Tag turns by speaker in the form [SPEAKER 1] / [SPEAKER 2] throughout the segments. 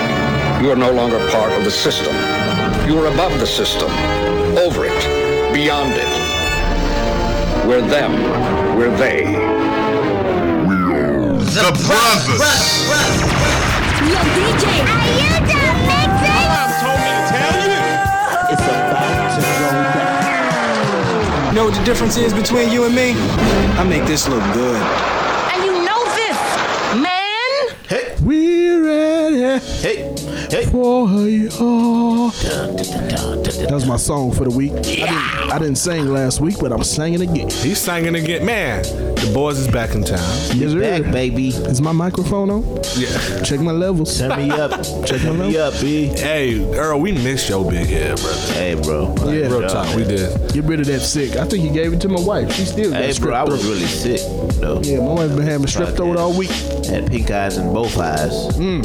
[SPEAKER 1] You are no longer part of the system. You are above the system, over it, beyond it. We're them. We're they.
[SPEAKER 2] We are the, the brothers. brothers.
[SPEAKER 3] brothers. Yo, DJ,
[SPEAKER 4] are you done mixing?
[SPEAKER 5] Mom told me to tell you.
[SPEAKER 6] It's about to go down.
[SPEAKER 7] You know what the difference is between you and me? I make this look good.
[SPEAKER 8] We're ready. Hey, hey. For you. That was my song for the week. Yeah. I, didn't, I didn't sing last week, but I'm singing again.
[SPEAKER 9] He's singing again. Man, the boys is back in town.
[SPEAKER 8] Yes,
[SPEAKER 6] back, baby.
[SPEAKER 8] Is my microphone on?
[SPEAKER 9] Yeah.
[SPEAKER 8] Check my levels.
[SPEAKER 6] Turn me up.
[SPEAKER 8] Check my
[SPEAKER 6] Turn
[SPEAKER 8] levels.
[SPEAKER 6] me up, B.
[SPEAKER 9] Hey, Earl, we missed your big head, brother.
[SPEAKER 6] Hey, bro.
[SPEAKER 8] Yeah.
[SPEAKER 9] Real
[SPEAKER 8] bro.
[SPEAKER 9] talk, we did.
[SPEAKER 8] Get rid of that sick. I think he gave it to my wife. She still got
[SPEAKER 6] Hey, bro, I
[SPEAKER 8] strep
[SPEAKER 6] was
[SPEAKER 8] throat.
[SPEAKER 6] really sick, though.
[SPEAKER 8] Yeah, my wife been having strep throat all week. Mm,
[SPEAKER 6] Had pink eyes in both eyes.
[SPEAKER 9] Oh,
[SPEAKER 6] and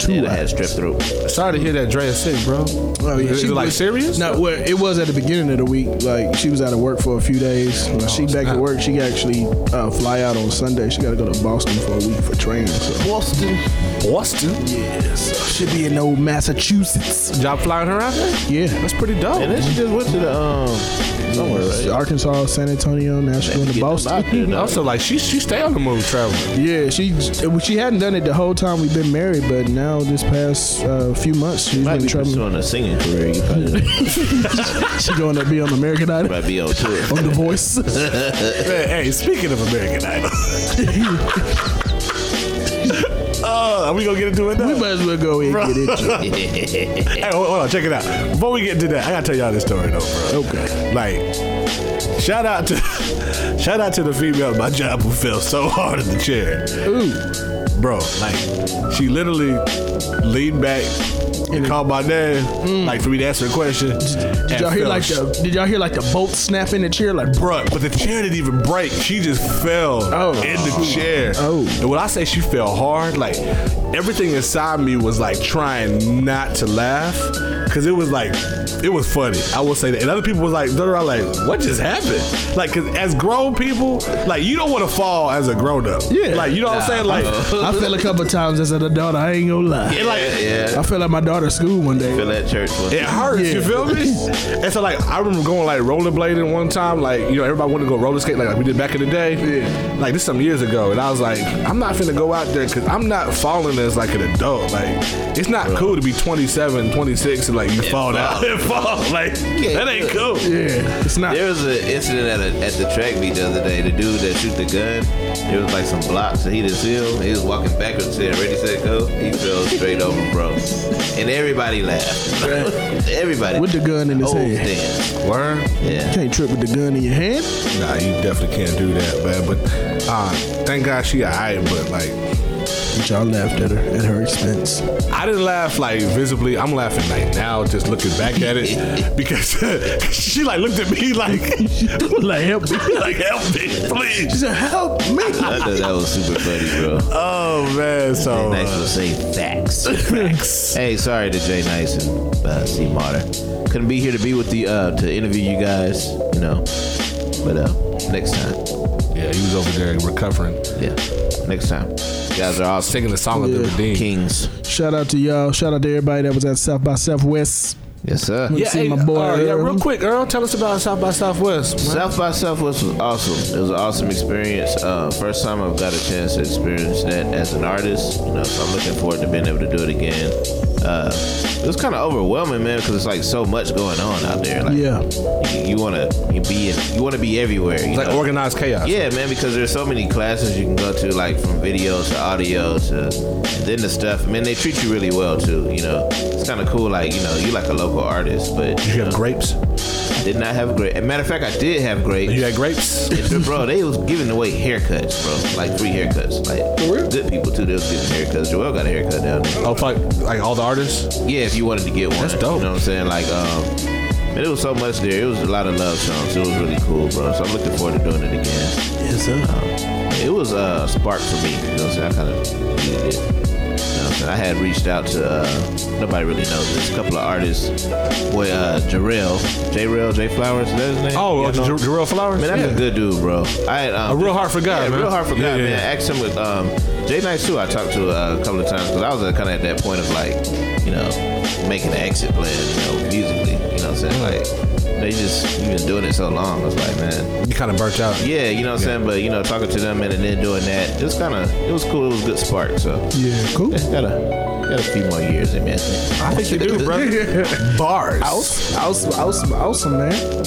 [SPEAKER 6] then I had strep throat.
[SPEAKER 9] sorry to hear that Dre is sick, bro.
[SPEAKER 8] Oh yeah,
[SPEAKER 9] Is it, like
[SPEAKER 8] was-
[SPEAKER 9] serious?
[SPEAKER 8] No, well, it was at the beginning of the week. Like she was out of work for a few days.
[SPEAKER 9] Oh,
[SPEAKER 8] When she back at work, she actually uh, fly out on Sunday. She got to go to Boston for a week for training. So
[SPEAKER 6] Boston.
[SPEAKER 9] Boston.
[SPEAKER 8] yeah, so she be in old Massachusetts.
[SPEAKER 9] Job flying her out there?
[SPEAKER 8] Yeah,
[SPEAKER 9] That's pretty dope.
[SPEAKER 6] And then she just went to the, um, somewhere,
[SPEAKER 8] It's
[SPEAKER 6] right?
[SPEAKER 8] Arkansas, San Antonio. Now she's going to
[SPEAKER 6] Get them
[SPEAKER 8] Boston.
[SPEAKER 6] out there, dog.
[SPEAKER 9] Also, like she she stay on the move traveling.
[SPEAKER 8] Yeah, she she hadn't done it the whole time we've been married, but now this past uh, few months she's
[SPEAKER 6] Might
[SPEAKER 8] been
[SPEAKER 6] be
[SPEAKER 8] traveling.
[SPEAKER 6] pursuing a singing career. You probably
[SPEAKER 8] She's going to be on American Idol,
[SPEAKER 6] might be on tour.
[SPEAKER 8] on The Voice.
[SPEAKER 9] Hey, hey, speaking of American Idol. Uh, are we gonna get into it now?
[SPEAKER 8] we might as well go ahead and get it.
[SPEAKER 9] Hey, hold, hold on, check it out. Before we get into that, I gotta tell y'all this story though, bro.
[SPEAKER 8] Okay.
[SPEAKER 9] Like, shout out to shout out to the female at my job who fell so hard in the chair.
[SPEAKER 8] Ooh,
[SPEAKER 9] Bro, like, she literally leaned back and called my name, like for me to answer a question.
[SPEAKER 8] Mm. did y'all hear like the did y'all hear like the bolt snap in the chair? Like
[SPEAKER 9] Bruh, but the chair didn't even break. She just fell
[SPEAKER 8] Oh.
[SPEAKER 9] in the chair.
[SPEAKER 8] Oh.
[SPEAKER 9] And when I say she fell hard, like everything inside me was like trying not to laugh. Cause it was like, it was funny. I will say that. And other people was like, they're all like, what just happened? Like, cause as grown people, like you don't want to fall as a grown up.
[SPEAKER 8] Yeah.
[SPEAKER 9] Like, you know what I'm saying? Like,
[SPEAKER 8] I fell a couple times as an adult. I ain't gonna lie.
[SPEAKER 9] it like,
[SPEAKER 6] Yeah.
[SPEAKER 8] I fell at my daughter's school one day.
[SPEAKER 6] Feel that church one.
[SPEAKER 9] It hurts, you
[SPEAKER 8] Yeah.
[SPEAKER 9] feel me? and so like I remember going like rollerblading one time, like you know everybody wanted to go roller skate like, we did back in the day.
[SPEAKER 8] Yeah.
[SPEAKER 9] Like this some years ago, and I was like, I'm not finna go out there because I'm not falling as like an adult. Like it's not cool to be 27, 26 and like you fall down and fall. Like that ain't cool.
[SPEAKER 8] Yeah, it's not.
[SPEAKER 6] There was an incident at, a, at the track meet the other day. The dude that shoot the gun, there was like some blocks that he didn't see him. He was walking backwards and said, ready, set, go. He fell straight over, bro. And everybody laughed. everybody.
[SPEAKER 8] With the gun in his
[SPEAKER 6] Old
[SPEAKER 8] hand.
[SPEAKER 6] stand.
[SPEAKER 9] Word?
[SPEAKER 6] Yeah.
[SPEAKER 8] Can't trip with the gun in your hand.
[SPEAKER 9] Nah, you definitely can't do that, man. But uh, thank God she alright, but like
[SPEAKER 8] But y'all laughed at her at her expense.
[SPEAKER 9] I didn't laugh like visibly. I'm laughing like now, just looking back at it because she like looked at me like
[SPEAKER 8] like help me.
[SPEAKER 9] like help me,
[SPEAKER 8] She
[SPEAKER 9] please.
[SPEAKER 8] said, help me.
[SPEAKER 6] I thought that was super funny, bro.
[SPEAKER 9] Oh man, so
[SPEAKER 6] Nice to say facts. facts. Hey, sorry to Jay Nice and uh, C Martyr. Couldn't be here to be with the uh, to interview you guys, you know. But uh, next time,
[SPEAKER 9] yeah, he was over there recovering,
[SPEAKER 6] yeah, next time. You guys are awesome.
[SPEAKER 9] singing the song of the
[SPEAKER 8] Yeah.
[SPEAKER 9] redeemed.
[SPEAKER 6] Kings.
[SPEAKER 8] Shout out to y'all. Shout out to everybody that was at South by Southwest.
[SPEAKER 6] Yes, sir.
[SPEAKER 8] Yeah. See my boy,
[SPEAKER 9] uh, yeah,
[SPEAKER 8] Earl.
[SPEAKER 9] real quick, Earl, tell us about South by Southwest. man.
[SPEAKER 6] South by Southwest was awesome. It was an awesome experience. Uh, first time I've got a chance to experience that as an artist. You know, so I'm looking forward to being able to do it again. Uh, it was kind of overwhelming, man, because it's like so much going on out there. Like,
[SPEAKER 8] Yeah.
[SPEAKER 6] you, you want to be in, you want to be everywhere. You
[SPEAKER 9] It's like
[SPEAKER 6] know?
[SPEAKER 9] organized chaos.
[SPEAKER 6] Yeah, man, because there's so many classes you can go to, like from video to audio to and then the stuff. Man, they treat you really well too. You know, it's kind of cool. Like you know, you like a local artist, but
[SPEAKER 9] Did you have grapes?
[SPEAKER 6] did not have great. As a matter of fact, I did have great.
[SPEAKER 9] You had grapes?
[SPEAKER 6] And, bro, they was giving away haircuts, bro. Like free haircuts. Like good people too. They was giving haircuts. Joel got a haircut down there.
[SPEAKER 9] Oh, fuck! Like all the artists.
[SPEAKER 6] Yeah, if you wanted to get one.
[SPEAKER 9] That's dope.
[SPEAKER 6] You know what I'm saying? Like, um, man, it was so much there. It was a lot of love songs. It was really cool, bro. So I'm looking forward to doing it again. uh,
[SPEAKER 8] Yes, sir.
[SPEAKER 9] Oh,
[SPEAKER 6] It was a spark for me. You know what I'm saying? I kind of needed it. You know what I'm I had reached out to uh, nobody really knows this. A couple of artists, boy, uh, Jarrell, J. Rail, J. Flowers. Is that his name?
[SPEAKER 9] Oh,
[SPEAKER 6] Y'all know him?
[SPEAKER 9] J- Jarrell Flowers.
[SPEAKER 6] Man, that's a good dude, bro. I had, um,
[SPEAKER 9] A real hard for God,
[SPEAKER 6] yeah,
[SPEAKER 9] man.
[SPEAKER 6] real hard for God,
[SPEAKER 9] Yeah, yeah,
[SPEAKER 6] man.
[SPEAKER 9] yeah.
[SPEAKER 6] Asked him with um, Jay Nice too. I talked to uh, a couple of times because I was uh, kind of at that point of like, you know, making an exit plan, you know, musically. You know what I'm
[SPEAKER 9] Mm.
[SPEAKER 6] saying? Like, they just you've been doing it so long. I was like, man,
[SPEAKER 9] You kind of burnt out.
[SPEAKER 6] yeah, you know what I'm saying. But you know, talking to them and then doing that, it was kind of it was cool. It was a good spark. So
[SPEAKER 8] Yeah, cool.
[SPEAKER 6] got a got a few more years in, man.
[SPEAKER 9] I think you do, brother. Bars.
[SPEAKER 8] Awesome, awesome, awesome, awesome, man.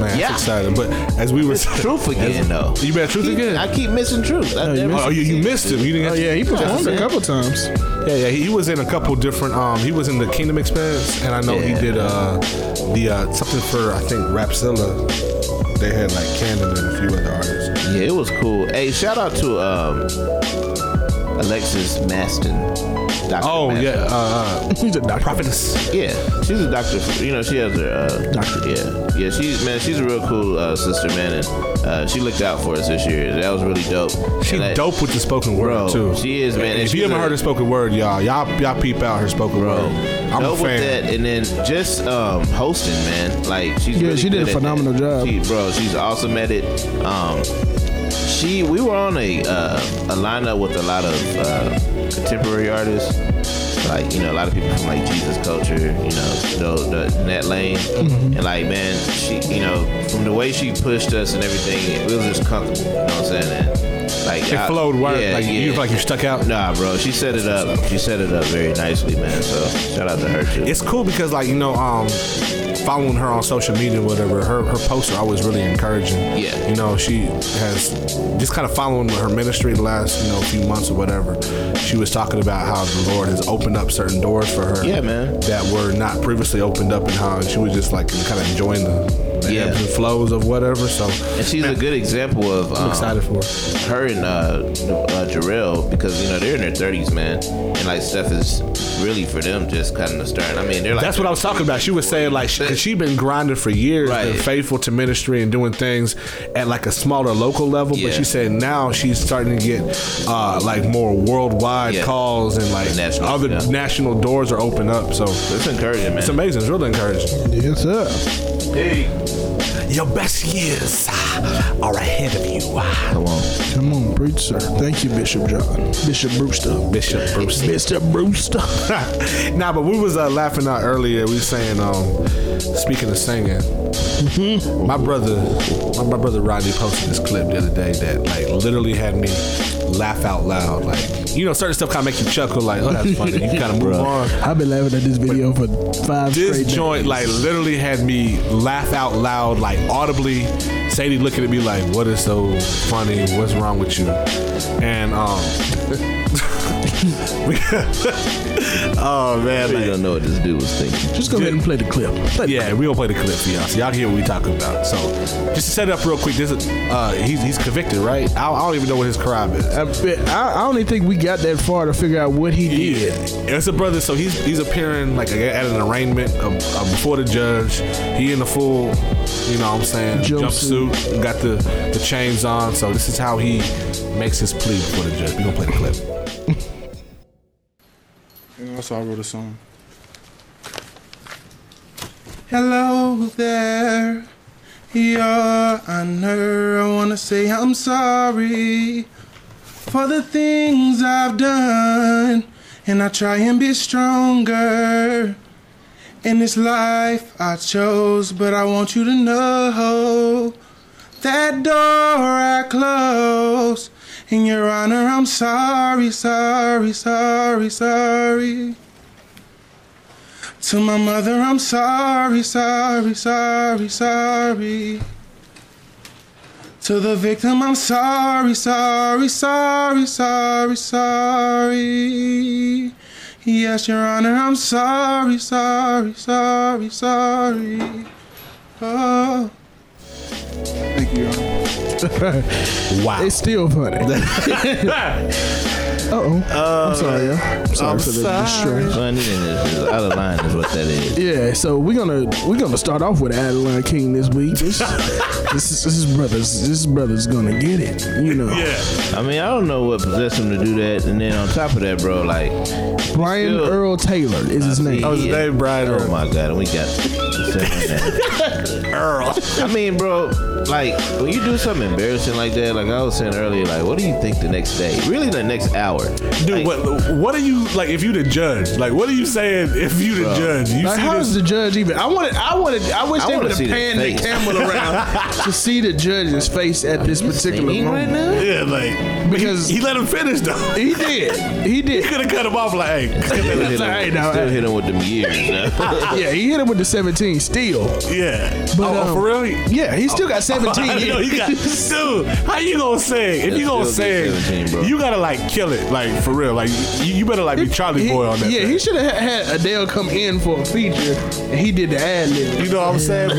[SPEAKER 9] Man,
[SPEAKER 6] Yeah.
[SPEAKER 9] that's exciting. But as we were
[SPEAKER 6] Truth again, though.
[SPEAKER 9] you better truth again.
[SPEAKER 6] I keep missing truth. I
[SPEAKER 8] you
[SPEAKER 6] never-
[SPEAKER 8] missed
[SPEAKER 9] oh, you, you missed him. You didn't.
[SPEAKER 8] Oh yeah, he performed a couple times.
[SPEAKER 9] yeah, yeah. He was in a couple different. Um, he was in the Kingdom Expanse, and I know
[SPEAKER 6] Yeah.
[SPEAKER 9] he did uh the uh something for I think Rapzilla. They had like Cannon and a few other artists.
[SPEAKER 6] Yeah, it was cool. Hey, shout out to um, Alexis Maston. Dr.
[SPEAKER 9] Oh
[SPEAKER 6] Maston.
[SPEAKER 9] yeah, uh,
[SPEAKER 8] He's a doctor.
[SPEAKER 9] Prophetess.
[SPEAKER 6] Yeah, she's a doctor. You know, she has her uh, doctor. Yeah, yeah. She's man, she's a real cool uh, sister, man, and uh, she looked out for us this year. That was really dope.
[SPEAKER 9] She
[SPEAKER 6] And that-
[SPEAKER 9] dope with the spoken word
[SPEAKER 6] Bro,
[SPEAKER 9] too.
[SPEAKER 6] she is, man. And
[SPEAKER 9] If you
[SPEAKER 6] she's
[SPEAKER 9] haven't
[SPEAKER 6] a-
[SPEAKER 9] heard her spoken word, y'all, y'all, y'all peep out her spoken
[SPEAKER 6] Bro,
[SPEAKER 9] word. I'm
[SPEAKER 6] dope
[SPEAKER 9] a
[SPEAKER 6] with
[SPEAKER 9] fan.
[SPEAKER 6] that, and then just um, hosting, man. Like she's
[SPEAKER 8] Yeah,
[SPEAKER 6] really
[SPEAKER 8] she did
[SPEAKER 6] good
[SPEAKER 8] a
[SPEAKER 6] at that.
[SPEAKER 8] phenomenal job.
[SPEAKER 6] She- bro. She's awesome at it. Um, she we were on a uh, a lineup with a lot of uh, contemporary artists, like you know a lot of people from like Jesus culture, you know, the, the, that lane,
[SPEAKER 8] Mm-hmm.
[SPEAKER 6] and like man, she you know from the way she pushed us and everything, it was just comfortable. You know what I'm saying? And, like
[SPEAKER 9] It
[SPEAKER 6] I-
[SPEAKER 9] flowed word.
[SPEAKER 6] yeah,
[SPEAKER 9] like you
[SPEAKER 6] yeah.
[SPEAKER 9] like you stuck out.
[SPEAKER 6] Nah, bro, she set it up. She set it up very nicely, man. So shout out to her too.
[SPEAKER 9] it's cool because like you know um following her on social media or whatever her her posts are always really encouraging
[SPEAKER 6] Yeah.
[SPEAKER 9] you know she has just kind of following her ministry the last you know few months or whatever she was talking about how the lord has opened up certain doors for her
[SPEAKER 6] Yeah, man.
[SPEAKER 9] that were not previously opened up and how she was just like kind of enjoying the, the
[SPEAKER 6] Yeah.
[SPEAKER 9] ebbs and flows of whatever so
[SPEAKER 6] and she's a good example of um,
[SPEAKER 9] excited for her
[SPEAKER 6] her and uh, uh, Jarrell because you know they're in their thirties, man, and like stuff is really for them just kind of starting. I mean, they're like
[SPEAKER 9] That's what I was talking about. She was saying like she, she been grinding for years,
[SPEAKER 6] Right.
[SPEAKER 9] been faithful to ministry and doing things at like a smaller local level.
[SPEAKER 6] Yeah.
[SPEAKER 9] But she said now she's starting to get uh, like more worldwide
[SPEAKER 6] Yeah.
[SPEAKER 9] calls and like
[SPEAKER 6] National,
[SPEAKER 9] other
[SPEAKER 6] yeah.
[SPEAKER 9] national doors are open up. So
[SPEAKER 6] It's encouraging, man.
[SPEAKER 9] it's amazing. It's really encouraging.
[SPEAKER 8] Yes, sir.
[SPEAKER 9] Your best years are ahead of you,
[SPEAKER 6] Come on,
[SPEAKER 8] Come on, preacher. Thank you, Bishop John. Bishop Brewster.
[SPEAKER 9] Bishop Bruce.
[SPEAKER 8] Mister Brewster.
[SPEAKER 9] nah, but we was uh, laughing out earlier. We was saying, um, speaking of singing, my brother, my, my brother Rodney posted this clip the other day that like literally had me laugh out loud. Like, you know, certain stuff kind of make you chuckle. Like, oh, that's funny. You kind of move on.
[SPEAKER 8] I've been laughing at this video for five
[SPEAKER 9] This
[SPEAKER 8] straight days.
[SPEAKER 9] joint like literally had me laugh out loud, like audibly. Sadie looking at me like, "What is so funny? What's wrong with you?" And um, oh man,
[SPEAKER 6] you
[SPEAKER 9] like,
[SPEAKER 6] don't know what this dude was thinking.
[SPEAKER 8] Just go ahead and play the clip. Play the
[SPEAKER 9] Yeah, we gonna play the clip for y'all. So y'all hear what we talking about. So just to set it up real quick, this is, uh, he's, he's convicted, right? I, I don't even know what his crime is.
[SPEAKER 8] I, bet- I, I don't even think we got that far to figure out what he did.
[SPEAKER 9] It's a brother, so he's he's appearing like at an arraignment um, uh, before the judge. He in the full, you know what I'm saying,
[SPEAKER 8] Jumpsuit.
[SPEAKER 9] jumpsuit, got the, the chains on. So this is how he makes his plea before the judge. we gonna play the clip.
[SPEAKER 5] That's why I wrote a song.
[SPEAKER 10] Hello there, Your Honor. I wanna say I'm sorry for the things I've done, and I try and be stronger. In this life I chose, but I want you to know that door I closed. In your honor, I'm sorry, sorry, sorry, sorry. To my mother, I'm sorry, sorry, sorry, sorry. To the victim, I'm sorry, sorry, sorry, sorry, sorry. Yes, Your Honor, I'm sorry, sorry, sorry, sorry. Oh.
[SPEAKER 5] Thank you, Your Honor.
[SPEAKER 9] Wow.
[SPEAKER 8] It's still funny. Uh-oh.
[SPEAKER 6] Uh,
[SPEAKER 8] I'm sorry, y'all. I'm sorry
[SPEAKER 9] I'm
[SPEAKER 8] for the
[SPEAKER 9] sorry.
[SPEAKER 8] distraction.
[SPEAKER 6] Funny and it's out of line is what that is.
[SPEAKER 8] Yeah, so we're gonna we're gonna start off with Adeline King this week. This, this is this is brothers this brother's gonna get it, you know.
[SPEAKER 6] I mean, I don't know what possessed him to do that. And then on top of that, bro, like,
[SPEAKER 8] Brian
[SPEAKER 6] Still-
[SPEAKER 8] Earl Taylor is his name.
[SPEAKER 9] was
[SPEAKER 6] yeah.
[SPEAKER 9] Dave Bryan.
[SPEAKER 6] Oh my god, and we got the
[SPEAKER 9] Earl.
[SPEAKER 6] same name. I mean, bro, like when you do something embarrassing like that, like I was saying earlier, like what do you think the next day? Really, the next hour,
[SPEAKER 9] Dude,
[SPEAKER 6] Like,
[SPEAKER 9] what what are you like if you the judge? Like what are you saying if you the judge? You
[SPEAKER 8] Like,
[SPEAKER 9] see
[SPEAKER 8] how
[SPEAKER 9] this
[SPEAKER 8] does the judge even? I wanted, I wanted, I wish
[SPEAKER 6] I
[SPEAKER 8] they
[SPEAKER 6] wanna
[SPEAKER 8] would have
[SPEAKER 6] see the
[SPEAKER 8] panned the
[SPEAKER 6] face.
[SPEAKER 8] camera around to see the judge's face at this particular
[SPEAKER 6] singing right
[SPEAKER 8] moment.
[SPEAKER 6] now?
[SPEAKER 9] Yeah, like
[SPEAKER 8] Because-
[SPEAKER 9] he, he let him finish though. He
[SPEAKER 8] He did, he did.
[SPEAKER 9] could have cut him off like, hey,
[SPEAKER 6] Still hit him,
[SPEAKER 8] Sorry, no,
[SPEAKER 6] still
[SPEAKER 8] I-
[SPEAKER 6] hit him with them years. though.
[SPEAKER 8] Yeah, he hit him with the 17 still.
[SPEAKER 9] yeah.
[SPEAKER 8] But,
[SPEAKER 9] oh, oh,
[SPEAKER 8] um,
[SPEAKER 9] for real? He-
[SPEAKER 8] Yeah, he still got 17
[SPEAKER 9] Oh. I know
[SPEAKER 8] years.
[SPEAKER 9] you got, dude, how you gonna sing? If
[SPEAKER 6] Still
[SPEAKER 9] you gonna
[SPEAKER 6] get
[SPEAKER 9] sing,
[SPEAKER 6] 17, bro.
[SPEAKER 9] you gotta like kill it, like for real. Like you, you better like be Charlie
[SPEAKER 8] He-
[SPEAKER 9] Boy on that.
[SPEAKER 8] yeah,
[SPEAKER 9] thing.
[SPEAKER 8] he should have had Adele come in for a feature, and he did the ad lib.
[SPEAKER 9] you know what I'm saying?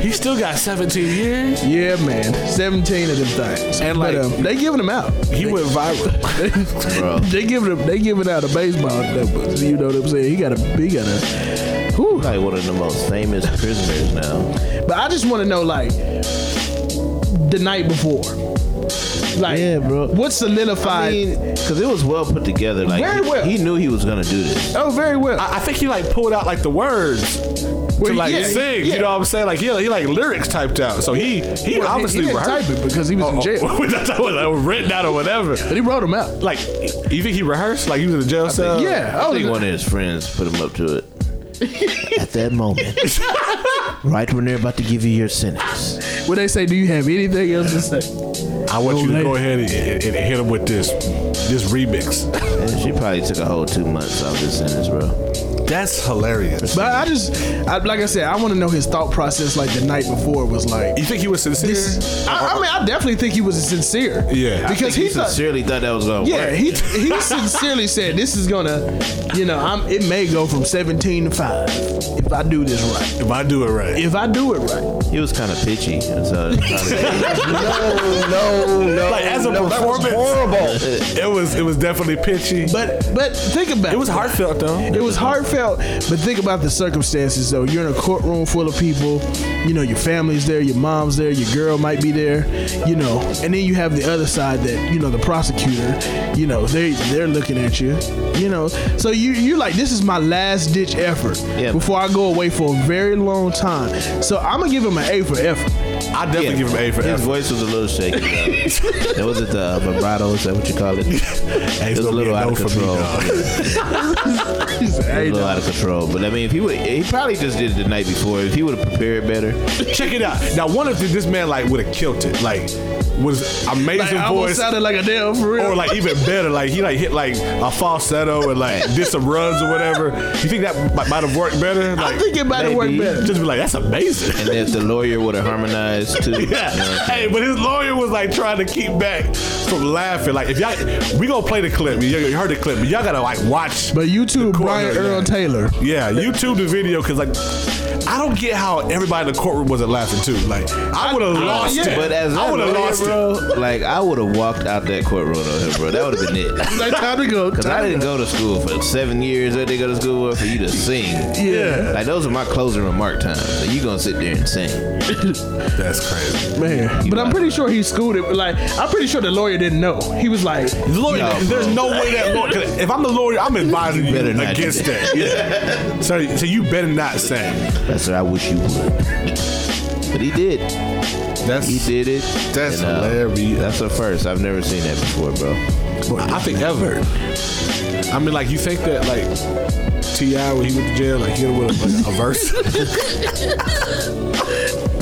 [SPEAKER 9] he still got 17 years.
[SPEAKER 8] Yeah, man, 17 of them things.
[SPEAKER 9] And,
[SPEAKER 8] But,
[SPEAKER 9] like-
[SPEAKER 8] um, they giving him out.
[SPEAKER 9] He went viral.
[SPEAKER 6] Bro.
[SPEAKER 8] they giving him, they giving out a baseball number. You know what I'm saying? He got a, he got a.
[SPEAKER 6] He's like one of the most famous prisoners now.
[SPEAKER 8] But I just want to know, like, the night before. Like,
[SPEAKER 6] Yeah, bro.
[SPEAKER 8] what solidified?
[SPEAKER 6] I mean, because it was well put together. Like
[SPEAKER 8] Very well.
[SPEAKER 6] he knew he was gonna do this.
[SPEAKER 8] oh, very well.
[SPEAKER 9] I, I think he like pulled out like the words
[SPEAKER 8] Well,
[SPEAKER 9] to like
[SPEAKER 8] yeah,
[SPEAKER 9] sing.
[SPEAKER 8] yeah.
[SPEAKER 9] You know what I'm saying? Like he, he like lyrics typed out. So he he
[SPEAKER 8] Well,
[SPEAKER 9] obviously
[SPEAKER 8] he, he didn't
[SPEAKER 9] rehearsed.
[SPEAKER 8] type it because he was in jail,
[SPEAKER 9] Oh, that's what I was written out or whatever.
[SPEAKER 8] but he wrote him out.
[SPEAKER 9] Like you think he rehearsed? Like he was in the jail cell?
[SPEAKER 8] yeah,
[SPEAKER 6] I
[SPEAKER 8] oh,
[SPEAKER 6] think one of his friends put him up to it. At that moment, right when they're about to give you your sentence,
[SPEAKER 8] when they say, "Do you have anything else to say?"
[SPEAKER 9] I want
[SPEAKER 8] No
[SPEAKER 9] you to go
[SPEAKER 8] lady.
[SPEAKER 9] ahead and, and, and hit him with this this remix.
[SPEAKER 6] and she probably took a whole two months off this sentence, bro.
[SPEAKER 9] That's hilarious.
[SPEAKER 8] But I just, I, like I said, I want to know his thought process. Like the night before was like.
[SPEAKER 9] You think he was sincere?
[SPEAKER 8] I, I mean, I definitely think he was sincere.
[SPEAKER 9] Yeah. I
[SPEAKER 8] because
[SPEAKER 6] He,
[SPEAKER 8] he thought.
[SPEAKER 6] sincerely thought that was gonna
[SPEAKER 8] Yeah,
[SPEAKER 6] work.
[SPEAKER 8] he he sincerely said this is gonna, you know, I'm it may go from 17 to five if I do this right.
[SPEAKER 9] if I do it right,
[SPEAKER 8] If I do it right,
[SPEAKER 6] He was kind of pitchy, and so it probably-
[SPEAKER 1] No, no.
[SPEAKER 9] Like, as a
[SPEAKER 1] no, that was
[SPEAKER 9] performance-
[SPEAKER 1] horrible.
[SPEAKER 9] it was it was definitely pitchy.
[SPEAKER 8] but but think about it.
[SPEAKER 9] it was heartfelt though.
[SPEAKER 8] It was heartfelt, but think about the circumstances though. You're in a courtroom full of people, you know, your family's there, your mom's there, your girl might be there, you know, and then you have the other side that, you know, the prosecutor, you know, they they're looking at you. You know. So you you're like, this is my last ditch effort
[SPEAKER 6] Yeah.
[SPEAKER 8] before I go away for a very long time. So I'm gonna give him an A for effort.
[SPEAKER 9] I definitely
[SPEAKER 6] Yeah.
[SPEAKER 9] give him A for
[SPEAKER 6] His
[SPEAKER 9] effort.
[SPEAKER 6] voice was a little shaky. Though. it wasn't the uh, vibrato. Is that what you call it?
[SPEAKER 9] Hey,
[SPEAKER 6] It
[SPEAKER 9] it's
[SPEAKER 6] was a
[SPEAKER 9] gonna be
[SPEAKER 6] little out of
[SPEAKER 9] no for me,
[SPEAKER 6] control.
[SPEAKER 9] dog.
[SPEAKER 6] It was a little out of control. But I mean, if he would, he probably just did it the night before. If he would have prepared better,
[SPEAKER 9] Check it out. Now, one of the, this man like would have killed it. Like was amazing
[SPEAKER 8] I almost
[SPEAKER 9] voice,
[SPEAKER 8] sounded like a damn for real.
[SPEAKER 9] or like even better. Like he like hit like a falsetto and like did some runs or whatever. You think that might, might have worked better? Like,
[SPEAKER 8] I think it might have worked
[SPEAKER 6] maybe.
[SPEAKER 8] better.
[SPEAKER 9] just be like, that's amazing.
[SPEAKER 6] and if the lawyer would have harmonized too,
[SPEAKER 9] Yeah. Hey, but his lawyer was like trying to keep back from laughing. Like if y'all, we gonna play the clip. You, you heard the clip, but y'all gotta like watch.
[SPEAKER 8] But you too,
[SPEAKER 9] corner,
[SPEAKER 8] Brian
[SPEAKER 9] yeah.
[SPEAKER 8] Earl Taylor.
[SPEAKER 9] Yeah, YouTube the video because like I don't get how everybody in the courtroom wasn't laughing too. Like I would have lost
[SPEAKER 8] yeah.
[SPEAKER 9] it.
[SPEAKER 6] But as
[SPEAKER 9] I
[SPEAKER 6] I
[SPEAKER 9] would have lost it.
[SPEAKER 6] bro, like I would have walked out that courtroom on him, bro. That would have been it.
[SPEAKER 8] Like time to go.
[SPEAKER 6] Cause I didn't go to school for seven years. I didn't go to school for you to sing.
[SPEAKER 8] Yeah.
[SPEAKER 6] Like those are my closing remark times. So you gonna sit there and sing?
[SPEAKER 9] That's crazy.
[SPEAKER 8] Man, but I'm pretty sure he schooled it. but, Like, I'm pretty sure the lawyer didn't know. He was like,
[SPEAKER 9] The lawyer,
[SPEAKER 6] No,
[SPEAKER 9] there's
[SPEAKER 6] bro.
[SPEAKER 9] no way that lawyer. 'cause If I'm the lawyer, I'm advising you,
[SPEAKER 6] better not
[SPEAKER 9] against
[SPEAKER 6] do
[SPEAKER 9] that. Yeah. so, so you better not say.
[SPEAKER 6] That's what I wish you would. But he did.
[SPEAKER 9] That's
[SPEAKER 6] He did it.
[SPEAKER 9] That's
[SPEAKER 6] And, uh,
[SPEAKER 9] hilarious.
[SPEAKER 6] That's a first. I've never seen that before, bro.
[SPEAKER 9] I think ever. I mean, like you think that like Ti when he went to jail, like he hit him with a, like, a verse.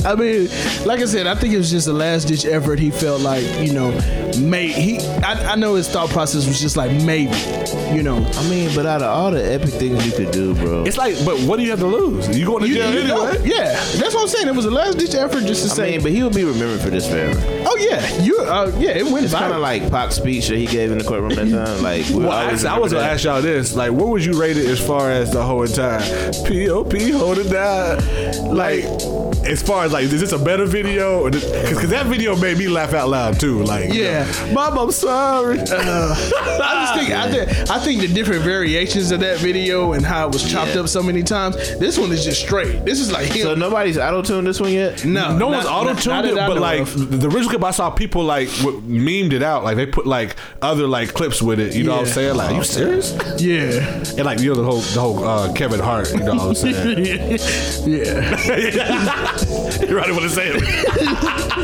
[SPEAKER 8] I mean, like I said, I think it was just a last ditch effort. He felt like, you know, may he. I, I know his thought process was just like maybe, you know.
[SPEAKER 6] I mean, but out of all the epic things you could do, bro,
[SPEAKER 9] it's like, but what do you have to lose? You going to jail
[SPEAKER 8] You know,
[SPEAKER 9] anyway?
[SPEAKER 8] yeah, that's what I'm saying. It was a last ditch effort just to
[SPEAKER 6] I
[SPEAKER 8] say,
[SPEAKER 6] mean, but he will be remembered for this forever.
[SPEAKER 8] oh yeah, you, uh, yeah, it went
[SPEAKER 6] It's kind
[SPEAKER 8] viral.
[SPEAKER 6] of like Pac's speech that he gave in the courtroom that time. Like, we're
[SPEAKER 9] Well,
[SPEAKER 6] always
[SPEAKER 9] actually, I was was gonna
[SPEAKER 6] that.
[SPEAKER 9] ask y'all this: like, what would you rate it as far as the whole entire POP hold it down? Like, as far as like, is this a better video? Or this- Cause, 'cause that video made me laugh out loud too. Like, you
[SPEAKER 8] Yeah.
[SPEAKER 9] know, mom, I'm sorry.
[SPEAKER 8] I just think
[SPEAKER 6] ah,
[SPEAKER 8] I, think I think the different variations of that video and how it was chopped
[SPEAKER 6] Yeah.
[SPEAKER 8] up so many times. This one is just straight. This is like him.
[SPEAKER 6] So nobody's auto tuned this one yet.
[SPEAKER 8] no, not-
[SPEAKER 9] no one's
[SPEAKER 8] not-
[SPEAKER 9] auto
[SPEAKER 8] not
[SPEAKER 9] tuned
[SPEAKER 8] that
[SPEAKER 9] it,
[SPEAKER 8] I
[SPEAKER 9] but
[SPEAKER 8] know
[SPEAKER 9] like
[SPEAKER 8] of.
[SPEAKER 9] the original clip, I saw people like w- memed it out. Like they put like other like clips with it. You know what I'm
[SPEAKER 8] Yeah.
[SPEAKER 9] saying? Like, you serious?
[SPEAKER 8] yeah,
[SPEAKER 9] And like you know the whole the whole uh, Kevin Hart. You know what I'm saying?
[SPEAKER 8] yeah.
[SPEAKER 9] you right want to say it.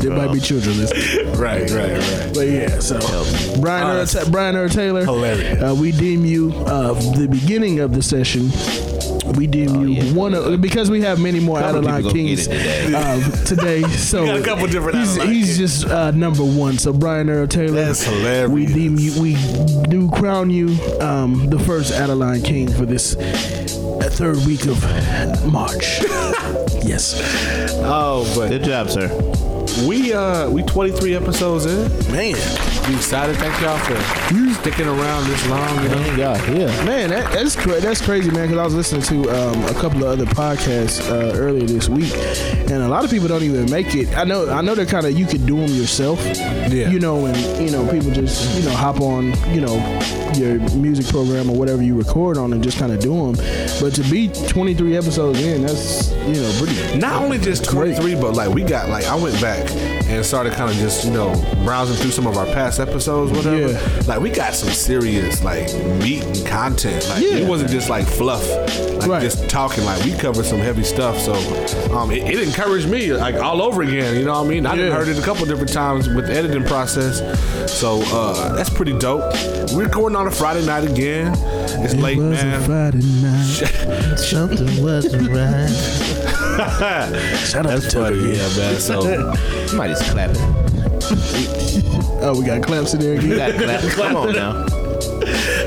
[SPEAKER 8] There might be children listening,
[SPEAKER 9] right, right, right.
[SPEAKER 8] but yeah. So Brian, Earl, Ta- Brian Earl Taylor,
[SPEAKER 9] Hilarious.
[SPEAKER 8] Uh, we deem you uh, the beginning of the session. We deem
[SPEAKER 9] Oh,
[SPEAKER 8] you one of because we have many more
[SPEAKER 6] Couple
[SPEAKER 8] Adeline
[SPEAKER 6] people gonna get
[SPEAKER 8] Kings
[SPEAKER 6] it today.
[SPEAKER 8] uh, today. So
[SPEAKER 9] got a couple different
[SPEAKER 8] He's,
[SPEAKER 9] Adeline
[SPEAKER 8] he's
[SPEAKER 9] Kings.
[SPEAKER 8] just uh, number one. So Brian Earl Taylor.
[SPEAKER 9] That's hilarious.
[SPEAKER 8] We deem you. We do crown you um, the first Adeline King for this uh, third week of March. yes,
[SPEAKER 9] Oh, but
[SPEAKER 6] Good job, sir.
[SPEAKER 9] We uh we 23 episodes in.
[SPEAKER 8] man.
[SPEAKER 9] We excited. Thank y'all for sticking around this long. You know?
[SPEAKER 6] Thank God. Yeah.
[SPEAKER 8] Man, that, that's cra- that's crazy, man. Because I was listening to um, a couple of other podcasts uh, earlier this week, and a lot of people don't even make it. I know, I know, they're kind of you could do them yourself.
[SPEAKER 9] Yeah.
[SPEAKER 8] You know, and you know, people just you know hop on you know your music program or whatever you record on and just kind of do them. But to be 23 episodes in, that's you know pretty.
[SPEAKER 9] Not only just 23, but like we got like I went back and started kind of just you know browsing through some of our past episodes, whatever.
[SPEAKER 8] Yeah.
[SPEAKER 9] Like we got some serious like meat and content. Like
[SPEAKER 8] Yeah.
[SPEAKER 9] it wasn't just like fluff, like
[SPEAKER 8] Right.
[SPEAKER 9] just talking. Like we covered some heavy stuff, so um, it, it encouraged me like all over again. You know what I mean? I done
[SPEAKER 8] Yeah.
[SPEAKER 9] heard it a couple different times with the editing process, so uh, that's pretty dope. We're recording on a Friday night again. It's late,
[SPEAKER 8] was
[SPEAKER 9] man.
[SPEAKER 8] a Friday night.
[SPEAKER 6] Something wasn't right.
[SPEAKER 8] Shout out to Tugger.
[SPEAKER 9] yeah, man. So
[SPEAKER 6] Somebody's clapping.
[SPEAKER 8] Oh, we got clamps in there again.
[SPEAKER 6] You got clap. Come on now.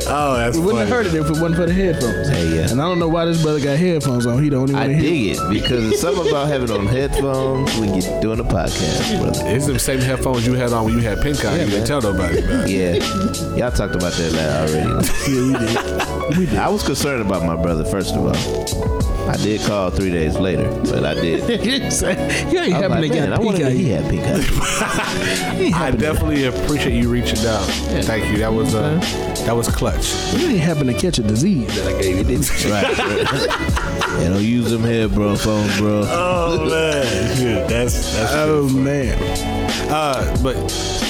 [SPEAKER 9] oh, that's
[SPEAKER 8] Wouldn't have heard it if it wasn't for the headphones.
[SPEAKER 6] Hey, yeah.
[SPEAKER 8] And I don't know why this brother got headphones on. He don't even
[SPEAKER 6] I
[SPEAKER 8] want to hear.
[SPEAKER 6] dig it because it's something about having on headphones when you're doing a podcast, brother.
[SPEAKER 9] It's the same headphones you had on when you had pink eye. you didn't
[SPEAKER 6] man.
[SPEAKER 9] tell nobody. Man.
[SPEAKER 6] Yeah, y'all talked about that lad already.
[SPEAKER 8] We did.
[SPEAKER 6] I was concerned about my brother first of all. I did call three days later, but I did.
[SPEAKER 8] yeah, he
[SPEAKER 6] I was
[SPEAKER 8] happened to
[SPEAKER 6] like,
[SPEAKER 8] get
[SPEAKER 6] man, I wonder
[SPEAKER 8] pink
[SPEAKER 6] if
[SPEAKER 8] eye.
[SPEAKER 6] he had pink eye.
[SPEAKER 9] I definitely appreciate you reaching out. Thank you. That was uh, that was clutch.
[SPEAKER 8] You ain't happen to catch a disease.
[SPEAKER 6] right. and don't use them headphone phones, bro.
[SPEAKER 9] Oh man, Dude, that's that's.
[SPEAKER 8] Oh man!
[SPEAKER 9] Uh, but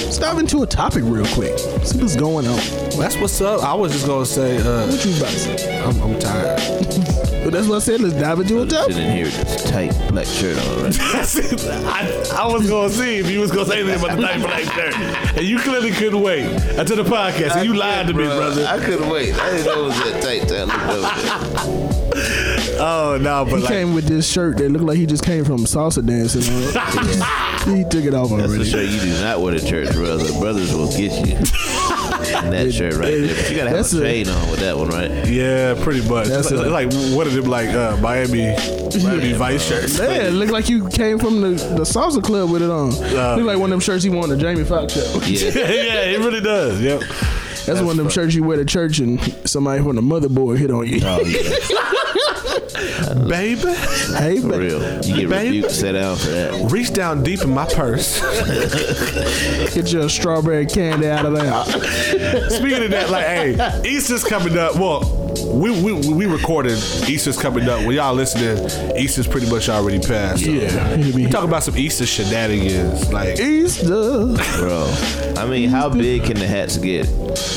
[SPEAKER 8] Let's dive into a topic real quick. See what's going on.
[SPEAKER 9] that's what's up. I was just gonna say, uh,
[SPEAKER 8] What you about to say?
[SPEAKER 9] I'm, I'm tired.
[SPEAKER 8] Well, that's what I said. Let's dive into a
[SPEAKER 6] Sitting
[SPEAKER 8] topic.
[SPEAKER 6] in here with this tight black shirt on, right?
[SPEAKER 9] I, I was gonna see if you was gonna say anything about the night black shirt, and you clearly couldn't wait until the podcast, and you lied to me, brother.
[SPEAKER 6] I couldn't wait. I didn't know it was that tight. till I looked over there.
[SPEAKER 9] Oh no, but
[SPEAKER 8] He came with this shirt that looked like he just came from salsa dancing. On. he took it off
[SPEAKER 6] That's the
[SPEAKER 8] already.
[SPEAKER 6] shirt you do not wear to church, brother. Brothers will get you. And that shirt right there. But you gotta have
[SPEAKER 8] That's
[SPEAKER 6] a
[SPEAKER 8] a-
[SPEAKER 6] chain on with that one, right?
[SPEAKER 9] Yeah, pretty much.
[SPEAKER 8] That's
[SPEAKER 9] It's
[SPEAKER 8] it.
[SPEAKER 9] like, like one of them, like uh, Miami, Miami Vice shirts.
[SPEAKER 8] Man, it looked like you came from the, the salsa club with it on.
[SPEAKER 9] Uh,
[SPEAKER 8] looked like one of them shirts he wore on the Jamie Foxx show.
[SPEAKER 6] Yeah.
[SPEAKER 9] yeah, it really does. Yep.
[SPEAKER 8] That's, one of them shirts you wear to church and somebody from the motherboard hit on you.
[SPEAKER 6] Oh yeah.
[SPEAKER 8] Uh,
[SPEAKER 9] Baby,
[SPEAKER 8] hey,
[SPEAKER 6] For
[SPEAKER 8] but
[SPEAKER 6] real. You get
[SPEAKER 9] Babe.
[SPEAKER 6] rebuked, set down for that.
[SPEAKER 9] reach down deep in my purse.
[SPEAKER 8] get your strawberry candy out of there.
[SPEAKER 9] Speaking of that, like, hey, Easter's coming up. Well, we we we recorded Easter's coming up. When y'all listening, Easter's pretty much already passed.
[SPEAKER 8] Yeah, it'll be
[SPEAKER 9] We talk about some Easter shenanigans, like,
[SPEAKER 8] Easter.
[SPEAKER 6] Bro. I mean, how big can the hats get?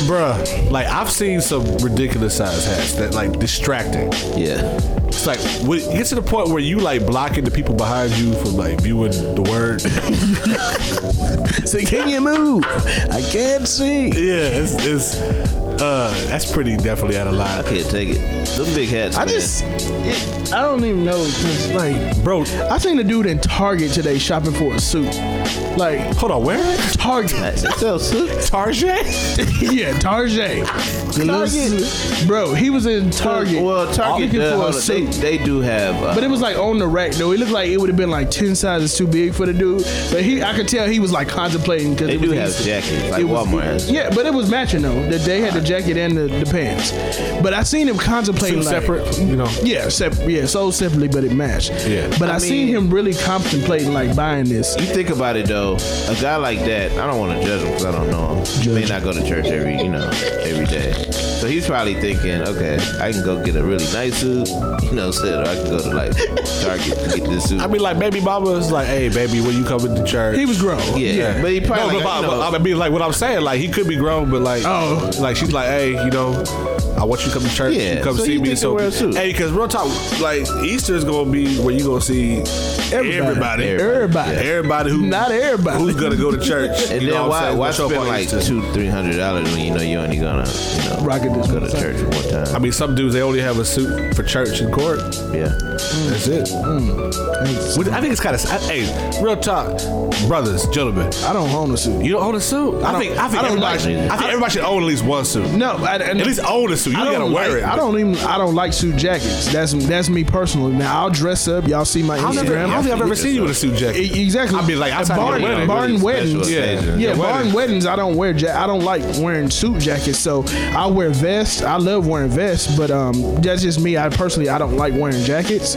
[SPEAKER 9] bruh. Like, I've seen some ridiculous size hats that like distracting.
[SPEAKER 6] Yeah.
[SPEAKER 9] It's like when it gets to the point where you like blocking the people behind you from like viewing the word.
[SPEAKER 8] Say, can you move? I can't see.
[SPEAKER 9] yeah, it's, it's uh, that's pretty definitely out of
[SPEAKER 6] I
[SPEAKER 9] line,
[SPEAKER 6] can't take it. Them big hats.
[SPEAKER 8] I
[SPEAKER 6] man.
[SPEAKER 8] just, it, I don't even know. Cause like,
[SPEAKER 9] bro.
[SPEAKER 8] I seen a dude in Target today shopping for a suit. Like
[SPEAKER 9] Hold on, where?
[SPEAKER 8] Target.
[SPEAKER 9] Target?
[SPEAKER 8] yeah, Target.
[SPEAKER 6] Target.
[SPEAKER 8] Bro, he was in Target.
[SPEAKER 6] Well, Target
[SPEAKER 8] looking
[SPEAKER 6] does,
[SPEAKER 8] for a
[SPEAKER 6] hold on, they,
[SPEAKER 8] suit.
[SPEAKER 6] they do have. Uh,
[SPEAKER 8] But it was like on the rack though. It looked like it would have been like ten sizes too big for the dude. But he, I could tell he was like contemplating because
[SPEAKER 6] they
[SPEAKER 8] it
[SPEAKER 6] do
[SPEAKER 8] was
[SPEAKER 6] have
[SPEAKER 8] Easter.
[SPEAKER 6] jackets like Walmart. has.
[SPEAKER 8] Yeah, but it was matching though. That they had the jacket and the, the pants. But I seen him contemplating
[SPEAKER 9] Two
[SPEAKER 8] like-
[SPEAKER 9] separate, you know.
[SPEAKER 8] Yeah, sep- yeah, sold separately, but it matched.
[SPEAKER 9] Yeah.
[SPEAKER 8] But I,
[SPEAKER 6] I
[SPEAKER 8] seen
[SPEAKER 6] mean-
[SPEAKER 8] him really contemplating like buying this.
[SPEAKER 6] You think about it though, a guy like that, I don't want to judge him because I don't know him. He may
[SPEAKER 8] Judge.
[SPEAKER 6] not go to church every, you know, every day. So he's probably thinking, okay, I can go get a really nice suit, you know, said, or I can go to like Target and get this suit.
[SPEAKER 9] I mean, like, baby mama is like, hey, baby, when you coming to church?
[SPEAKER 8] He was grown.
[SPEAKER 6] yeah, but he
[SPEAKER 9] No,
[SPEAKER 6] probably like,
[SPEAKER 9] but, but,
[SPEAKER 6] you know,
[SPEAKER 9] but, I mean, like what I'm saying, like he could be grown, but like,
[SPEAKER 8] Oh.
[SPEAKER 9] like she's like, hey, you know, I want you to come to church.
[SPEAKER 6] Yeah,
[SPEAKER 9] you come
[SPEAKER 6] so
[SPEAKER 9] see
[SPEAKER 6] you
[SPEAKER 9] me.
[SPEAKER 6] think they
[SPEAKER 9] So,
[SPEAKER 6] wear a suit.
[SPEAKER 9] hey, because real talk, like Easter is gonna be where you gonna see everybody, everybody,
[SPEAKER 8] Everybody.
[SPEAKER 9] who
[SPEAKER 8] Not everybody.
[SPEAKER 9] who's gonna go to church.
[SPEAKER 6] and
[SPEAKER 9] you know
[SPEAKER 6] then
[SPEAKER 9] what I'm
[SPEAKER 6] why
[SPEAKER 9] saying?
[SPEAKER 6] why
[SPEAKER 9] Gonna show up
[SPEAKER 6] spend
[SPEAKER 9] on
[SPEAKER 6] like
[SPEAKER 9] Easter.
[SPEAKER 6] two three hundred dollars when you know you're only gonna you know
[SPEAKER 8] Rock it this
[SPEAKER 6] go to
[SPEAKER 8] motherfucker.
[SPEAKER 6] church one time?
[SPEAKER 9] I mean, some dudes they only have a suit for church and court.
[SPEAKER 6] yeah,
[SPEAKER 9] That's it. Which Mm. I think it's kind of hey, real talk, brothers, gentlemen.
[SPEAKER 8] I don't own a suit.
[SPEAKER 9] You don't own a suit. I,
[SPEAKER 8] don't-
[SPEAKER 9] think I think
[SPEAKER 8] I don't
[SPEAKER 9] everybody
[SPEAKER 8] like
[SPEAKER 9] should,
[SPEAKER 6] it.
[SPEAKER 9] I think everybody should own at least one suit.
[SPEAKER 8] No, I, I,
[SPEAKER 9] At least own a suit. You
[SPEAKER 8] I
[SPEAKER 9] gotta
[SPEAKER 8] don't
[SPEAKER 9] wear
[SPEAKER 8] like-
[SPEAKER 9] it.
[SPEAKER 8] I don't even. I don't like suit jackets. That's that's me personally. Now I'll dress up. Y'all see my
[SPEAKER 9] I don't, ever, I
[SPEAKER 8] Instagram.
[SPEAKER 9] don't think I've ever seen you in a suit jacket.
[SPEAKER 8] E- exactly.
[SPEAKER 9] I mean, like, outside of
[SPEAKER 8] barn,
[SPEAKER 9] your wedding.
[SPEAKER 8] barn
[SPEAKER 6] Really
[SPEAKER 8] weddings.
[SPEAKER 6] special
[SPEAKER 8] Yeah,
[SPEAKER 6] occasion.
[SPEAKER 8] yeah.
[SPEAKER 9] Your
[SPEAKER 8] Barn
[SPEAKER 9] wedding.
[SPEAKER 8] weddings. I don't wear. Ja- I don't like wearing suit jackets. So I wear vests. I love wearing vests, but um, that's just me. I personally I don't like wearing jackets.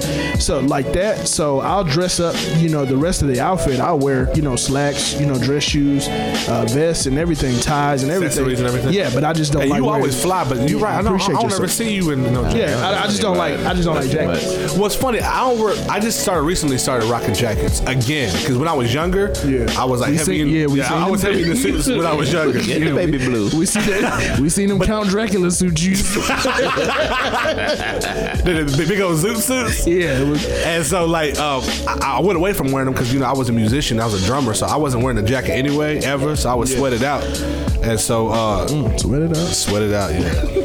[SPEAKER 8] So like that. So I'll dress up. You know, the rest of the outfit. I'll wear. You know, slacks. You know, dress shoes, uh, vests, and everything, ties, and everything.
[SPEAKER 9] Accessories and everything.
[SPEAKER 8] Yeah, but I just don't.
[SPEAKER 9] Hey,
[SPEAKER 8] like
[SPEAKER 9] you
[SPEAKER 8] wearing-
[SPEAKER 9] always fly, but you're
[SPEAKER 8] Yeah,
[SPEAKER 9] right. I don't, I
[SPEAKER 8] appreciate
[SPEAKER 9] don't
[SPEAKER 8] yourself.
[SPEAKER 9] ever see you in no jacket.
[SPEAKER 8] Yeah, I, I just don't like. I just don't like jackets.
[SPEAKER 9] What's funny, I don't wear. I just started recently started rocking jackets again because when I was younger,
[SPEAKER 8] Yeah.
[SPEAKER 9] I was like
[SPEAKER 8] We
[SPEAKER 9] heavy.
[SPEAKER 8] seen-
[SPEAKER 9] in,
[SPEAKER 8] yeah,
[SPEAKER 9] yeah,
[SPEAKER 8] we seen
[SPEAKER 9] I was
[SPEAKER 8] them.
[SPEAKER 9] heavy in the suits when I was younger.
[SPEAKER 6] Get the baby blue.
[SPEAKER 8] We see that. we seen them Count Dracula suit juice.
[SPEAKER 9] the, the big old zoot suits.
[SPEAKER 8] yeah, it was,
[SPEAKER 9] And so, like, um, I, I went away from wearing them because you know I was a musician, I was a drummer, so I wasn't wearing a jacket anyway ever. So I would sweat it out, and so uh,
[SPEAKER 8] Mm, sweat it out.
[SPEAKER 9] sweat it out, yeah,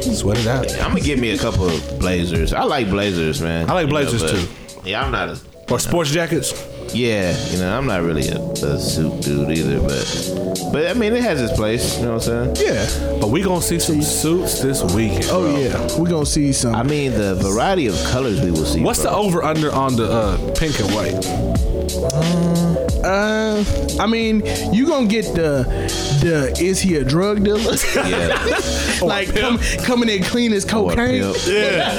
[SPEAKER 9] sweat it out.
[SPEAKER 6] I'm gonna give me a couple of blazers. I like blazers, man.
[SPEAKER 9] I like
[SPEAKER 6] You know,
[SPEAKER 9] blazers,
[SPEAKER 6] but-
[SPEAKER 9] too.
[SPEAKER 6] Yeah, I'm not a
[SPEAKER 9] Or sports jackets.
[SPEAKER 6] Yeah, you know, I'm not really a, a soup dude either, but but I mean, it has its place. You know what I'm saying?
[SPEAKER 8] Yeah.
[SPEAKER 9] But we gonna see some suits this weekend.
[SPEAKER 8] Oh
[SPEAKER 9] bro.
[SPEAKER 8] yeah, we gonna see some.
[SPEAKER 6] I mean, the variety of colors we will see.
[SPEAKER 9] What's the
[SPEAKER 6] bro.
[SPEAKER 9] over under on the uh, pink and white?
[SPEAKER 8] Uh, I mean, you gonna get the the is he a drug dealer?
[SPEAKER 6] Yeah.
[SPEAKER 8] like come, coming in clean as
[SPEAKER 6] Or a
[SPEAKER 8] cocaine.
[SPEAKER 6] pimp.
[SPEAKER 9] Yeah,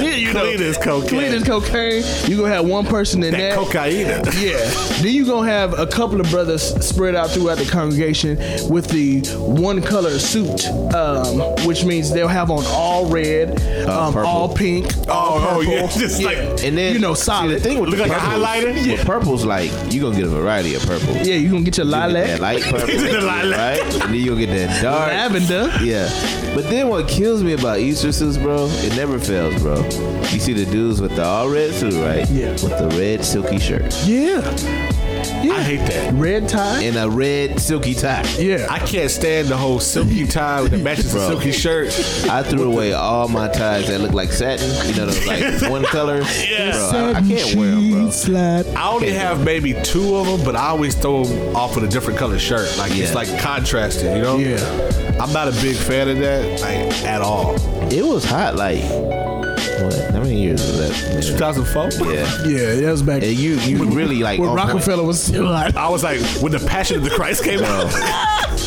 [SPEAKER 8] you know.
[SPEAKER 9] clean as cocaine.
[SPEAKER 8] Clean as cocaine. You gonna have one person in
[SPEAKER 9] that
[SPEAKER 8] that.
[SPEAKER 9] cocaine.
[SPEAKER 8] Yeah. Then you gonna have a couple of brothers spread out throughout the congregation with the one color suit, um, which means they'll have on all red, um,
[SPEAKER 6] Uh, purple.
[SPEAKER 8] all pink, all
[SPEAKER 9] oh,
[SPEAKER 8] purple.
[SPEAKER 9] yeah, just like-
[SPEAKER 6] And then
[SPEAKER 8] you know,
[SPEAKER 6] see,
[SPEAKER 8] solid.
[SPEAKER 6] the thing with
[SPEAKER 9] Look like a
[SPEAKER 6] purples-
[SPEAKER 9] highlighter?
[SPEAKER 6] with
[SPEAKER 9] Yeah.
[SPEAKER 6] purple's like you gonna get a variety of purple.
[SPEAKER 8] yeah, you gonna get your
[SPEAKER 6] You get
[SPEAKER 8] lilac,
[SPEAKER 6] that light purple,
[SPEAKER 9] The lilac.
[SPEAKER 6] right? And then you gonna get that dark.
[SPEAKER 8] lavender.
[SPEAKER 6] Yeah, but then what kills me about Easter suits, bro, it never fails, bro. You see the dudes with the all red suit, right?
[SPEAKER 8] Yeah.
[SPEAKER 6] With the red silky shirt
[SPEAKER 8] Yeah. Yeah.
[SPEAKER 9] I hate that.
[SPEAKER 8] Red tie.
[SPEAKER 6] and a red silky tie.
[SPEAKER 8] yeah.
[SPEAKER 9] I can't stand the whole silky tie with the matches the
[SPEAKER 6] Bro.
[SPEAKER 9] silky shirt.
[SPEAKER 6] I threw away all my ties that look like satin. You know, those like one color.
[SPEAKER 9] Yeah.
[SPEAKER 6] Bro, I, I can't wear them, bro.
[SPEAKER 9] I only have maybe two of them, but I always throw them off with a different color shirt. Like it's
[SPEAKER 6] Yeah.
[SPEAKER 9] like contrasting, you know?
[SPEAKER 8] Yeah.
[SPEAKER 9] I'm not a big fan of that, like at all.
[SPEAKER 6] It was hot, like what? How many years was that?
[SPEAKER 9] 2004.
[SPEAKER 6] Yeah,
[SPEAKER 8] Yeah, that was back
[SPEAKER 6] and you you really like
[SPEAKER 8] when
[SPEAKER 6] on point.
[SPEAKER 8] Rockefeller was still alive.
[SPEAKER 9] I was like, when the Passion of the Christ came out.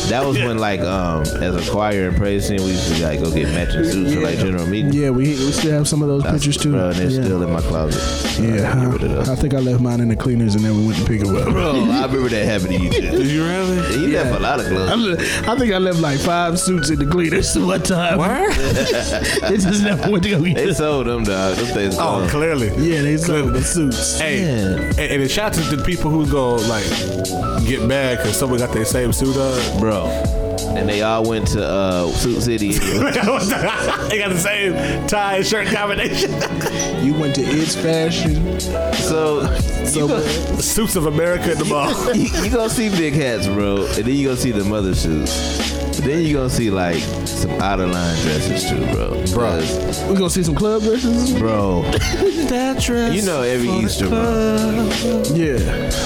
[SPEAKER 6] That was when like um as a choir and praise team we used to like go get matching suits for like general meeting.
[SPEAKER 8] Yeah, we, we still have some of those pictures too.
[SPEAKER 6] Bro, and they're
[SPEAKER 8] yeah.
[SPEAKER 6] still in my closet. So I
[SPEAKER 8] yeah,
[SPEAKER 6] gotta get rid of
[SPEAKER 8] I, I
[SPEAKER 6] those.
[SPEAKER 8] think I left mine in the cleaners and then we went to pick them up.
[SPEAKER 6] Bro, I remember that happened to you. Too.
[SPEAKER 9] you really?
[SPEAKER 6] You left a lot of
[SPEAKER 8] I,
[SPEAKER 6] clothes.
[SPEAKER 8] le- I think I left like five suits in the cleaners one time. What? they just never went to go get
[SPEAKER 6] They
[SPEAKER 8] them.
[SPEAKER 6] sold them, dog. Them things.
[SPEAKER 9] Oh,
[SPEAKER 6] gone.
[SPEAKER 9] clearly.
[SPEAKER 8] Yeah, they sold the suits.
[SPEAKER 9] Hey,
[SPEAKER 6] Yeah.
[SPEAKER 9] and, and shout out to the people who go like get mad because someone got their same suit on.
[SPEAKER 6] bro. And they all went to uh, Suit City.
[SPEAKER 9] they got the same tie and shirt combination.
[SPEAKER 8] You went to It's Fashion.
[SPEAKER 6] So,
[SPEAKER 8] So
[SPEAKER 6] you, go,
[SPEAKER 9] Suits of America at the mall.
[SPEAKER 6] you, you gonna see big hats, bro, and then you gonna see the mother suits. But then you gonna see like some out of line dresses too, bro.
[SPEAKER 9] Bro.
[SPEAKER 6] 'Cause,
[SPEAKER 8] we gonna see some club dresses?
[SPEAKER 6] bro. you know every Easter, bro.
[SPEAKER 8] Yeah.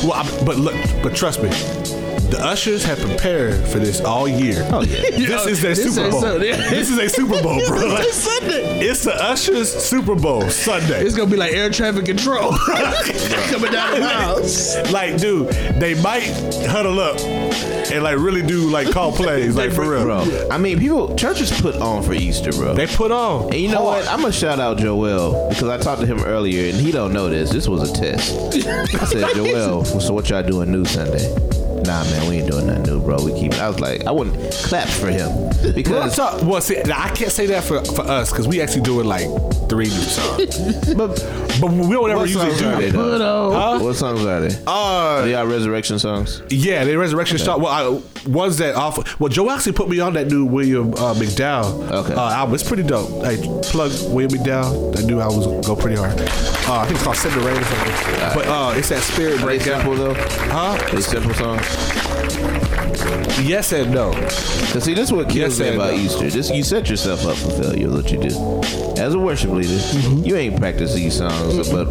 [SPEAKER 9] Well, I, but look, but trust me, the The ushers have prepared for this all year. Oh yeah, this is their
[SPEAKER 8] This
[SPEAKER 9] Super
[SPEAKER 8] ain't
[SPEAKER 9] Bowl.
[SPEAKER 8] Sunday.
[SPEAKER 9] This is a Super Bowl, bro. Like,
[SPEAKER 8] It's Sunday.
[SPEAKER 9] it's the ushers Super Bowl Sunday.
[SPEAKER 8] It's gonna be like air traffic control coming down the house.
[SPEAKER 9] like, dude, they might huddle up and like really do like call plays, like for real.
[SPEAKER 6] bro. I mean, people churches put on for Easter, bro.
[SPEAKER 9] They put on.
[SPEAKER 6] and you know what? I'm gonna shout out Joel because I talked to him earlier, and he don't know this. This was a test. I said, Joel, so what y'all doing new Sunday? Nah, man, we ain't doing nothing new, bro. We keep. I was like, I wouldn't clap for him
[SPEAKER 9] Real
[SPEAKER 6] because,
[SPEAKER 9] talk. Well, see, now, I can't say that for, for us because we actually do it like three new songs,
[SPEAKER 6] but
[SPEAKER 9] but we don't ever
[SPEAKER 6] what
[SPEAKER 9] usually
[SPEAKER 6] songs
[SPEAKER 9] do
[SPEAKER 6] are they?
[SPEAKER 9] that.
[SPEAKER 6] Though?
[SPEAKER 9] Huh?
[SPEAKER 6] What songs are they?
[SPEAKER 9] Uh,
[SPEAKER 6] Are y'all resurrection songs?
[SPEAKER 9] Yeah, the Resurrection Star. Well, I was that awful. Well, Joe actually put me on that new William uh, McDowell
[SPEAKER 6] Okay.
[SPEAKER 9] uh, album. It's pretty dope. Like, plug William McDowell. That new album was go pretty hard. Uh, I think it's called Send the Rain or something. But uh, it's that spirit
[SPEAKER 6] They
[SPEAKER 9] breakdown.
[SPEAKER 6] simple though.
[SPEAKER 9] Huh?
[SPEAKER 6] They simple songs.
[SPEAKER 9] Yes and no.
[SPEAKER 6] Cause see, this is what kills
[SPEAKER 9] Yes
[SPEAKER 6] me
[SPEAKER 9] and
[SPEAKER 6] about
[SPEAKER 9] no.
[SPEAKER 6] Easter. This you set yourself up for failure. is What you do as a worship leader, you ain't practice these songs, but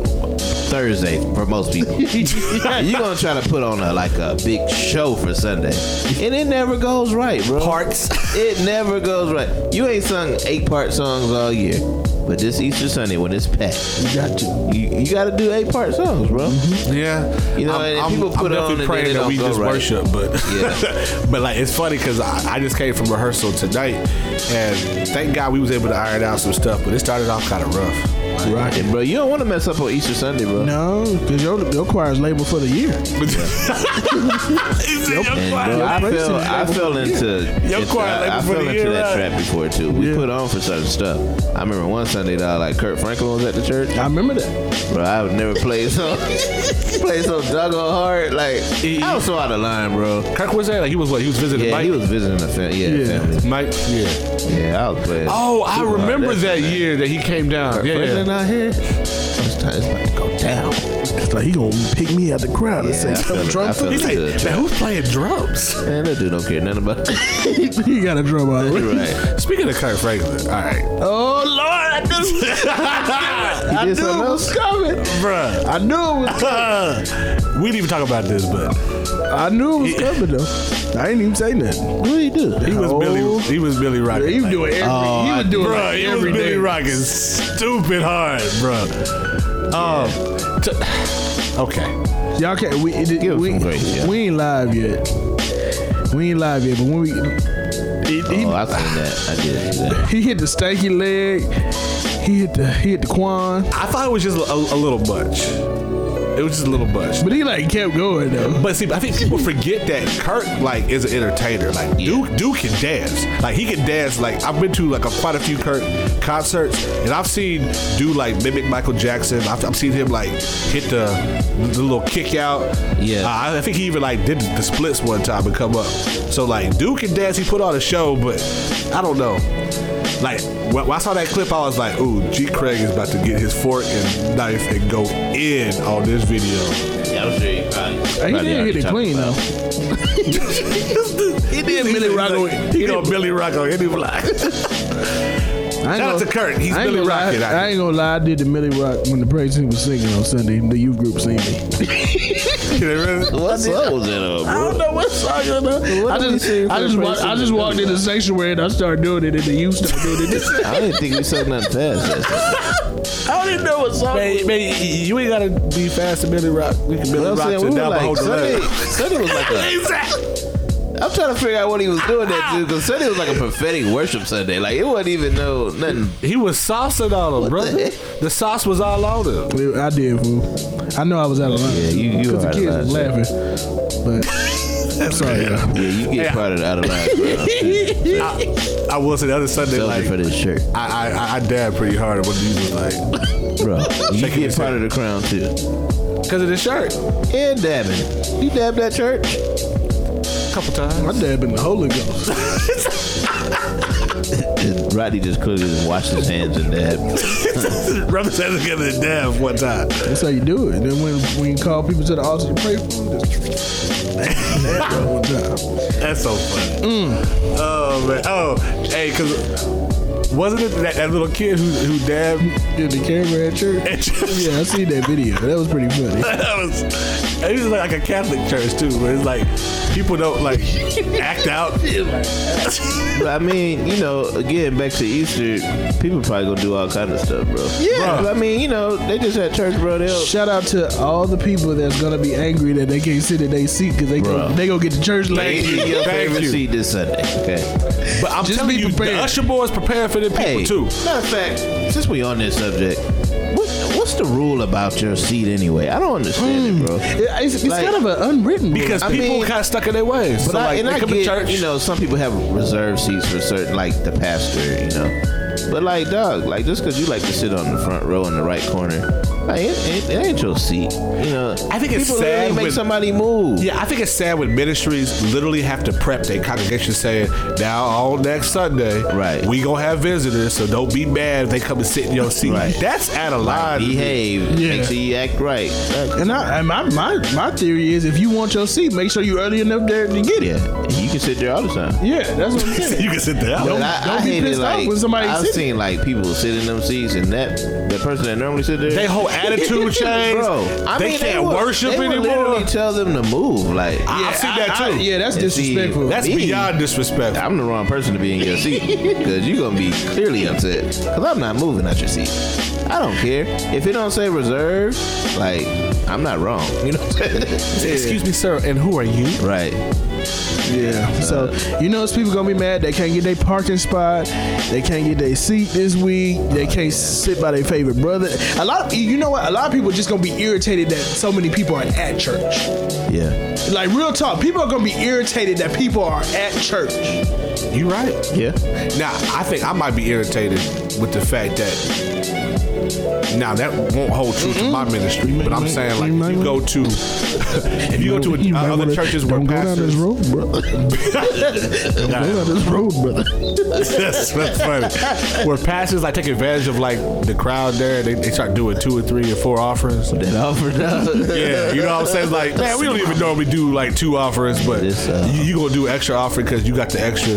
[SPEAKER 6] Thursday for most people, you gonna try to put on a like a big show for Sunday, and it never goes right, bro.
[SPEAKER 9] Parts.
[SPEAKER 6] It never goes right. You ain't sung eight part songs all year. But this Easter Sunday, when it's packed, you got to Mm-hmm. you, you got to do eight part songs, bro.
[SPEAKER 9] Yeah,
[SPEAKER 6] You know, and people put it on and then it don't
[SPEAKER 9] we
[SPEAKER 6] go
[SPEAKER 9] just
[SPEAKER 6] right.
[SPEAKER 9] worship, but but like it's funny because I, I just came from rehearsal tonight, and thank God we was able to iron out some stuff, but it started off kind of rough. Like,
[SPEAKER 6] And bro, you don't want to mess up on Easter Sunday, bro.
[SPEAKER 8] No, because your, your choir is labeled for the year.
[SPEAKER 9] Is it your
[SPEAKER 6] And
[SPEAKER 9] choir?
[SPEAKER 6] bro, I fell,
[SPEAKER 8] Your braces
[SPEAKER 6] I
[SPEAKER 8] label
[SPEAKER 6] fell into,
[SPEAKER 9] Your
[SPEAKER 6] into-
[SPEAKER 9] choir label
[SPEAKER 6] I, I
[SPEAKER 9] for
[SPEAKER 6] fell
[SPEAKER 9] the
[SPEAKER 6] into
[SPEAKER 9] year,
[SPEAKER 6] that
[SPEAKER 9] right?
[SPEAKER 6] trap before too. We put on for certain stuff. I remember one Sunday that like Kurt Franklin was at the church,
[SPEAKER 8] I remember that.
[SPEAKER 6] bro. I would never play so play so doggone hard. Like I was so out of line, bro.
[SPEAKER 9] Kirk was there. Like he was what? He was visiting
[SPEAKER 6] Yeah,
[SPEAKER 9] Mike.
[SPEAKER 6] he was visiting the family. Yeah,
[SPEAKER 8] Yeah.
[SPEAKER 6] family.
[SPEAKER 9] Mike. Yeah.
[SPEAKER 6] Yeah, I was playing.
[SPEAKER 9] Oh, I
[SPEAKER 6] super hard
[SPEAKER 9] remember that
[SPEAKER 6] Sunday.
[SPEAKER 9] year that he came down. Yeah,
[SPEAKER 6] Franklin
[SPEAKER 9] yeah.
[SPEAKER 6] out here. It's time it's about to go down.
[SPEAKER 8] It's like he gonna pick me out the crowd and
[SPEAKER 6] Yeah, I
[SPEAKER 8] say,
[SPEAKER 6] feel it. I
[SPEAKER 8] "Drum
[SPEAKER 6] feel
[SPEAKER 8] for me."
[SPEAKER 9] He's like,
[SPEAKER 6] Good.
[SPEAKER 9] man, who's playing drums?
[SPEAKER 6] Man, that dude don't care nothing about
[SPEAKER 8] He got a drum out of it.
[SPEAKER 6] right.
[SPEAKER 9] Speaking of Kirk Franklin, all right,
[SPEAKER 8] Oh Lord, I knew, I
[SPEAKER 6] He
[SPEAKER 8] knew
[SPEAKER 6] did
[SPEAKER 8] it
[SPEAKER 6] something
[SPEAKER 8] was coming.
[SPEAKER 9] bruh.
[SPEAKER 8] I knew it was.
[SPEAKER 9] we didn't even talk about this, but
[SPEAKER 8] I knew it was coming though. I ain't even say nothing.
[SPEAKER 6] What do you do?
[SPEAKER 9] he was Billy. He was Billy Rocket.
[SPEAKER 8] He was doing every. he was doing
[SPEAKER 9] Bruh,
[SPEAKER 8] like
[SPEAKER 9] it
[SPEAKER 8] every
[SPEAKER 9] was Billy
[SPEAKER 8] day.
[SPEAKER 9] Rocking stupid hard, bruh. Um, t- okay.
[SPEAKER 8] Y'all can't. We, it,
[SPEAKER 6] Give him
[SPEAKER 8] we,
[SPEAKER 6] some grace, yeah.
[SPEAKER 8] we ain't live yet. We ain't live yet, but when we it- he,
[SPEAKER 9] Uh,
[SPEAKER 6] Oh, I seen that. I did see that.
[SPEAKER 8] he hit the stanky leg, he hit the he hit the quan,
[SPEAKER 9] I thought it was just a, a little much. It was just a little much.
[SPEAKER 8] but he like kept going though.
[SPEAKER 9] But see, I think people forget that Kirk like is an entertainer. Like Duke, Duke can dance. Like he can dance. Like I've been to like a, quite a few Kirk concerts, and I've seen Duke like mimic Michael Jackson. I've, I've seen him like hit the, the little kick out.
[SPEAKER 6] Yeah.
[SPEAKER 9] Uh, I, I think he even like did the splits one time and come up. So like Duke can dance. He put on a show, but I don't know. Like when when I saw that clip, I was like, "Ooh, G. Craig is about to get his fork and knife and go in on this video."
[SPEAKER 6] Yeah, I'm sure you probably.
[SPEAKER 8] He
[SPEAKER 6] probably
[SPEAKER 8] did hit
[SPEAKER 6] already
[SPEAKER 8] it
[SPEAKER 6] talked
[SPEAKER 8] clean
[SPEAKER 6] about
[SPEAKER 8] though.
[SPEAKER 6] it.
[SPEAKER 9] He did
[SPEAKER 8] Billy Rock on-
[SPEAKER 9] He know Billy Rock on any block.
[SPEAKER 8] I ain't
[SPEAKER 9] Shout out
[SPEAKER 8] gonna-
[SPEAKER 9] to Kurt. He's
[SPEAKER 8] I ain't
[SPEAKER 9] Billy
[SPEAKER 8] gonna
[SPEAKER 9] Rocket
[SPEAKER 8] Lie,
[SPEAKER 9] out
[SPEAKER 8] I ain't gonna lie. I did the Millie Rock when the praise team was singing on Sunday. The youth group seen me.
[SPEAKER 6] What song was that on, bro?
[SPEAKER 8] don't know what song you know. I
[SPEAKER 6] did we
[SPEAKER 8] just,
[SPEAKER 6] sing for
[SPEAKER 8] I
[SPEAKER 6] the
[SPEAKER 8] just, wa-
[SPEAKER 6] praise team
[SPEAKER 8] I
[SPEAKER 6] in
[SPEAKER 8] just
[SPEAKER 6] the
[SPEAKER 8] walked in
[SPEAKER 6] Millie
[SPEAKER 8] the sanctuary and I started doing it, and the youth started doing it.
[SPEAKER 6] I didn't think we sang nothing past that.
[SPEAKER 9] Man, man, you ain't gotta be fast to Billy Rock. We can Billy
[SPEAKER 6] But I'm
[SPEAKER 9] Rock
[SPEAKER 6] saying we
[SPEAKER 9] to
[SPEAKER 6] were
[SPEAKER 9] down below
[SPEAKER 6] like
[SPEAKER 9] the
[SPEAKER 6] Sunday.
[SPEAKER 9] leg.
[SPEAKER 6] Sunday was like a. I'm trying to figure out what he was doing that dude because Sunday was like a prophetic worship Sunday. Like it wasn't even no nothing.
[SPEAKER 9] He was saucing on him, brother.
[SPEAKER 6] the
[SPEAKER 9] The, sauce was all on him.
[SPEAKER 8] I did, fool. I know I was out of line.
[SPEAKER 6] Yeah, you- you
[SPEAKER 8] Because the
[SPEAKER 6] are
[SPEAKER 8] kids
[SPEAKER 6] out of
[SPEAKER 8] was
[SPEAKER 6] line,
[SPEAKER 8] laughing. But I'm sorry, y'all.
[SPEAKER 6] Yeah, you get part of the out of line. Bro.
[SPEAKER 9] I, I was the other Sunday,
[SPEAKER 6] Selling
[SPEAKER 9] like
[SPEAKER 6] for this shirt,
[SPEAKER 9] I, I I dabbed pretty hard at what he was like
[SPEAKER 6] bro. You
[SPEAKER 9] Shaking
[SPEAKER 6] get
[SPEAKER 9] his
[SPEAKER 6] part of the crown too.
[SPEAKER 9] because of the shirt.
[SPEAKER 6] And dabbing. You dabbed that church.
[SPEAKER 9] A couple times.
[SPEAKER 8] My dad been the Holy Ghost.
[SPEAKER 6] And Rodney just clearly just washed his hands and dabbed.
[SPEAKER 9] Rubber said together and dab one time.
[SPEAKER 8] That's how you do it. Then when when you call people to the altar to pray for them, just one time.
[SPEAKER 9] Mm. That's so funny. Oh man. Oh, hey, cause Wasn't it that, that little kid who who dabbed?
[SPEAKER 8] Did the camera at church?
[SPEAKER 9] At church.
[SPEAKER 8] Yeah, I seen that video. That was pretty funny.
[SPEAKER 9] that was it was like a Catholic church too, but it's like people don't like act out.
[SPEAKER 6] But I mean, you know, again, back to Easter, people probably gonna do all kind of stuff, bro.
[SPEAKER 8] Yeah.
[SPEAKER 6] But I mean, you know, they just at church, bro. They'll,
[SPEAKER 8] Shout out to all the people that's gonna be angry that they can't sit in their seat because they go,
[SPEAKER 6] Bruh.
[SPEAKER 8] they gonna get to church late.
[SPEAKER 6] Maybe your
[SPEAKER 9] Thank
[SPEAKER 6] favorite
[SPEAKER 9] you.
[SPEAKER 6] seat this Sunday. Okay.
[SPEAKER 9] But I'm
[SPEAKER 8] Just
[SPEAKER 9] telling
[SPEAKER 8] be
[SPEAKER 9] you,
[SPEAKER 8] prepared.
[SPEAKER 9] the usher boys prepare for them people
[SPEAKER 6] Hey,
[SPEAKER 9] too.
[SPEAKER 6] matter of fact, since we on this subject, what, what's the rule about your seat anyway? I don't understand
[SPEAKER 9] Hmm.
[SPEAKER 6] it, bro.
[SPEAKER 8] It- it's it's
[SPEAKER 6] Like-
[SPEAKER 8] kind of an unwritten rule.
[SPEAKER 9] Because
[SPEAKER 6] I
[SPEAKER 9] people
[SPEAKER 6] mean-
[SPEAKER 9] kind of stuck in their ways.
[SPEAKER 6] But
[SPEAKER 9] so
[SPEAKER 6] I,
[SPEAKER 9] like,
[SPEAKER 6] and
[SPEAKER 9] they
[SPEAKER 6] I
[SPEAKER 9] come to
[SPEAKER 6] get,
[SPEAKER 9] church.
[SPEAKER 6] you know, some people have reserved seats for certain, like the pastor, you know. But like, dog, like just because you like to sit on the front row in the right corner, like it, it, it ain't your seat, you know.
[SPEAKER 9] I think it's
[SPEAKER 6] people literally
[SPEAKER 9] sad
[SPEAKER 6] make
[SPEAKER 9] when-
[SPEAKER 6] somebody move.
[SPEAKER 9] Yeah, I think it's sad when ministries literally have to prep their congregation saying, now all next Sunday,
[SPEAKER 6] Right.
[SPEAKER 9] we gonna have visitors, so don't be mad if they come and sit in your seat.
[SPEAKER 6] Right.
[SPEAKER 9] That's out of line.
[SPEAKER 6] behave.
[SPEAKER 8] Yeah.
[SPEAKER 6] Make sure you act right.
[SPEAKER 8] and I, and my, my my theory is if you want your seat, make sure you early enough there to get it.
[SPEAKER 6] Yeah, you can sit there all the time.
[SPEAKER 8] Yeah, that's what I'm saying.
[SPEAKER 9] you can sit there.
[SPEAKER 6] But
[SPEAKER 8] Don't-
[SPEAKER 6] I,
[SPEAKER 8] don't
[SPEAKER 6] I
[SPEAKER 8] be
[SPEAKER 6] hate it,
[SPEAKER 8] pissed off
[SPEAKER 6] like,
[SPEAKER 8] when somebody
[SPEAKER 6] I've
[SPEAKER 8] sit-
[SPEAKER 6] seen like people sit in them seats, and that the person that normally sit there,
[SPEAKER 9] They whole attitude change.
[SPEAKER 6] bro, I
[SPEAKER 9] they
[SPEAKER 6] mean,
[SPEAKER 9] can't
[SPEAKER 6] will-
[SPEAKER 9] worship
[SPEAKER 6] they will
[SPEAKER 9] anymore.
[SPEAKER 6] literally tell them to move. Like,
[SPEAKER 9] I- I've seen that
[SPEAKER 8] I-
[SPEAKER 9] too.
[SPEAKER 8] yeah, that's
[SPEAKER 6] And see,
[SPEAKER 8] disrespectful.
[SPEAKER 9] That's
[SPEAKER 6] Me?
[SPEAKER 9] beyond disrespect.
[SPEAKER 6] I'm the wrong person to be in your seat because you're gonna be clearly upset because I'm not moving out your seat. I don't care if it don't say reserve. Like I'm not wrong, you know. What I'm saying?
[SPEAKER 9] Excuse me, sir, and who are you?
[SPEAKER 6] Right.
[SPEAKER 8] Yeah. So you know, it's people gonna be mad. They can't get their parking spot. They can't get their seat this week. They can't sit by their favorite brother. A lot. Of, you know what? A lot of people just gonna be irritated that so many people are at church.
[SPEAKER 6] Yeah.
[SPEAKER 8] Like real talk, people are gonna be irritated that people are at church.
[SPEAKER 9] You right.
[SPEAKER 6] Yeah.
[SPEAKER 9] Now, I think I might be irritated with the fact that now that won't hold true
[SPEAKER 8] Mm-hmm.
[SPEAKER 9] to my ministry, but I'm saying like if you go to if you go to a, uh, other churches where pastors
[SPEAKER 8] road, brother. Don't go down this road, brother.
[SPEAKER 9] that's, that's funny where pastors like take advantage of like the crowd there they, they start doing two or three or four offerings.
[SPEAKER 6] That offer does.
[SPEAKER 9] Yeah, you know what I'm saying? Like, man, we don't even normally do like two offerings, but
[SPEAKER 6] This, uh,
[SPEAKER 9] you, you gonna do extra offering because you got the extra,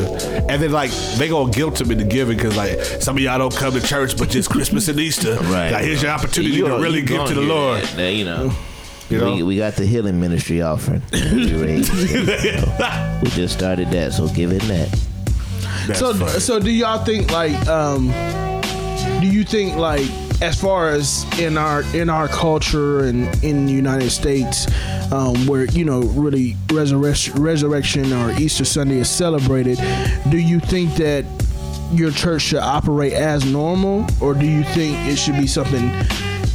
[SPEAKER 9] and then like they gonna guilt them into giving because like some of y'all don't come to church, but just Christmas and Easter.
[SPEAKER 6] Right.
[SPEAKER 9] Now here's your opportunity
[SPEAKER 6] You
[SPEAKER 9] to
[SPEAKER 6] gonna-
[SPEAKER 9] really
[SPEAKER 6] you
[SPEAKER 9] give
[SPEAKER 6] gonna
[SPEAKER 9] to the
[SPEAKER 6] hear
[SPEAKER 9] Lord.
[SPEAKER 6] that, that, you know.
[SPEAKER 9] You know?
[SPEAKER 6] We, we got the healing ministry offering. we just started that, so give it that.
[SPEAKER 9] That's
[SPEAKER 8] So,
[SPEAKER 9] funny.
[SPEAKER 8] so do y'all think like, um, do you think like, as far as in our in our culture and in the United States, um, where you know really resurrection resurrection or Easter Sunday is celebrated, do you think that your church should operate as normal, or do you think it should be something?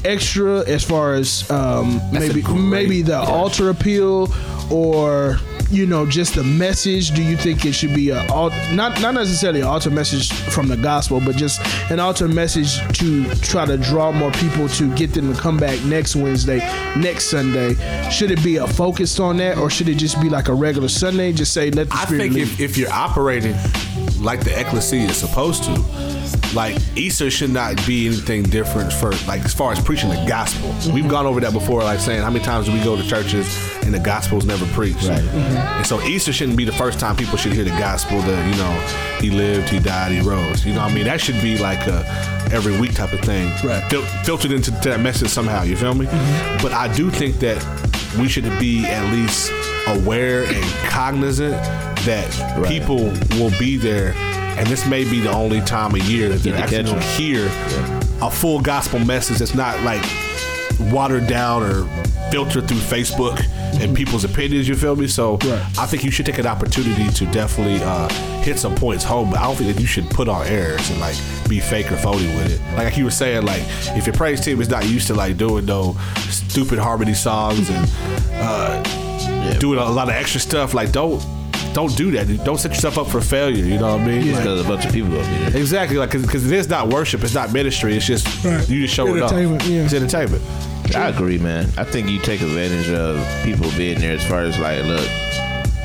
[SPEAKER 8] Extra as far as um, maybe
[SPEAKER 9] great
[SPEAKER 8] maybe the altar appeal or you know just the message do you think it should be a alt- not not necessarily an altar message from the gospel but just an altar message to try to draw more people to get them to come back next Wednesday next Sunday should it be a focus on that or should it just be like a regular Sunday just say let the
[SPEAKER 9] I
[SPEAKER 8] spirit
[SPEAKER 9] think
[SPEAKER 8] lead
[SPEAKER 9] if, if you're operating like the ecclesia is supposed to, like Easter should not be anything different for like as far as preaching the gospel. We've gone over that before, like saying how many times do we go to churches and the gospel's never preached. Mm-hmm. And so Easter shouldn't be the first time people should hear the gospel that, you know, he lived, he died, he rose. You know what I mean? That should be like a every week type of thing.
[SPEAKER 8] Right.
[SPEAKER 9] Fil- filtered into to that message somehow, you feel me?
[SPEAKER 6] Mm-hmm.
[SPEAKER 9] But I do think that we should be at least aware and cognizant that
[SPEAKER 6] Right.
[SPEAKER 9] people will be there, and this may be the only time a year that they're
[SPEAKER 6] to
[SPEAKER 9] actually
[SPEAKER 6] catch
[SPEAKER 9] going to
[SPEAKER 6] 'em.
[SPEAKER 9] hear a full gospel message that's not like watered down or filtered through Facebook and people's opinions. You feel me? So I think you should take an opportunity to definitely uh, hit some points home. But I don't think that you should put on airs and like be fake or phony with it. Like you were saying, like if your praise team is not used to like doing no stupid harmony songs and uh, doing a lot of extra stuff, like don't. Don't do that. Don't set yourself up for failure. You know what I mean? Like,
[SPEAKER 6] Because a bunch of people gonna be there.
[SPEAKER 9] Exactly, like because it is not worship, it's not ministry. It's just you just showing up.
[SPEAKER 8] Entertainment, yeah.
[SPEAKER 9] It's entertainment.
[SPEAKER 6] I agree, man. I think you take advantage of people being there as far as like, look,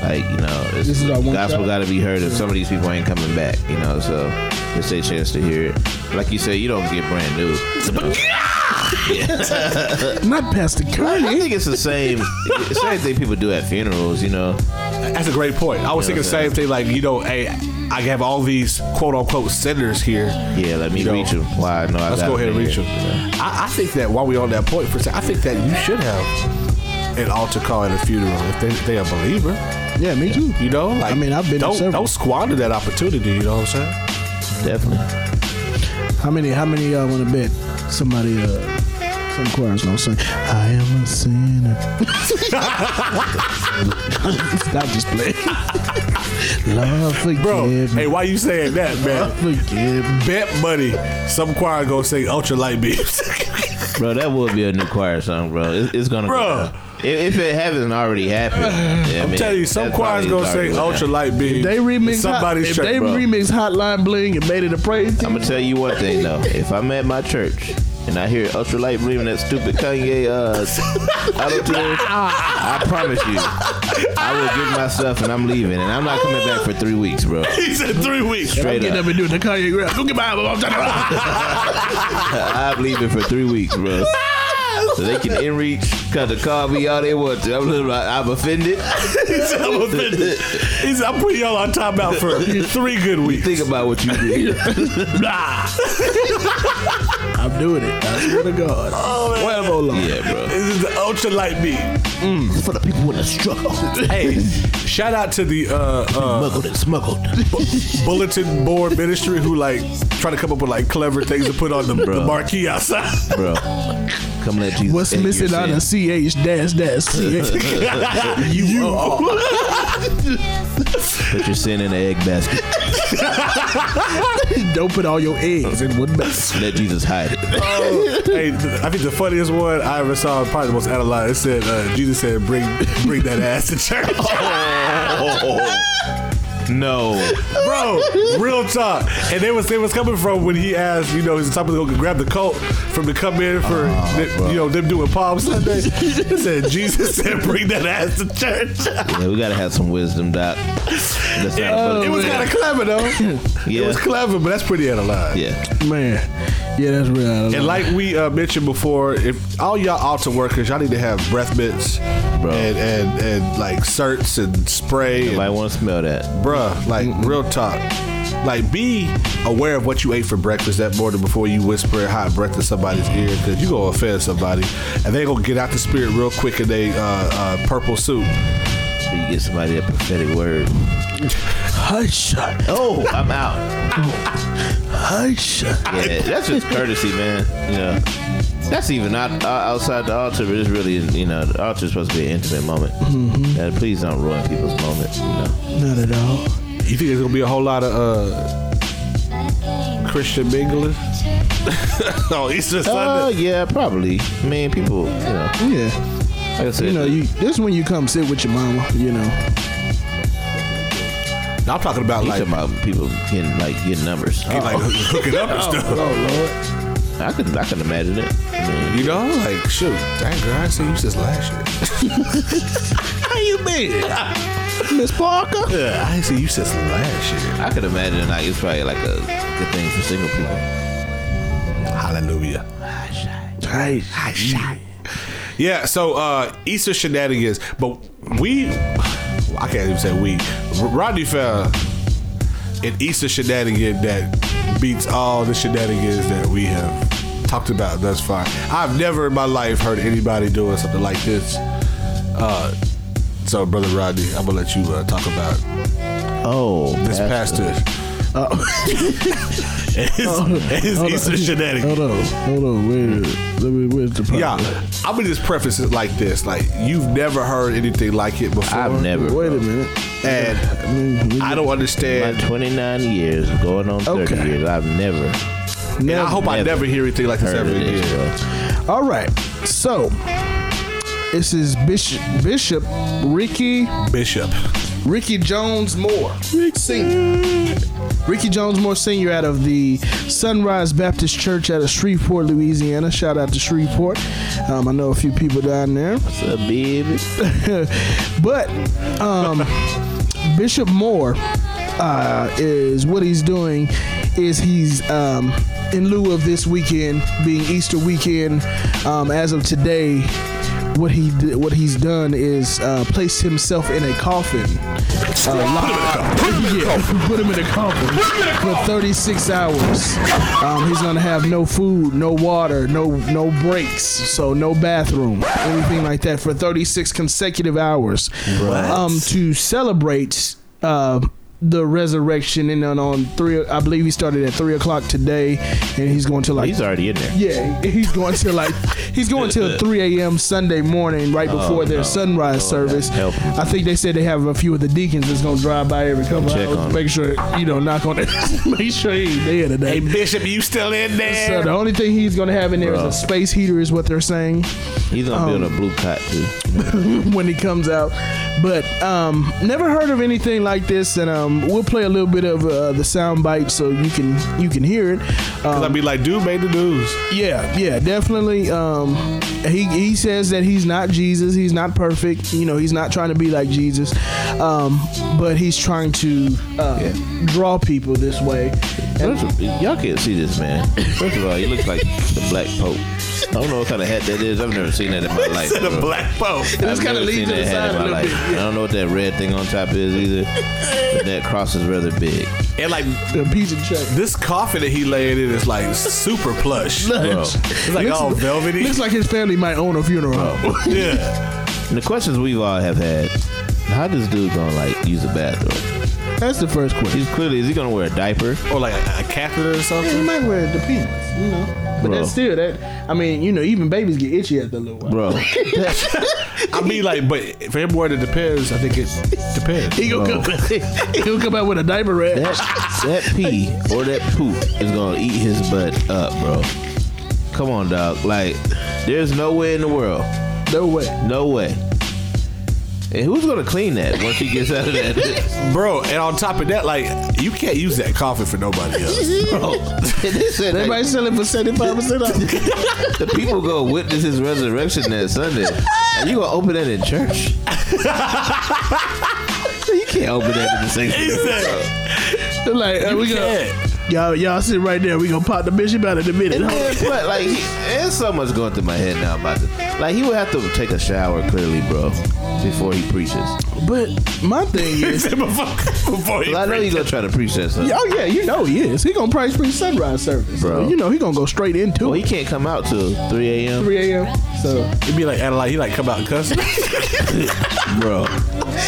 [SPEAKER 6] like you know, it's,
[SPEAKER 8] This is our one
[SPEAKER 6] gospel
[SPEAKER 8] shot.
[SPEAKER 6] got to be heard, and some of these people ain't coming back, you know. So it's their chance to hear it. Like you say, you don't get brand new. you know.
[SPEAKER 8] not Pastor
[SPEAKER 6] I
[SPEAKER 8] Kanye
[SPEAKER 6] think it's the same, it's the same thing people do at funerals, you know.
[SPEAKER 9] That's a great point. I was
[SPEAKER 6] You know
[SPEAKER 9] thinking the
[SPEAKER 6] what I'm
[SPEAKER 9] same thing. Like you know, hey, I have all these quote unquote senators here.
[SPEAKER 6] Yeah, let me
[SPEAKER 9] Yo.
[SPEAKER 6] reach him. Why? No, I
[SPEAKER 9] Let's
[SPEAKER 6] got
[SPEAKER 9] go ahead
[SPEAKER 6] him
[SPEAKER 9] and
[SPEAKER 6] in
[SPEAKER 9] reach him.
[SPEAKER 6] here.
[SPEAKER 9] I, I think that while we're on that point for a second, I think that you should have an altar call at a funeral if they they a believer.
[SPEAKER 8] Yeah, me too.
[SPEAKER 9] You know, like
[SPEAKER 8] I mean, I've been to
[SPEAKER 9] don't
[SPEAKER 8] several.
[SPEAKER 9] don't squander that opportunity. You know what I'm saying?
[SPEAKER 6] Definitely.
[SPEAKER 8] How many? How many of y'all want to bet somebody? Uh, some choir's gonna sing. I am a sinner. Stop just playing. Lord forgive
[SPEAKER 9] Bro,
[SPEAKER 8] me.
[SPEAKER 9] hey, why you saying that, man?
[SPEAKER 8] forgive me.
[SPEAKER 9] Bet money, some choir gonna sing ultra light beams.
[SPEAKER 6] Bro, that would be a new choir song, bro. It's, it's gonna
[SPEAKER 9] Bro.
[SPEAKER 6] go down. If, if it hasn't already happened. yeah, I
[SPEAKER 9] I'm
[SPEAKER 6] mean,
[SPEAKER 9] telling you, some
[SPEAKER 6] that
[SPEAKER 9] choir's
[SPEAKER 6] probably
[SPEAKER 9] gonna
[SPEAKER 6] is already
[SPEAKER 9] sing
[SPEAKER 6] went
[SPEAKER 9] ultra
[SPEAKER 6] down.
[SPEAKER 9] light beams.
[SPEAKER 8] They remix.
[SPEAKER 9] somebody's
[SPEAKER 8] Hot, if
[SPEAKER 9] shirt,
[SPEAKER 8] they
[SPEAKER 9] bro.
[SPEAKER 8] remix Hotline Bling and made it a praise
[SPEAKER 6] I'm
[SPEAKER 8] team.
[SPEAKER 6] gonna tell you one thing though. If I'm at my church and I hear Ultralight Bling and that stupid Kanye uh auto tune, I promise you, I will get myself and I'm leaving and I'm not coming back for three weeks, bro.
[SPEAKER 9] He said three weeks.
[SPEAKER 6] Straight
[SPEAKER 8] Get
[SPEAKER 6] up,
[SPEAKER 8] up and do the Kanye rap. Go get my album. I'm trying to
[SPEAKER 6] I'm leaving for three weeks, bro. So they can in reach, cut the car, me all they want to. I'm, little, I'm offended.
[SPEAKER 9] He said, I'm offended. He said, I'm putting y'all on timeout for three good weeks.
[SPEAKER 6] Think about what you did.
[SPEAKER 9] Nah.
[SPEAKER 8] I'm doing it. I swear to God.
[SPEAKER 9] Oh, man.
[SPEAKER 6] Yeah, bro.
[SPEAKER 9] This is the ultra light beat.
[SPEAKER 6] For the people in the struggle,
[SPEAKER 9] Hey, shout out to the uh, uh,
[SPEAKER 6] smuggled and smuggled.
[SPEAKER 9] bulletin board ministry who like try to come up with like clever things to put on the, the
[SPEAKER 6] Bruh.
[SPEAKER 9] marquee outside.
[SPEAKER 6] bro. Come let Jesus.
[SPEAKER 8] What's
[SPEAKER 6] take your
[SPEAKER 8] missing out
[SPEAKER 6] sin.
[SPEAKER 8] of CH dash dash CH?
[SPEAKER 9] you
[SPEAKER 6] Put your sin in the egg basket.
[SPEAKER 8] Don't put all your eggs in one basket.
[SPEAKER 6] Let Jesus hide it.
[SPEAKER 9] hey, th- I think the funniest one I ever saw, probably the most analyzed. It said uh, Jesus said, "Bring, bring that ass to church."
[SPEAKER 6] No.
[SPEAKER 9] bro. Real talk. And they was they was coming from when he asked, you know, he's top of the go grab the coat from the come in for
[SPEAKER 6] Oh,
[SPEAKER 9] the- you know them doing Palm Sunday. He said Jesus said, "Bring that ass to church."
[SPEAKER 6] Yeah, we gotta have some wisdom, Doc. That's not
[SPEAKER 8] Oh.
[SPEAKER 9] it was kind of clever though.
[SPEAKER 6] Oh, yeah.
[SPEAKER 9] It was clever, but that's pretty out of line.
[SPEAKER 6] yeah.
[SPEAKER 8] Man, yeah, that's real. I don't know.
[SPEAKER 9] And like we uh, mentioned before, if all y'all altar workers, y'all need to have breath mints
[SPEAKER 6] Bro.
[SPEAKER 9] and, and and like certs and spray. And,
[SPEAKER 6] Might want to smell that.
[SPEAKER 9] bruh, like real talk. Like be aware of what you ate for breakfast that morning before you whisper hot breath in somebody's ear because you gonna offend somebody and they gonna get out the spirit real quick in they uh, uh, purple suit.
[SPEAKER 6] So you get somebody that prophetic word.
[SPEAKER 8] hush,
[SPEAKER 6] Oh, I'm out.
[SPEAKER 8] hush.
[SPEAKER 6] Yeah, that's just courtesy, man. You know, that's even not uh, outside the altar, but it's really, you know, the altar's supposed to be an intimate moment.
[SPEAKER 8] Mm-hmm.
[SPEAKER 6] Yeah, please don't ruin people's moments. You know,
[SPEAKER 8] Not at all.
[SPEAKER 9] You think there's gonna be a whole lot of uh, Christian mingling? oh, Easter Sunday.
[SPEAKER 6] uh, yeah, probably. I mean, people, you know,
[SPEAKER 8] Yeah,
[SPEAKER 6] like I said,
[SPEAKER 8] you know, you. This is when you come sit with your mama. You know,
[SPEAKER 9] I'm talking about
[SPEAKER 6] you
[SPEAKER 9] like,
[SPEAKER 6] talking about people getting like getting numbers.
[SPEAKER 9] like hooking up and stuff.
[SPEAKER 6] I could, I could imagine it. I mean,
[SPEAKER 9] You know, like shoot, dang girl, I seen you since last year. How you been, Miss Parker? Yeah, I ain't seen you since last year.
[SPEAKER 6] I could imagine like it's probably like a good thing for single people.
[SPEAKER 9] Hallelujah.
[SPEAKER 8] right?
[SPEAKER 9] Yeah, so uh Easter shenanigans, but we, I can't even say we. R- Rodney found an Easter shenanigan that beats all the shenanigans that we have talked about thus far. I've never in my life heard anybody doing something like this. Uh, so, brother Rodney, I'm gonna let you uh, talk about
[SPEAKER 6] Oh,
[SPEAKER 9] this pastor. and his, and his
[SPEAKER 8] Hold
[SPEAKER 9] Easter
[SPEAKER 8] on.
[SPEAKER 9] shenanigans.
[SPEAKER 8] Hold on, hold on. Wait, let me. Where's the problem?
[SPEAKER 9] Yeah, I'm gonna just preface it like this: like you've never heard anything like it before.
[SPEAKER 6] I've never.
[SPEAKER 8] Wait a
[SPEAKER 6] bro.
[SPEAKER 8] minute.
[SPEAKER 9] and
[SPEAKER 8] I mean, we-
[SPEAKER 9] I don't
[SPEAKER 6] My
[SPEAKER 9] understand.
[SPEAKER 6] 29 years, going on 30
[SPEAKER 8] Okay.
[SPEAKER 6] years, I've never
[SPEAKER 9] And I hope I
[SPEAKER 6] never
[SPEAKER 9] never hear anything like this
[SPEAKER 6] heard
[SPEAKER 9] ever
[SPEAKER 6] of this,
[SPEAKER 9] again.
[SPEAKER 6] bro.
[SPEAKER 8] All right. So this is Bishop Bishop Ricky
[SPEAKER 9] Bishop,
[SPEAKER 8] Ricky Jones Moore Senior. Ricky Jones Moore Senior out of the Sunrise Baptist Church out of Shreveport, Louisiana. Shout out to Shreveport. Um, I know a few people down there.
[SPEAKER 6] What's up, baby?
[SPEAKER 8] but um, Bishop Moore uh, is what he's doing is he's um, in lieu of this weekend being Easter weekend um, as of today what he did, what he's done is uh, place himself in a coffin. Uh, lock- yeah, put him in a coffin for 36 hours. Um, he's gonna have no food, no water, no no breaks, so no bathroom, anything like that for 36 consecutive hours. Um, to celebrate uh, the resurrection, and then on three, I believe he started at three o'clock today, and he's going to like
[SPEAKER 6] He's already in there.
[SPEAKER 8] yeah, he's going till like he's going till 3 a.m. Sunday morning, right before their
[SPEAKER 6] Oh, no. Oh,
[SPEAKER 8] sunrise service.
[SPEAKER 6] help.
[SPEAKER 8] I think they said they have a few of the deacons that's gonna drive by every couple
[SPEAKER 6] Check
[SPEAKER 8] hours,
[SPEAKER 6] on 'em.
[SPEAKER 8] make sure you know, knock on it, make sure he ain't there today.
[SPEAKER 6] Bishop, you still in
[SPEAKER 8] so the only thing he's gonna have in there is
[SPEAKER 6] Bruh.
[SPEAKER 8] a space heater, is what they're saying
[SPEAKER 6] He's gonna be on a blue cot too.
[SPEAKER 8] when he comes out. But um, never heard of anything like this, and um, we'll play a little bit of uh, the sound bite so you can you can hear it. Um,
[SPEAKER 9] I'd be like, dude made the news.
[SPEAKER 8] Yeah, yeah, definitely. Um, he he says that he's not Jesus. He's not perfect. You know, he's not trying to be like Jesus, um, but he's trying to uh, draw people this way.
[SPEAKER 6] First of- y'all can't see this man. First of all, he looks like the black pope. I don't know what kind of hat that is. I've never seen that in my life.
[SPEAKER 9] The
[SPEAKER 6] bro.
[SPEAKER 9] black pope.
[SPEAKER 6] I've
[SPEAKER 8] kinda
[SPEAKER 6] never
[SPEAKER 8] leads
[SPEAKER 6] seen
[SPEAKER 8] to
[SPEAKER 6] that
[SPEAKER 8] the side
[SPEAKER 6] hat in
[SPEAKER 8] a
[SPEAKER 6] my
[SPEAKER 8] little
[SPEAKER 6] life.
[SPEAKER 8] bit,
[SPEAKER 6] I don't know what that red thing on top is either. But that cross is rather big.
[SPEAKER 9] And like
[SPEAKER 8] The piece of check.
[SPEAKER 9] this coffin that he laid in is like super plush.
[SPEAKER 6] Bro.
[SPEAKER 9] It's like all velvety.
[SPEAKER 8] Looks like his family might own a funeral home.
[SPEAKER 9] yeah.
[SPEAKER 6] And the questions we've all have had: How this dude gonna like use a bathroom?
[SPEAKER 8] That's the first question.
[SPEAKER 6] He's clearly is he gonna wear a diaper?
[SPEAKER 9] Or like a, a catheter or
[SPEAKER 8] He
[SPEAKER 9] something.
[SPEAKER 8] might wear the penis, you know. But
[SPEAKER 6] Bro.
[SPEAKER 8] that's still that. I mean, you know, even babies get itchy after a little while.
[SPEAKER 6] Bro,
[SPEAKER 9] I mean, like, but for him where it depends, I think it depends.
[SPEAKER 8] He gonna, come, he gonna come out with a diaper rash.
[SPEAKER 6] that that pee or that poop is gonna eat his butt up, bro. Come on, dog. Like, there's no way in the world,
[SPEAKER 8] No way.
[SPEAKER 6] no way. And who's gonna clean that once he gets out of that?
[SPEAKER 9] Bro, and on top of that, like, you can't use that coffin for nobody else.
[SPEAKER 6] Bro,
[SPEAKER 8] Oh.
[SPEAKER 6] this shit, like,
[SPEAKER 8] Everybody selling for seventy five percent off.
[SPEAKER 6] the people go witness his resurrection that Sunday. And you gonna open that in church? you can't open that in the sanctuary.
[SPEAKER 8] They're like, uh, we gonna, y'all, y'all sit right there. We gonna pop the bishop out in a minute.
[SPEAKER 6] And
[SPEAKER 8] homie.
[SPEAKER 6] then, but like, he- there's so much going through my head now about this. Like, he would have to take a shower, clearly, bro, before he preaches.
[SPEAKER 8] But my thing is,
[SPEAKER 9] before, before he
[SPEAKER 6] Well, I know he's
[SPEAKER 9] preached.
[SPEAKER 6] gonna try to preach that stuff.
[SPEAKER 8] oh yeah, you know he is. He gonna price free sunrise service,
[SPEAKER 6] Bro.
[SPEAKER 8] So, you know he gonna go straight into
[SPEAKER 6] Well, he
[SPEAKER 8] it.
[SPEAKER 6] can't come out till 3 a.m.
[SPEAKER 8] 3 a.m. So
[SPEAKER 9] It'd be like, and like, he like come out cussing.
[SPEAKER 6] Bro,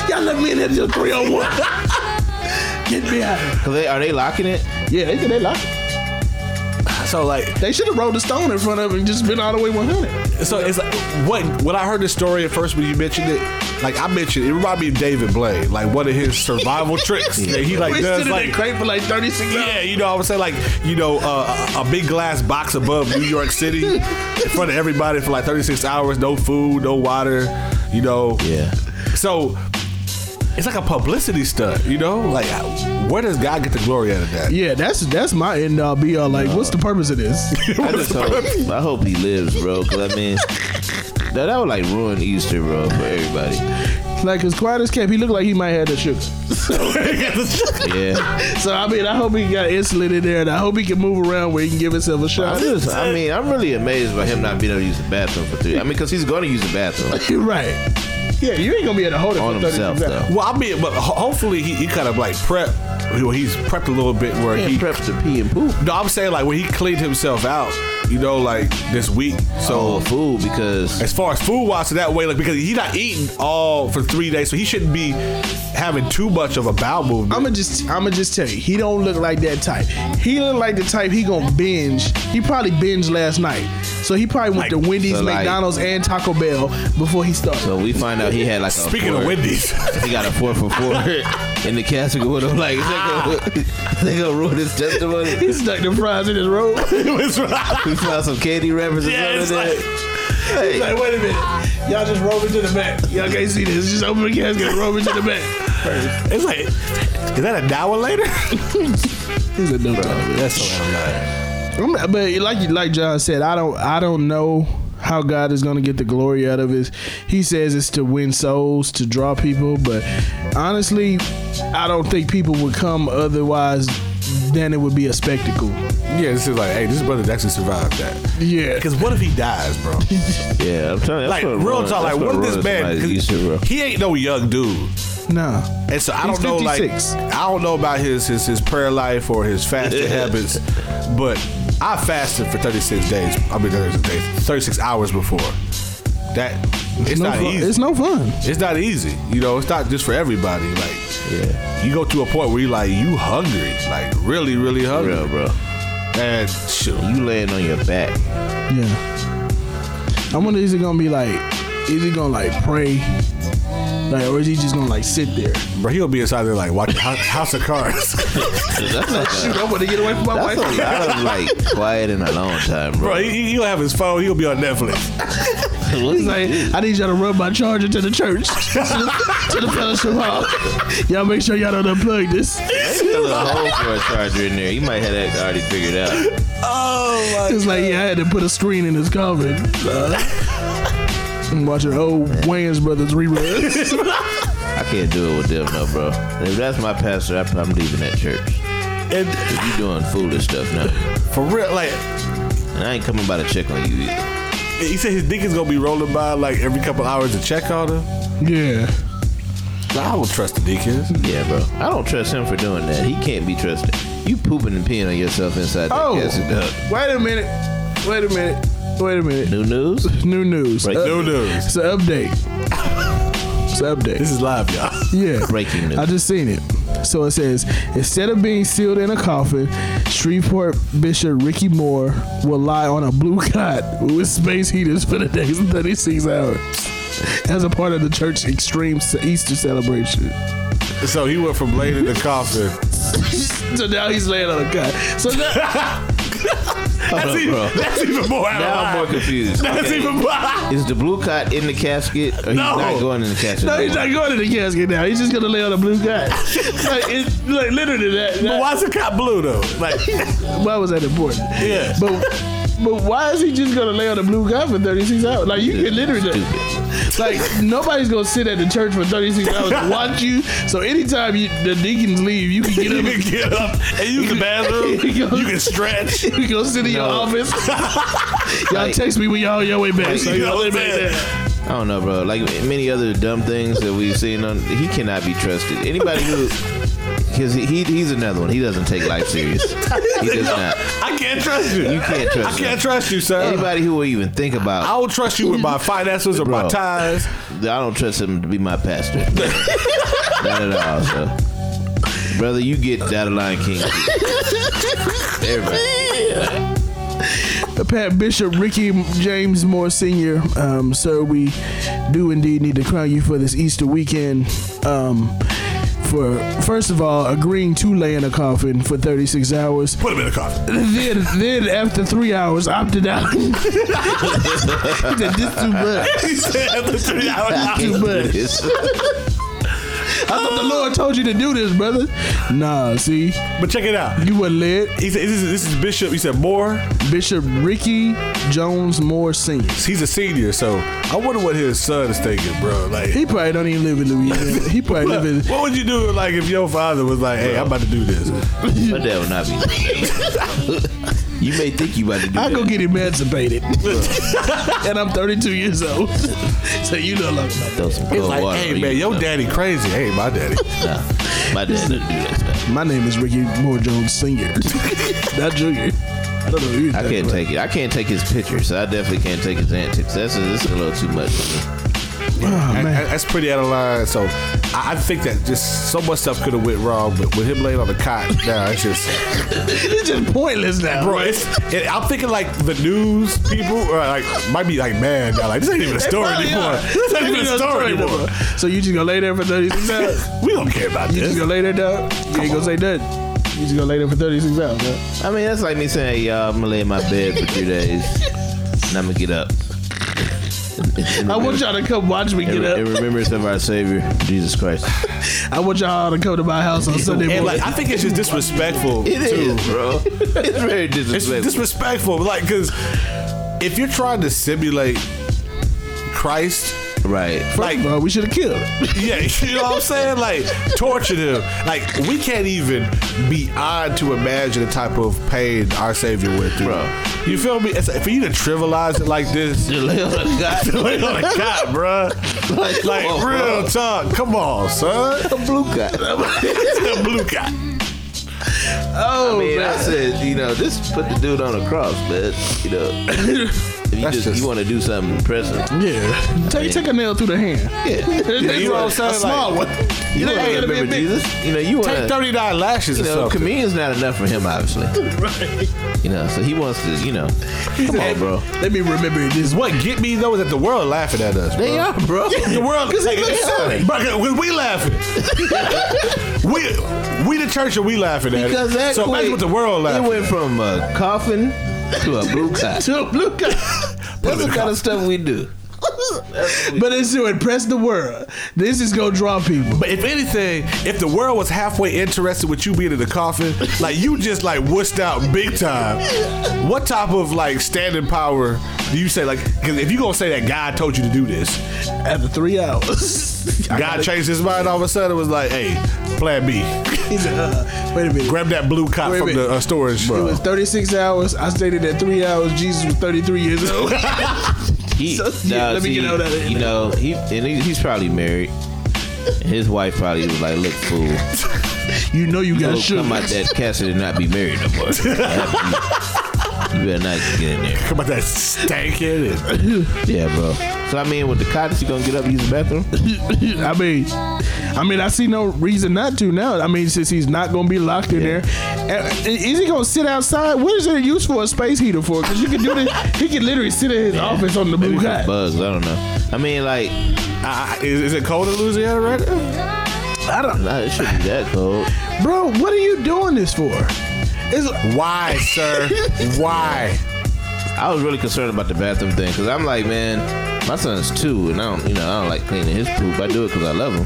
[SPEAKER 8] y'all let me in there till 301. Get me out.
[SPEAKER 6] Are they, are they locking it?
[SPEAKER 8] Yeah, they, they locked. it.
[SPEAKER 9] so like,
[SPEAKER 8] They should have rolled the stone in front of him and just been all the way 100.
[SPEAKER 9] so it's like, what? When I heard this story at first when you mentioned it, like I mentioned, it reminded me of David Blade, like one of his survival tricks that he like
[SPEAKER 8] we stood
[SPEAKER 9] does,
[SPEAKER 8] in
[SPEAKER 9] like
[SPEAKER 8] that crate for like 36 hours.
[SPEAKER 9] Yeah, you know, I would say like you know uh, a big glass box above New York City in front of everybody for like 36 hours, no food, no water, you know.
[SPEAKER 6] Yeah.
[SPEAKER 9] So it's like a publicity stunt, you know. Like, where does God get the glory out of that?
[SPEAKER 8] Yeah, that's that's my end all be all. Like, what's the purpose of this?
[SPEAKER 6] I just hope, I hope he lives, bro, because I mean, that, that would like ruin Easter, bro, for everybody.
[SPEAKER 8] like, as quiet as kept, he looked like he might have the sugar.
[SPEAKER 6] Yeah.
[SPEAKER 8] So I mean, I hope he got insulin in there, and I hope he can move around where he can give himself a
[SPEAKER 6] I,
[SPEAKER 8] shot.
[SPEAKER 6] just, I mean, I'm really amazed by him not being able to use the bathroom for three. I mean, because he's going to use the bathroom
[SPEAKER 8] You're right. Yeah, you ain't gonna be able to hold it
[SPEAKER 6] on
[SPEAKER 8] for 30
[SPEAKER 6] himself,
[SPEAKER 8] minutes.
[SPEAKER 6] though.
[SPEAKER 9] Well, I mean, but ho- hopefully he, he kind of like prep. Well, he's prepped a little bit where
[SPEAKER 6] He
[SPEAKER 9] he.
[SPEAKER 6] preps to pee and poop.
[SPEAKER 9] No, I'm saying like when he cleaned himself out, you know, like this week. So
[SPEAKER 6] Oh, food because
[SPEAKER 9] as far as food wise so that way like because he's not eating all for three days so he shouldn't be having too much of a bowel movement
[SPEAKER 8] I'ma just I'ma just tell you, he don't look like that type. He look like the type he gonna binge. He probably binged last night. So he probably went to Wendy's,
[SPEAKER 6] so like-
[SPEAKER 8] McDonald's, and Taco Bell before he started.
[SPEAKER 6] so we find out he had like a
[SPEAKER 9] speaking
[SPEAKER 6] four,
[SPEAKER 9] of wendy's
[SPEAKER 6] he got a four for four in the casket with him. Like is that
[SPEAKER 9] Ah.
[SPEAKER 6] gonna, they gonna ruin his testimony?
[SPEAKER 8] he stuck the fries in his roll.
[SPEAKER 9] it's right.
[SPEAKER 6] We found some candy wrappers
[SPEAKER 9] Yeah,
[SPEAKER 6] in
[SPEAKER 9] it's
[SPEAKER 6] front of that. Hey,
[SPEAKER 8] like, wait a minute. Y'all just roll it to the back. Y'all can't see this. Just open the casket and roll it to the back.
[SPEAKER 9] it's like is that an hour later
[SPEAKER 8] He's a new dog.
[SPEAKER 9] that's so out
[SPEAKER 8] I'm not- but like like John said, I don't I don't know how God is going to get the glory out of it. He says it's to win souls, to draw people, but honestly, I don't think people would come otherwise then it would be a spectacle.
[SPEAKER 9] Yeah, this is like, hey, this brother actually survived that.
[SPEAKER 8] Yeah.
[SPEAKER 9] Because what if he dies, bro?
[SPEAKER 6] Yeah, I'm telling you.
[SPEAKER 9] Like real talk, like what if this man? 'cause He ain't no young dude,
[SPEAKER 8] Nah.
[SPEAKER 9] and so I
[SPEAKER 8] He's
[SPEAKER 9] don't know.
[SPEAKER 8] 56.
[SPEAKER 9] Like I don't know about his his his prayer life or his fasting habits, but I fasted for 36 days. I mean, 36 days, 36 hours before. That it's
[SPEAKER 8] No
[SPEAKER 9] not
[SPEAKER 8] fun-
[SPEAKER 9] easy.
[SPEAKER 8] It's no fun.
[SPEAKER 9] It's not easy. You know, it's not just for everybody. Like,
[SPEAKER 6] Yeah.
[SPEAKER 9] you go to a point where you like you hungry, like really, really hungry,
[SPEAKER 6] Real, bro.
[SPEAKER 9] and shoot,
[SPEAKER 6] You laying on your back.
[SPEAKER 8] Yeah. I wonder is it gonna be like is he gonna like pray? Like or is he just gonna like sit there?
[SPEAKER 9] bro, he'll be inside there like watching Hou- House of Cards.
[SPEAKER 6] That's like a,
[SPEAKER 9] I want to get away from my
[SPEAKER 6] that's a lot of like quiet and alone time, bro.
[SPEAKER 9] Bro, he, he'll have his phone. He'll be on Netflix.
[SPEAKER 8] He's like, I need y'all to run my charger to the church. to, the, to the fellowship hall. Y'all make sure y'all don't unplug this.
[SPEAKER 6] There's a hole for a charger in there. You might have that already figured out.
[SPEAKER 8] It's like, yeah, I had to put a screen in his coffin. I'm watching old Wayans Brothers reruns.
[SPEAKER 6] I can't do it with them, no, bro. If that's my pastor, I, I'm leaving that church.
[SPEAKER 9] And
[SPEAKER 6] You doing foolish stuff now,
[SPEAKER 9] for real, like
[SPEAKER 6] and I ain't coming by to check on you either.
[SPEAKER 9] he said, his dick is gonna be rolling by like every couple hours to check on him.
[SPEAKER 8] yeah.
[SPEAKER 9] I will trust the deacons.
[SPEAKER 6] Yeah, bro. I don't trust him for doing that. He can't be trusted. You pooping and peeing on yourself inside that
[SPEAKER 8] Oh.
[SPEAKER 6] casket duck.
[SPEAKER 8] Wait a minute. Wait a minute. Wait a minute.
[SPEAKER 6] New news?
[SPEAKER 8] New news.
[SPEAKER 6] Break-
[SPEAKER 8] Uh,
[SPEAKER 9] No news.
[SPEAKER 8] it's an update. It's an update.
[SPEAKER 9] This is live, y'all.
[SPEAKER 8] Yeah.
[SPEAKER 6] Breaking news.
[SPEAKER 8] I just seen it. So it says instead of being sealed in a coffin, Shreveport Bishop Ricky Moore will lie on a blue cot with space heaters for the next 36 hours as a part of the church extreme Easter celebration.
[SPEAKER 9] So he went from laying in the coffin.
[SPEAKER 8] So now he's laying on a cot. So now,
[SPEAKER 9] That's, even,
[SPEAKER 6] bro.
[SPEAKER 9] that's even more out
[SPEAKER 6] Now I'm more
[SPEAKER 9] of line.
[SPEAKER 6] confused.
[SPEAKER 9] That's
[SPEAKER 6] Okay.
[SPEAKER 9] even more.
[SPEAKER 6] Is the blue cot in the casket or he's
[SPEAKER 9] No.
[SPEAKER 6] not going in the casket?
[SPEAKER 8] no, he's
[SPEAKER 6] no
[SPEAKER 8] not going to the casket now. He's just going to lay on a blue cot. like, it, like literally that.
[SPEAKER 9] But
[SPEAKER 8] that-
[SPEAKER 9] why's the cop blue though? Like,
[SPEAKER 8] why was that important?
[SPEAKER 9] Yeah.
[SPEAKER 8] But but why is he just gonna lay on the blue guy for 36 hours? Like you can literally like nobody's gonna sit at the church for 36 hours and watch you. So anytime you, the deacons leave, you can get
[SPEAKER 9] you
[SPEAKER 8] up.
[SPEAKER 9] can
[SPEAKER 8] and-
[SPEAKER 9] get up and use the bathroom.
[SPEAKER 8] You go-
[SPEAKER 9] You can stretch.
[SPEAKER 8] You go sit in your
[SPEAKER 6] No.
[SPEAKER 8] office. y'all
[SPEAKER 6] Like-
[SPEAKER 8] text me when y'all on your way back. So
[SPEAKER 9] You
[SPEAKER 8] y'all
[SPEAKER 9] know what
[SPEAKER 8] way
[SPEAKER 9] I'm
[SPEAKER 8] back
[SPEAKER 9] saying?
[SPEAKER 8] there.
[SPEAKER 6] I don't know, bro. Like many other dumb things that we've seen on he cannot be trusted. Anybody who because he, he he's another one. He doesn't take life serious. He does not.
[SPEAKER 9] I can't trust you.
[SPEAKER 6] You can't
[SPEAKER 9] I
[SPEAKER 6] trust him.
[SPEAKER 9] can't trust you, sir.
[SPEAKER 6] Anybody who will even think about
[SPEAKER 9] I don't trust you with my finances or my
[SPEAKER 6] Bro.
[SPEAKER 9] ties.
[SPEAKER 6] I don't trust him to be my pastor. Not at all, so. Brother, you get out of line, King. Everybody.
[SPEAKER 8] Pat Bishop Ricky James Moore Sr., um, sir, we do indeed need to crown you for this Easter weekend. Um, for first of all, agreeing to lay in a coffin for 36 hours,
[SPEAKER 9] Put him in a coffin.
[SPEAKER 8] then then after three hours opted out. he said, "This too much."
[SPEAKER 9] He said after three hours.
[SPEAKER 8] Too much. I thought the Lord told you to do this, brother. Nah, see,
[SPEAKER 9] But check it out.
[SPEAKER 8] you were led.
[SPEAKER 9] He said, this is, this is Bishop. He said, Moore.
[SPEAKER 8] Bishop Ricky Jones Moore Sr.
[SPEAKER 9] He's a senior, so I wonder what his son is thinking, bro. Like,
[SPEAKER 8] He probably don't even live in Louisiana. He probably live in
[SPEAKER 9] what would you do, like, if your father was like, hey, I'm about to do this?
[SPEAKER 6] But that would not be. you may think you about to do
[SPEAKER 8] I
[SPEAKER 6] that.
[SPEAKER 8] go get emancipated, and I'm 32 years old. so you know, like,
[SPEAKER 6] Throw some cold
[SPEAKER 9] It's like,
[SPEAKER 6] water
[SPEAKER 9] hey,
[SPEAKER 6] on
[SPEAKER 9] man,
[SPEAKER 6] you.
[SPEAKER 9] your
[SPEAKER 6] No,
[SPEAKER 9] daddy crazy. Hey, my daddy.
[SPEAKER 6] nah. My dad doesn't do that stuff.
[SPEAKER 8] my name is Ricky Moore Jones Senior, not Junior. I don't know. Who you're
[SPEAKER 6] I
[SPEAKER 8] talking
[SPEAKER 6] can't
[SPEAKER 8] about.
[SPEAKER 6] take it. I can't take his pictures. So I definitely can't take his antics. That's this is a little too much for me.
[SPEAKER 8] Oh,
[SPEAKER 9] That-
[SPEAKER 8] man.
[SPEAKER 9] that- that's pretty out of line. So I, I think that just so much stuff could have went wrong, but with him laying on the cot, nah, it's just
[SPEAKER 8] it's just pointless now,
[SPEAKER 9] bro. It's it, I'm thinking like the news people are like might be like mad now. Like this ain't even a story
[SPEAKER 8] Probably
[SPEAKER 9] anymore.
[SPEAKER 8] are.
[SPEAKER 9] This ain't even a story anymore.
[SPEAKER 8] So you just gonna lay there for 36 hours?
[SPEAKER 9] We don't care about
[SPEAKER 8] You just
[SPEAKER 9] this.
[SPEAKER 8] gonna lay there down? You ain't gonna say nothing. You just gonna lay there for 36 hours, bro.
[SPEAKER 6] I mean, that's like me saying, hey, y'all, I'm gonna lay in my bed for three days, and I'm gonna get up.
[SPEAKER 8] I want y'all to come watch me
[SPEAKER 6] In,
[SPEAKER 8] get
[SPEAKER 6] in
[SPEAKER 8] up.
[SPEAKER 6] remembrance of our Savior, Jesus Christ.
[SPEAKER 8] I want y'all to come to my house on Sunday
[SPEAKER 9] And
[SPEAKER 8] morning.
[SPEAKER 9] like I think it's just disrespectful
[SPEAKER 6] It
[SPEAKER 9] too.
[SPEAKER 6] is, bro. It's very
[SPEAKER 9] It's
[SPEAKER 6] disrespectful.
[SPEAKER 9] disrespectful, like because if you're trying to simulate Christ
[SPEAKER 6] Right.
[SPEAKER 8] First of all, we should have killed. it.
[SPEAKER 9] Yeah, you know what I'm saying? Like, torture them. Like, we can't even be on to imagine the type of pain our Savior went through. Bro. You feel me? It's like, for you to trivialize it like this,
[SPEAKER 6] The Lamb of God.
[SPEAKER 9] like, oh my God, bro. Like,
[SPEAKER 6] on,
[SPEAKER 9] real talk. Come on, son.
[SPEAKER 6] The blue guy.
[SPEAKER 9] the blue guy.
[SPEAKER 6] Oh, I mean, I said, you know, just put the dude on a cross, man. You know, if you just,
[SPEAKER 9] just-
[SPEAKER 6] you want to do something impressive,
[SPEAKER 8] Yeah. Take, take a nail through the hand.
[SPEAKER 6] yeah.
[SPEAKER 9] You know what I'm saying?
[SPEAKER 8] A small
[SPEAKER 9] Like,
[SPEAKER 8] one.
[SPEAKER 6] You
[SPEAKER 9] know,
[SPEAKER 6] want
[SPEAKER 9] hey,
[SPEAKER 6] to remember Jesus? You know, you want
[SPEAKER 9] Take
[SPEAKER 6] to.
[SPEAKER 9] 39 lashes
[SPEAKER 6] You
[SPEAKER 9] or
[SPEAKER 6] know,
[SPEAKER 9] something.
[SPEAKER 6] comedian's not enough for him, obviously. You know, so he wants to, you know, come on, bro.
[SPEAKER 8] Let me remember it this way.
[SPEAKER 9] what get me though is that the world laughing at us. Bro.
[SPEAKER 6] They are, bro.
[SPEAKER 9] The world
[SPEAKER 6] Cause they
[SPEAKER 9] Hey,
[SPEAKER 6] look silly.
[SPEAKER 9] bro, we- we laughing. we we the church and we laughing at
[SPEAKER 6] Because
[SPEAKER 9] it.
[SPEAKER 6] that
[SPEAKER 9] so
[SPEAKER 6] quick,
[SPEAKER 9] imagine what the world
[SPEAKER 6] It
[SPEAKER 9] laughing.
[SPEAKER 6] went from a coffin to a blue guy.
[SPEAKER 8] To a blue guy.
[SPEAKER 6] That's the kind of stuff we do.
[SPEAKER 8] But it's to impress the world. This is gonna draw people.
[SPEAKER 9] But if anything, if the world was halfway interested with you being in the coffin, like you just like wussed out big time. What type of like standing power do you say? Like, 'cause if you gonna say that God told you to do this,
[SPEAKER 8] After three hours,
[SPEAKER 9] God changed his mind all of a sudden was like, hey, Plan B,
[SPEAKER 8] he said, uh, "Wait a minute."
[SPEAKER 9] grab that blue cop
[SPEAKER 8] Wait a
[SPEAKER 9] from
[SPEAKER 8] minute.
[SPEAKER 9] the uh, storage.
[SPEAKER 8] It was 36 hours. I stated that three hours. Jesus was 33 years old.
[SPEAKER 6] He,
[SPEAKER 8] So, yeah,
[SPEAKER 6] no,
[SPEAKER 8] let me
[SPEAKER 6] see,
[SPEAKER 8] get out of that.
[SPEAKER 6] You know, he and he, he's probably married. His wife probably was like, "Look, fool,
[SPEAKER 8] you know you got
[SPEAKER 6] don't
[SPEAKER 8] sugar.
[SPEAKER 6] Oh, come out that casket and not be married no more. you better not get in there."
[SPEAKER 9] Come about that stankin' and
[SPEAKER 6] Yeah, bro. So I mean, with the cottage, you gonna get up and use the bathroom?
[SPEAKER 8] I mean, I mean, I see no reason not to now. I mean, since he's not going to be locked in there, And- and is he going to sit outside? What is it used for a space heater for? Because you can do this. he can literally sit in his office on the blue
[SPEAKER 6] Maybe
[SPEAKER 8] guy.
[SPEAKER 6] bugs. I don't know. I mean, like,
[SPEAKER 9] I, I- is, is it cold in Louisiana right now?
[SPEAKER 6] I don't know. It shouldn't be that cold.
[SPEAKER 8] Bro, what are you doing this for? It's
[SPEAKER 9] Why, sir? Why?
[SPEAKER 6] I was really concerned about the bathroom thing because I'm like, man, my son's two, and I don't, you know, I don't like cleaning his poop. I do it because I love him.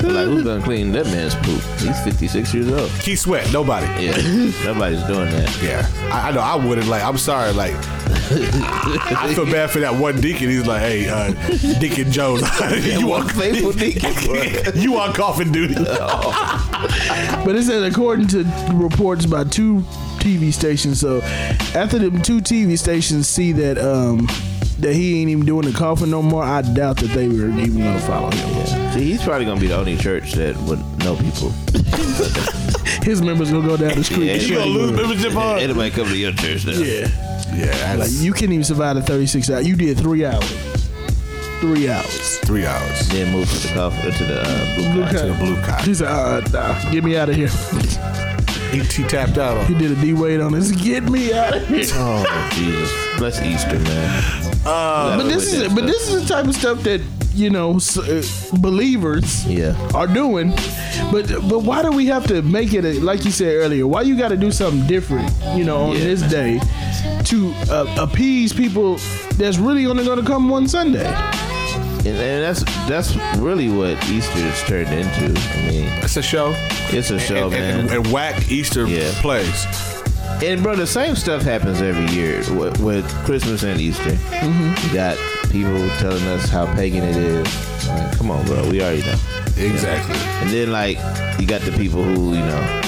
[SPEAKER 6] But like, who's gonna clean that man's poop? He's 56 years old.
[SPEAKER 9] Keep sweat. Nobody.
[SPEAKER 6] Yeah, nobody's doing that.
[SPEAKER 9] Yeah, I, I know. I wouldn't like. I'm sorry. Like, I feel bad for that one deacon. He's like, hey, uh, Deacon Jones, you
[SPEAKER 6] one
[SPEAKER 9] are
[SPEAKER 6] faithful deacon,
[SPEAKER 9] you on coffin duty.
[SPEAKER 8] But it said according to reports by two TV stations. So after them two TV stations see that um that he ain't even doing the coffin no more, I doubt that they were even gonna follow him.
[SPEAKER 6] See, he's probably gonna be the only church that would know people.
[SPEAKER 8] His members gonna go down the street.
[SPEAKER 6] Yeah,
[SPEAKER 8] and
[SPEAKER 6] you
[SPEAKER 8] shoot
[SPEAKER 9] gonna lose
[SPEAKER 8] him.
[SPEAKER 9] membership on?
[SPEAKER 6] Anybody come to your church now?
[SPEAKER 8] Yeah,
[SPEAKER 9] Yeah,
[SPEAKER 8] like
[SPEAKER 9] that's
[SPEAKER 8] you can't even survive the thirty six hours. You did three hours. Three hours.
[SPEAKER 9] three hours.
[SPEAKER 6] Then move to the coffin to the uh, blue
[SPEAKER 8] Blue
[SPEAKER 6] cottage.
[SPEAKER 9] To the
[SPEAKER 8] cotton.
[SPEAKER 9] blue cop.
[SPEAKER 8] He said, uh, nah, get me out of here.
[SPEAKER 9] He, he tapped out on.
[SPEAKER 8] He did a D Wade on this. Get me out of here.
[SPEAKER 6] Oh Jesus! Bless Easter, man.
[SPEAKER 9] Uh,
[SPEAKER 8] But this is but this is the type of stuff that you know s- uh, believers
[SPEAKER 6] Yeah.
[SPEAKER 8] are doing. But but why do we have to make it a, like you said earlier? Why you got to do something different? You know, on
[SPEAKER 6] Yeah.
[SPEAKER 8] this day to uh, appease people that's really only going to come one Sunday.
[SPEAKER 6] and, and that's that's really what Easter is turned into. I mean,
[SPEAKER 9] it's a show.
[SPEAKER 6] it's a show,
[SPEAKER 9] and,
[SPEAKER 6] man.
[SPEAKER 9] and, and whack Easter
[SPEAKER 6] Yeah.
[SPEAKER 9] plays.
[SPEAKER 6] And bro, the same stuff happens every year with, with Christmas and Easter. You got people telling us how pagan it is. Like, come on, bro, we already know.
[SPEAKER 9] Exactly.
[SPEAKER 6] And then like you got the people who you know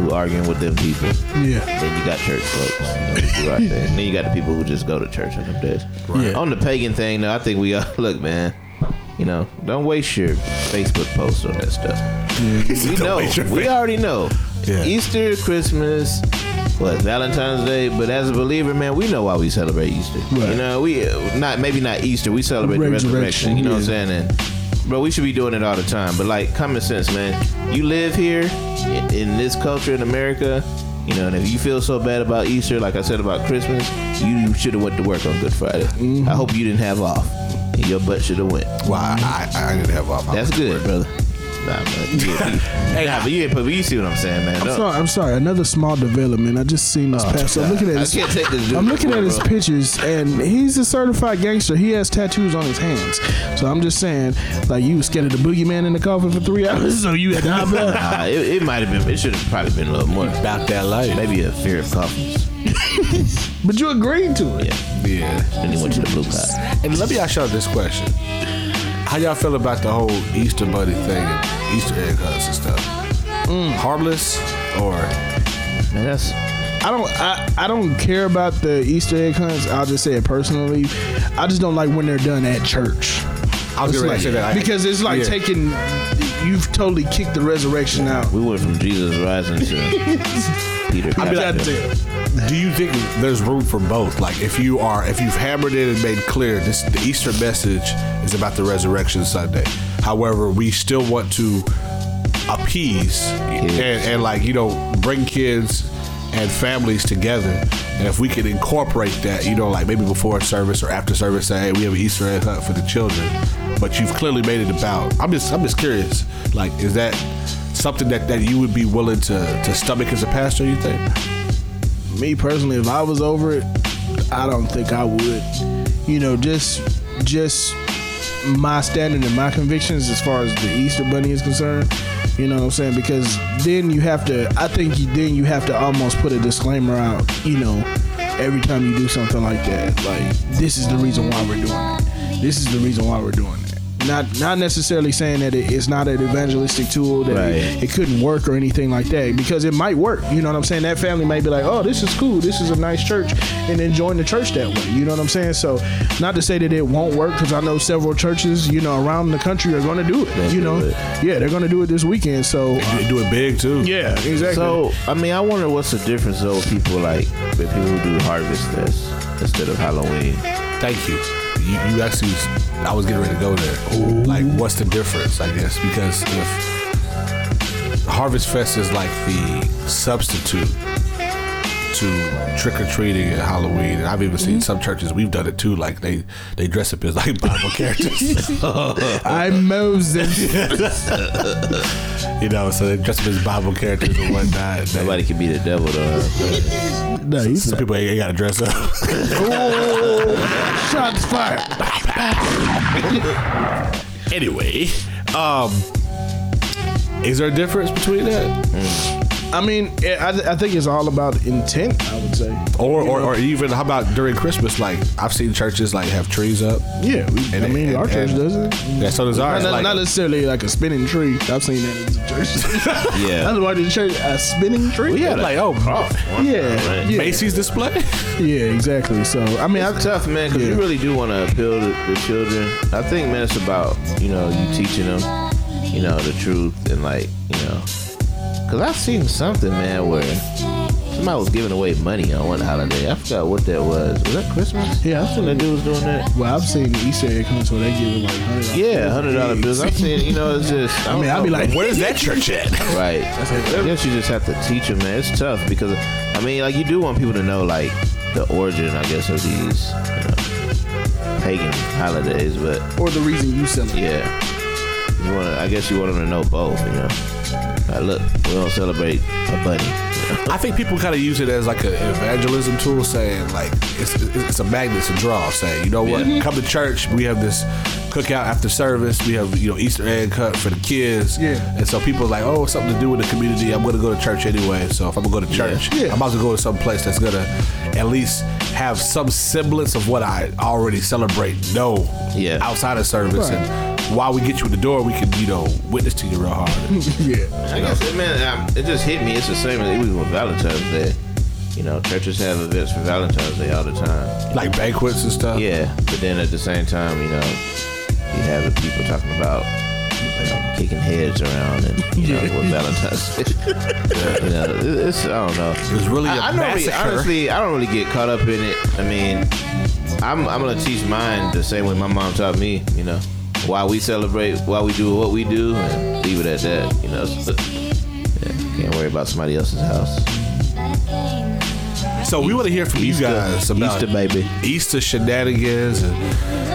[SPEAKER 6] who arguing with them people.
[SPEAKER 8] Yeah.
[SPEAKER 6] Then you got church folks you know, who out there. And then you got the people who just go to church on them days.
[SPEAKER 8] Right.
[SPEAKER 6] On the pagan thing, though, I think we all look, man. You know, don't waste your Facebook posts on that stuff. We know. We already know.
[SPEAKER 9] Yeah.
[SPEAKER 6] Easter, Christmas, what Valentine's Day. But as a believer, man, we know why we celebrate Easter. You
[SPEAKER 8] Right.
[SPEAKER 6] know, we uh, not maybe not Easter. We celebrate the
[SPEAKER 8] Resurrection,
[SPEAKER 6] resurrection. You know what I'm
[SPEAKER 8] yeah.
[SPEAKER 6] saying? And bro, we should be doing it all the time. But like common sense, man. You live here in, in this culture in America. You know, and if you feel so bad about Easter, like I said about Christmas, you should have went to work on Good Friday.
[SPEAKER 8] Mm-hmm.
[SPEAKER 6] I hope you didn't have off. And your butt should have went.
[SPEAKER 9] Well, I, I, I didn't have off.
[SPEAKER 6] That's good, brother. Nah, man. You, you, nah, but you ain't. But you see what I'm saying, man.
[SPEAKER 8] I'm
[SPEAKER 6] Don't-
[SPEAKER 8] sorry, I'm sorry. Another small development. I just seen this past. I'm looking at
[SPEAKER 6] Oh, I
[SPEAKER 8] his,
[SPEAKER 6] can't take this. Dude
[SPEAKER 8] I'm looking at his
[SPEAKER 6] bro.
[SPEAKER 8] pictures, and he's a certified gangster. He has tattoos on his hands. So I'm just saying, like you was scared of the boogeyman in the coffin for three hours, so you had to hop out.
[SPEAKER 6] Nah, it, it might have been. It should have probably been a little more. About that life. Maybe a fear of coffins.
[SPEAKER 8] But you agreed to it.
[SPEAKER 6] Yeah.
[SPEAKER 9] Yeah.
[SPEAKER 6] Then he went to the blue cotton.
[SPEAKER 9] And let me ask y'all this question. How y'all feel about the whole Easter Bunny thing, and Easter egg hunts and stuff? Harmless or
[SPEAKER 6] Man, that's
[SPEAKER 8] I don't I, I don't care about the Easter egg hunts. I'll just say it personally. I just don't like when they're done at church.
[SPEAKER 9] I was
[SPEAKER 8] It's
[SPEAKER 9] gonna
[SPEAKER 8] like-
[SPEAKER 9] say that I-
[SPEAKER 8] because it's like
[SPEAKER 9] yeah.
[SPEAKER 8] taking you've totally kicked the resurrection out.
[SPEAKER 6] we went from Jesus rising to Peter. Captain.
[SPEAKER 9] Do you think there's room for both? Like, if you are, if you've hammered it and made clear this, the Easter message is about the resurrection Sunday. However, we still want to appease and, and like you know bring kids and families together. And if we can incorporate that, you know, like maybe before service or after service, say, hey, we have an Easter egg hunt for the children. But you've clearly made it about. I'm just, I'm just curious. Like, is that something that that you would be willing to to stomach as a pastor? You think?
[SPEAKER 8] me personally, if I was over it, I don't think I would. You know, just just my standard and my convictions as far as the Easter Bunny is concerned. You know what I'm saying? Because then you have to. I think you, then you have to almost put a disclaimer out. You know, every time you do something like that, like this is the reason why we're doing it. This is the reason why we're doing it. Not not necessarily saying that it, it's not an evangelistic tool that
[SPEAKER 6] Right.
[SPEAKER 8] it, it couldn't work or anything like that because it might work. You know what I'm saying? That family might be like, oh, this is cool. This is a nice church and then join the church that way. You know what I'm saying? So, not to say that it won't work because I know several churches, you know, around the country are going to do it.
[SPEAKER 6] do
[SPEAKER 8] you know,
[SPEAKER 6] it.
[SPEAKER 8] yeah, they're going to do it this weekend. So, uh,
[SPEAKER 9] Do it big too.
[SPEAKER 8] yeah, exactly.
[SPEAKER 6] So I mean, I wonder what's the difference though. with People like the people who do harvest this instead of Halloween.
[SPEAKER 9] Thank you. You, you actually, I was getting ready to go there. Like, what's the difference? I guess because if Harvest Fest is like the substitute to trick or treating at Halloween, and I've even seen some churches we've done it too. Like they they dress up as like Bible characters,
[SPEAKER 8] I'm Moses.
[SPEAKER 9] you know. So they dress up as Bible characters and whatnot. They-
[SPEAKER 6] Nobody can be the devil though.
[SPEAKER 8] no, he's
[SPEAKER 9] some people ain't, ain't got to dress up.
[SPEAKER 8] shots fired.
[SPEAKER 9] anyway, um, is there a difference between that?
[SPEAKER 8] I mean, I, I think it's all about intent, I would say.
[SPEAKER 9] Or, or, or even how about during Christmas? Like I've seen churches like have trees up.
[SPEAKER 8] Yeah, we, I
[SPEAKER 9] And-
[SPEAKER 8] mean,
[SPEAKER 9] and-
[SPEAKER 8] our church
[SPEAKER 9] and-
[SPEAKER 8] does it.
[SPEAKER 9] Yeah, so does
[SPEAKER 8] Not,
[SPEAKER 9] ours.
[SPEAKER 8] not-
[SPEAKER 9] like,
[SPEAKER 8] not necessarily like a spinning tree. I've seen that in the church. That's
[SPEAKER 6] Yeah.
[SPEAKER 8] why the church a spinning tree.
[SPEAKER 9] we had like oh
[SPEAKER 8] yeah, yeah,
[SPEAKER 9] Macy's display.
[SPEAKER 8] yeah, exactly. So I mean, I,
[SPEAKER 6] It's tough, man, because
[SPEAKER 8] Yeah.
[SPEAKER 6] you really do want to appeal to the children. I think, man, it's about you know you teaching them, you know, the truth and like you know, because I've seen something, man, where somebody was giving away money on one holiday. I forgot what that was. Was that Christmas?
[SPEAKER 8] Yeah, I've
[SPEAKER 6] that's when that dude was doing that.
[SPEAKER 8] well, I've seen Easter egg hunts where they give it like hundred.
[SPEAKER 6] Yeah, hundred dollar bills. I'm saying, you know, it's just.
[SPEAKER 8] I mean, I'd be like,
[SPEAKER 9] Where's that church at?
[SPEAKER 6] Right. I guess you just have to teach them, man. It's tough because, I mean, like, you do want people to know, like, the origin, I guess, of these you know, pagan holidays, but
[SPEAKER 8] or the reason you celebrate.
[SPEAKER 6] yeah. You want to, I guess you want them to know both, you know. Like, look, we don't celebrate a bunny.
[SPEAKER 9] I think people kind of use it as like an evangelism tool, saying like it's it's a magnet to draw. Saying you know what, come to church. We have this cookout after service. We have you know Easter egg hunt for the kids.
[SPEAKER 8] Yeah.
[SPEAKER 9] And so people are like, oh, it's something to do with the community. I'm gonna go to church anyway. So if I'm gonna go to church,
[SPEAKER 8] Yeah.
[SPEAKER 9] I'm about to go to some place that's gonna at least have some semblance of what I already celebrate. No.
[SPEAKER 6] Yeah.
[SPEAKER 9] Outside of service
[SPEAKER 8] Right.
[SPEAKER 9] and. While we get you in the door, we can, you know, witness to you real
[SPEAKER 6] Hmm.
[SPEAKER 9] hard.
[SPEAKER 8] Yeah,
[SPEAKER 6] I guess, man, um, it just hit me. It's the same as even with Valentine's Day. You know, churches have events for Valentine's Day all the time.
[SPEAKER 9] like banquets and stuff.
[SPEAKER 6] Yeah, but then at the same time, you know, you have the people talking about you know, kicking heads around and you know with Valentine's. Day. you know, it- it's I don't know.
[SPEAKER 9] was really a
[SPEAKER 6] I, I don't really,
[SPEAKER 9] massacre.
[SPEAKER 6] honestly, I don't really get caught up in it. I mean, I'm I'm gonna teach mine the same way my mom taught me. You know, why we celebrate, why we do what we do, and leave it at that. You know, so, yeah, can't worry about somebody else's house.
[SPEAKER 9] So we want to hear from you guys about
[SPEAKER 6] Easter baby.
[SPEAKER 9] Easter shenanigans and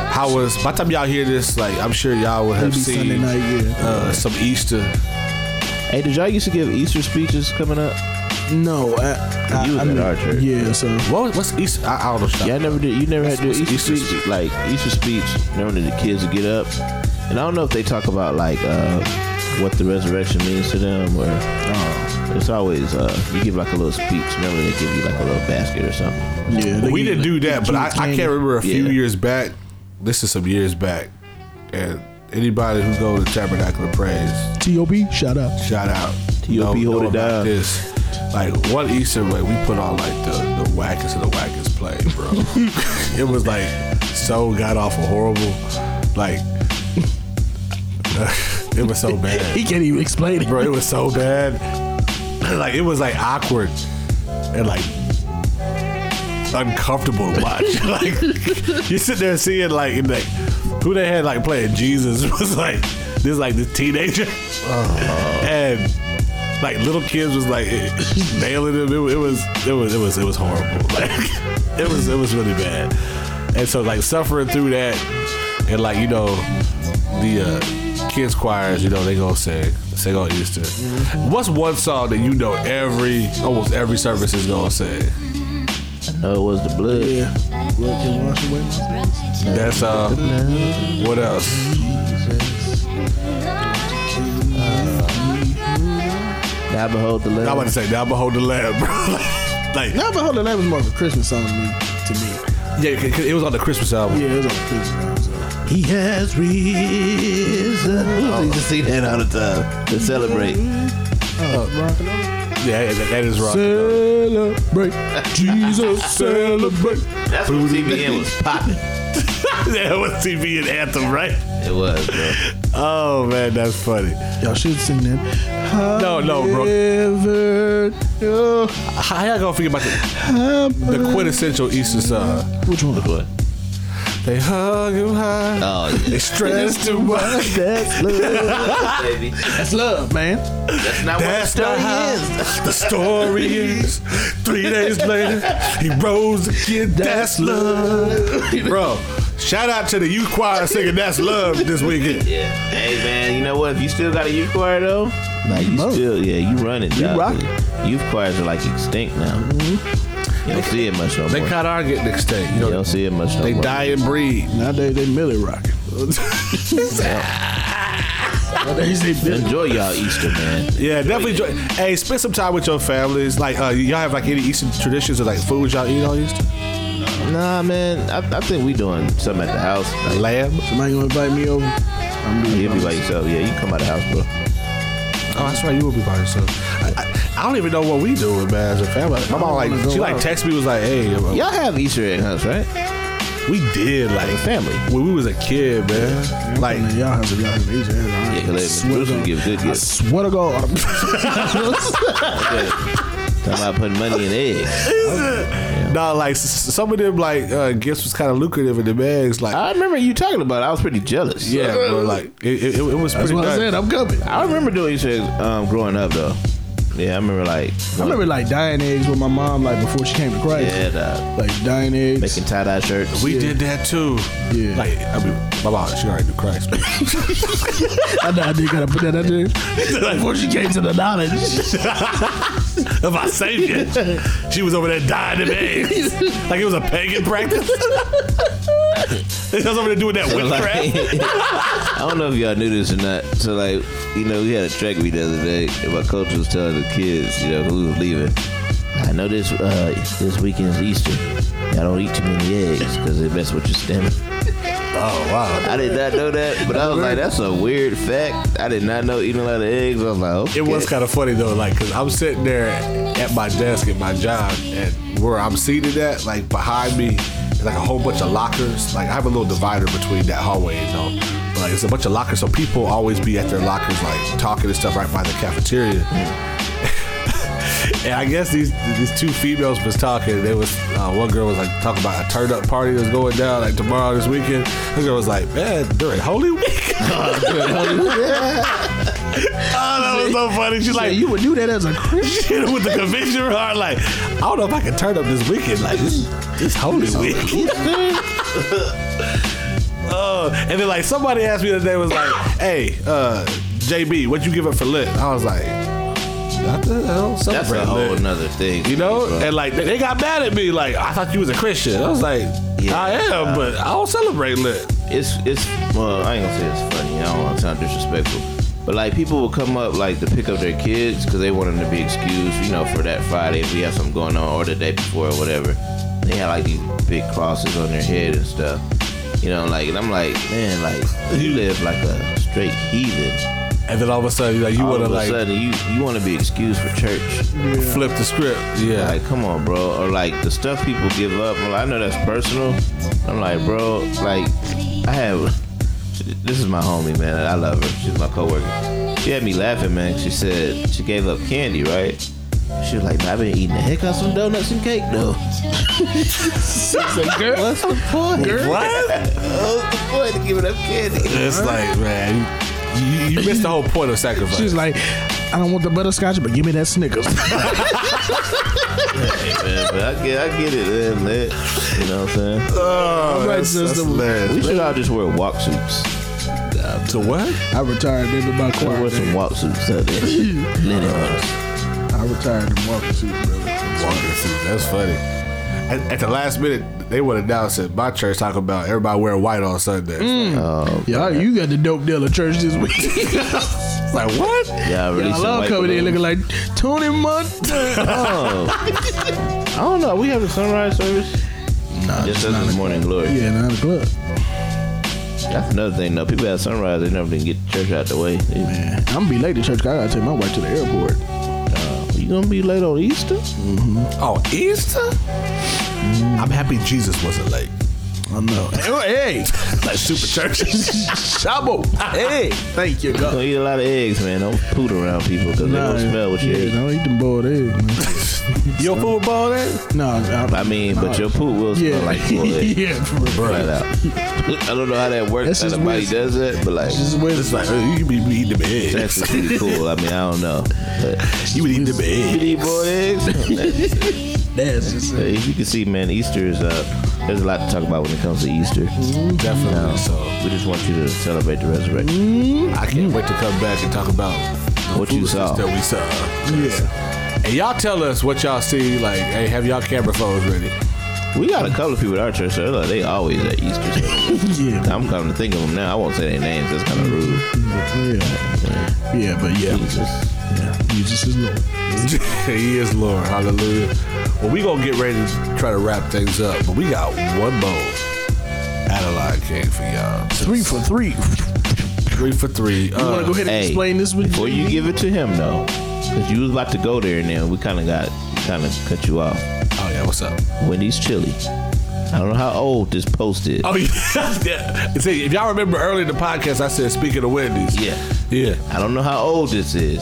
[SPEAKER 9] how was. By the time y'all hear this, like I'm sure y'all would have
[SPEAKER 8] Maybe Sunday
[SPEAKER 9] seen
[SPEAKER 8] night, yeah.
[SPEAKER 9] uh, some Easter.
[SPEAKER 6] Hey, did y'all used to give Easter speeches coming up?
[SPEAKER 8] no, I, I,
[SPEAKER 6] You was
[SPEAKER 8] I
[SPEAKER 6] at
[SPEAKER 8] mean,
[SPEAKER 6] our church.
[SPEAKER 8] Yeah, so
[SPEAKER 9] What was, what's Easter? I, I don't know. Sean.
[SPEAKER 6] Yeah, I never did. You never had to do
[SPEAKER 9] What's
[SPEAKER 6] Easter,
[SPEAKER 9] Easter
[SPEAKER 6] speech? Like Easter speech. Never did the kids get up. And I don't know if they talk about like uh, what the resurrection means to them, or it's always uh, you give like a little speech. Remember they give you like a little basket or something.
[SPEAKER 8] yeah, they
[SPEAKER 9] we
[SPEAKER 8] give
[SPEAKER 9] didn't
[SPEAKER 8] you,
[SPEAKER 9] do
[SPEAKER 8] like,
[SPEAKER 9] that, but I, I
[SPEAKER 8] candy.
[SPEAKER 9] can't remember a few
[SPEAKER 6] Yeah.
[SPEAKER 9] years back. This is some years back, and anybody who's going to Tabernacle of Praise,
[SPEAKER 8] T.O.B. Shout out.
[SPEAKER 9] shout out.
[SPEAKER 6] T.O.P.
[SPEAKER 9] Know-
[SPEAKER 6] hold
[SPEAKER 9] know
[SPEAKER 6] it
[SPEAKER 9] about
[SPEAKER 6] down.
[SPEAKER 9] This. Like one Easter way, we put on like the, the wackest of the wackest play, bro. it was like so god awful horrible. Like it was so bad
[SPEAKER 8] He can't even explain it.
[SPEAKER 9] bro. It was so bad. like it was like awkward and like uncomfortable to watch. like you sit there seeing like and, like who they had like playing Jesus was like this like this teenager and. Like little kids was like nailing him. It, wa- it was it was it was it was horrible. Like it was it was really bad. And so like suffering through that and like you know the uh, kids choirs, you know, they gonna sing, sing on Easter. What's one song that you know every, almost every service is gonna sing?
[SPEAKER 6] No, it was the blood.
[SPEAKER 8] Yeah. Blood can wash away.
[SPEAKER 9] That's uh, what else?
[SPEAKER 6] Now behold the Lamb.
[SPEAKER 9] I want to say, now behold the Lamb, bro. like,
[SPEAKER 8] Now, but hold on, that was more of a Christmas song to me. To me.
[SPEAKER 9] yeah, 'cause it was on the Christmas album.
[SPEAKER 8] Yeah, it was on Christmas song. So.
[SPEAKER 6] He has risen. I used to sing that all the time to celebrate.
[SPEAKER 9] Yeah, that- that is rock.
[SPEAKER 8] Celebrate. Jesus, celebrate.
[SPEAKER 6] That's when TBN was popping.
[SPEAKER 9] that was TV and anthem, right?
[SPEAKER 6] It was, bro.
[SPEAKER 9] Oh man, that's funny.
[SPEAKER 8] Y'all should sing that.
[SPEAKER 9] No, no, bro.
[SPEAKER 8] Delivered. Oh,
[SPEAKER 9] How y'all gonna forget about the, the quintessential Easter song?
[SPEAKER 8] Which one?
[SPEAKER 6] What?
[SPEAKER 9] They hug him high,
[SPEAKER 6] Oh, yeah.
[SPEAKER 9] they stress him wide.
[SPEAKER 8] That's love.
[SPEAKER 6] baby. That's
[SPEAKER 8] That's love, man.
[SPEAKER 6] not
[SPEAKER 9] That's
[SPEAKER 6] what
[SPEAKER 9] not how the story is. Three days later, he rose again. That's love, bro. Shout out to the youth choir singing "That's Love" this weekend.
[SPEAKER 6] Yeah. Hey man, you know what? If you still got a youth choir though, like you
[SPEAKER 8] Bro.
[SPEAKER 6] still, yeah, you run it. You
[SPEAKER 8] rock
[SPEAKER 6] Youth choirs are like extinct now. You don't see it much no more.
[SPEAKER 9] They kind of are getting extinct. You
[SPEAKER 6] you
[SPEAKER 9] know,
[SPEAKER 6] don't see it much no
[SPEAKER 9] they
[SPEAKER 6] more.
[SPEAKER 9] die and breed.
[SPEAKER 8] Nowadays, they Millie rocking. Nowadays, they Millie.
[SPEAKER 6] Enjoy y'all Easter, man.
[SPEAKER 9] Yeah, definitely. Enjoy. Hey, spend some time with your families. Like, uh, y'all have like any Eastern traditions or like foods y'all eat all Easter?
[SPEAKER 6] Nah, man. I, I think we doing something at the house. Like,
[SPEAKER 9] Lamb.
[SPEAKER 8] Somebody gonna invite me over? I'm
[SPEAKER 6] you
[SPEAKER 8] doing
[SPEAKER 6] be by yourself. Yeah, you come out of the house, bro.
[SPEAKER 9] Oh, that's right. You will be by yourself. I, I, I don't even know what we doing, man, as a family. My mom like
[SPEAKER 8] wanna go
[SPEAKER 9] she like
[SPEAKER 8] out.
[SPEAKER 9] texted me was like, "Hey, uh,
[SPEAKER 6] Y'all have Easter egg hunts, right?
[SPEAKER 9] we did like
[SPEAKER 6] Family.
[SPEAKER 9] when we was a kid, man. Like,
[SPEAKER 8] Man, y'all have to y'all have to eat your ass.
[SPEAKER 6] Yeah, 'cause they- Jerusalem give good
[SPEAKER 8] I
[SPEAKER 6] gifts.
[SPEAKER 8] swear to God.
[SPEAKER 6] Talking about putting money in eggs.
[SPEAKER 9] nah, like s- some of them like uh, gifts was kind of lucrative in the bags. Like,
[SPEAKER 8] Ah,
[SPEAKER 6] I remember you talking about. it. I was pretty jealous.
[SPEAKER 9] yeah, bro, like it, it, it was
[SPEAKER 8] That's
[SPEAKER 9] pretty.
[SPEAKER 8] what I
[SPEAKER 9] nice.
[SPEAKER 8] said. I'm coming. I
[SPEAKER 6] I remember doing Easter eggs um, growing up though. Yeah, I remember like.
[SPEAKER 8] remember like dying eggs with my mom, like before she came to Christ.
[SPEAKER 6] Yeah, dog.
[SPEAKER 8] Like dying eggs.
[SPEAKER 6] uh, making tie dye shirts.
[SPEAKER 9] we did that too.
[SPEAKER 8] Yeah.
[SPEAKER 9] Like, I mean, my mom, she already knew Christ. but-
[SPEAKER 8] I know I did gotta put that out there.
[SPEAKER 9] Before she came to the knowledge of our Savior, she was over there dying in eggs. Like it was a pagan practice. They was over there doing that
[SPEAKER 6] Like,
[SPEAKER 9] witchcraft.
[SPEAKER 6] I don't know if y'all knew this or not. So like, you know, we had a track meet the other day, and my coach was telling the kids, you know, who was leaving. I know this uh, this weekend's Easter. Y'all don't eat too many eggs because it mess with your stomach.
[SPEAKER 9] Oh, wow.
[SPEAKER 6] I did not know that, but I was like, that's a weird fact. I did not know eating a lot of eggs. I was like, okay.
[SPEAKER 9] It was kind of funny though, like, cause I'm sitting there at my desk at my job, and where I'm seated at, like behind me, is like a whole bunch of lockers. Like I have a little divider between that hallway, you know. But, like it's a bunch of lockers, so people always be at their lockers, like talking and stuff right by the cafeteria. And I guess these these two females was talking. They was uh, one girl was like talking about a turn up party that's going down like tomorrow this weekend. This girl was like, man, during Holy Week. oh, that was so funny. She's
[SPEAKER 8] Like
[SPEAKER 9] like,
[SPEAKER 8] you would do that as a Christian.
[SPEAKER 9] shit with the conviction heart. Like, I don't know if I can turn up this weekend. Like, this, this holy week. uh, and then like somebody asked me the other day was like, "Hey, uh, JB, what you give up for lit?" I was like, "Nothing. I don't
[SPEAKER 6] That's
[SPEAKER 9] celebrate
[SPEAKER 6] a whole
[SPEAKER 9] lit."
[SPEAKER 6] nother thing.
[SPEAKER 9] You know,
[SPEAKER 6] Bro.
[SPEAKER 9] and like they- they got mad at me. Like I thought you was a Christian. I was like, I am, but I don't celebrate lit.
[SPEAKER 6] it's it's well, I ain't gonna say it's funny. I don't want to sound disrespectful, but like people will come up like to pick up their kids because they want them to be excused, you know, for that Friday if we have something going on or the day before or whatever. They had like these big crosses on their head and stuff. You know, like, and I'm like, man, like, you live like a straight heathen.
[SPEAKER 9] And then all of a sudden, like you
[SPEAKER 6] All
[SPEAKER 9] want to
[SPEAKER 6] of a
[SPEAKER 9] like
[SPEAKER 6] sudden, you you want to be excused for church.
[SPEAKER 9] flip the script. Yeah.
[SPEAKER 6] Like, come on, bro. Or like the stuff people give up. Well, I know that's personal. I'm like, bro, like I have. This is my homie, man. I love her. She's my coworker. She had me laughing, man. She said she gave up candy, right? She was like, "Man, I've been eating the heck out some donuts and cake, though. What's the point?
[SPEAKER 9] what?
[SPEAKER 6] What's the point of giving up candy?
[SPEAKER 9] It's like, man, you, you missed the whole point of sacrifice.
[SPEAKER 8] She's like, I don't want the butterscotch, but give me that Snickers.
[SPEAKER 6] Man, but I get, I get it, man. man. You know what I'm saying?
[SPEAKER 9] oh,
[SPEAKER 8] like,
[SPEAKER 9] that's, that's
[SPEAKER 8] sister,
[SPEAKER 9] hilarious.
[SPEAKER 6] We should all just wear walk suits.
[SPEAKER 9] To what?
[SPEAKER 8] I retired into my
[SPEAKER 6] We'll
[SPEAKER 8] choir.
[SPEAKER 6] wear
[SPEAKER 8] man.
[SPEAKER 6] some walk suits out there. Linen ones.
[SPEAKER 8] I retired in walking suit, brother.
[SPEAKER 2] Walking suit. That's funny. At, at the last minute, they would announce at my church talking about everybody wearing white on Sunday.
[SPEAKER 9] Mm.
[SPEAKER 2] It's
[SPEAKER 8] Yeah, you got the dope dealer church this week.
[SPEAKER 9] Like what?
[SPEAKER 6] Yeah, I
[SPEAKER 8] I
[SPEAKER 6] released some
[SPEAKER 8] love
[SPEAKER 6] white
[SPEAKER 8] coming in
[SPEAKER 6] balloons.
[SPEAKER 8] looking like Tony Montana.
[SPEAKER 6] I don't know. We have a sunrise service. Nah, just as the morning glory.
[SPEAKER 8] yeah, nine o'clock.
[SPEAKER 6] That's another thing though. People at sunrise, they never didn't get the church out the way. They-
[SPEAKER 8] Man, I'm gonna be late to church. 'cause I gotta take my wife to the airport.
[SPEAKER 6] You gonna be late on Easter?
[SPEAKER 9] Oh, Easter? I'm happy Jesus wasn't late.
[SPEAKER 8] I know. Hey,
[SPEAKER 9] Like super churches.
[SPEAKER 8] Shabo. Hey, thank you,
[SPEAKER 6] You
[SPEAKER 8] God.
[SPEAKER 6] gonna eat a lot of eggs, man. Don't poot around people because they gonna smell what you
[SPEAKER 8] yeah,
[SPEAKER 6] eat.
[SPEAKER 8] Don't eat them boiled eggs. Man.
[SPEAKER 9] Your food ball that?
[SPEAKER 8] No,
[SPEAKER 6] I mean, but your poop will smell
[SPEAKER 8] yeah,
[SPEAKER 6] like full egg.
[SPEAKER 8] yeah, for real.
[SPEAKER 6] Flat out. I don't know how that works.
[SPEAKER 8] That's
[SPEAKER 6] How
[SPEAKER 8] just
[SPEAKER 6] nobody
[SPEAKER 8] weird.
[SPEAKER 6] does it, but like.
[SPEAKER 8] This is where
[SPEAKER 9] It's like, uh, you be eating them
[SPEAKER 6] That's
[SPEAKER 9] eggs.
[SPEAKER 6] just pretty cool. I mean, I don't know. But
[SPEAKER 9] You would eat them
[SPEAKER 6] you
[SPEAKER 9] eggs.
[SPEAKER 6] eat boiled eggs?
[SPEAKER 8] that's just
[SPEAKER 6] Hey, you can see, man, Easter is uh, there's a lot to talk about when it comes to Easter.
[SPEAKER 9] Definitely.
[SPEAKER 6] Now,
[SPEAKER 9] So
[SPEAKER 6] we just want you to celebrate the resurrection.
[SPEAKER 9] I can't wait to come back and talk about the
[SPEAKER 6] What you
[SPEAKER 9] foolishness
[SPEAKER 6] saw.
[SPEAKER 9] that we saw. Yeah. And y'all tell us what y'all see. Like, hey, have y'all camera phones ready?
[SPEAKER 6] We got a couple of people at our church. So like, they always at Easter. service.
[SPEAKER 8] yeah,
[SPEAKER 6] I'm coming to think of them now. I won't say their names. That's kind of rude.
[SPEAKER 8] yeah, yeah, but yeah,
[SPEAKER 6] Jesus.
[SPEAKER 8] yeah. Jesus is Lord.
[SPEAKER 9] he is Lord. Hallelujah. Well, we gonna get ready to try to wrap things up, but we got one bowl. Adeline came for y'all.
[SPEAKER 8] Three for three. You
[SPEAKER 9] Three for three. Uh,
[SPEAKER 8] wanna go ahead and
[SPEAKER 6] Hey,
[SPEAKER 8] explain this with
[SPEAKER 6] before you give it to him though, because you was about to go there and then we kind of got kind of cut you off.
[SPEAKER 9] oh yeah, what's up?
[SPEAKER 6] Wendy's chili. I don't know how old this post is.
[SPEAKER 9] Oh yeah. yeah. See, if y'all remember earlier in the podcast, I said speaking of Wendy's.
[SPEAKER 6] Yeah.
[SPEAKER 9] Yeah.
[SPEAKER 6] I don't know how old this is,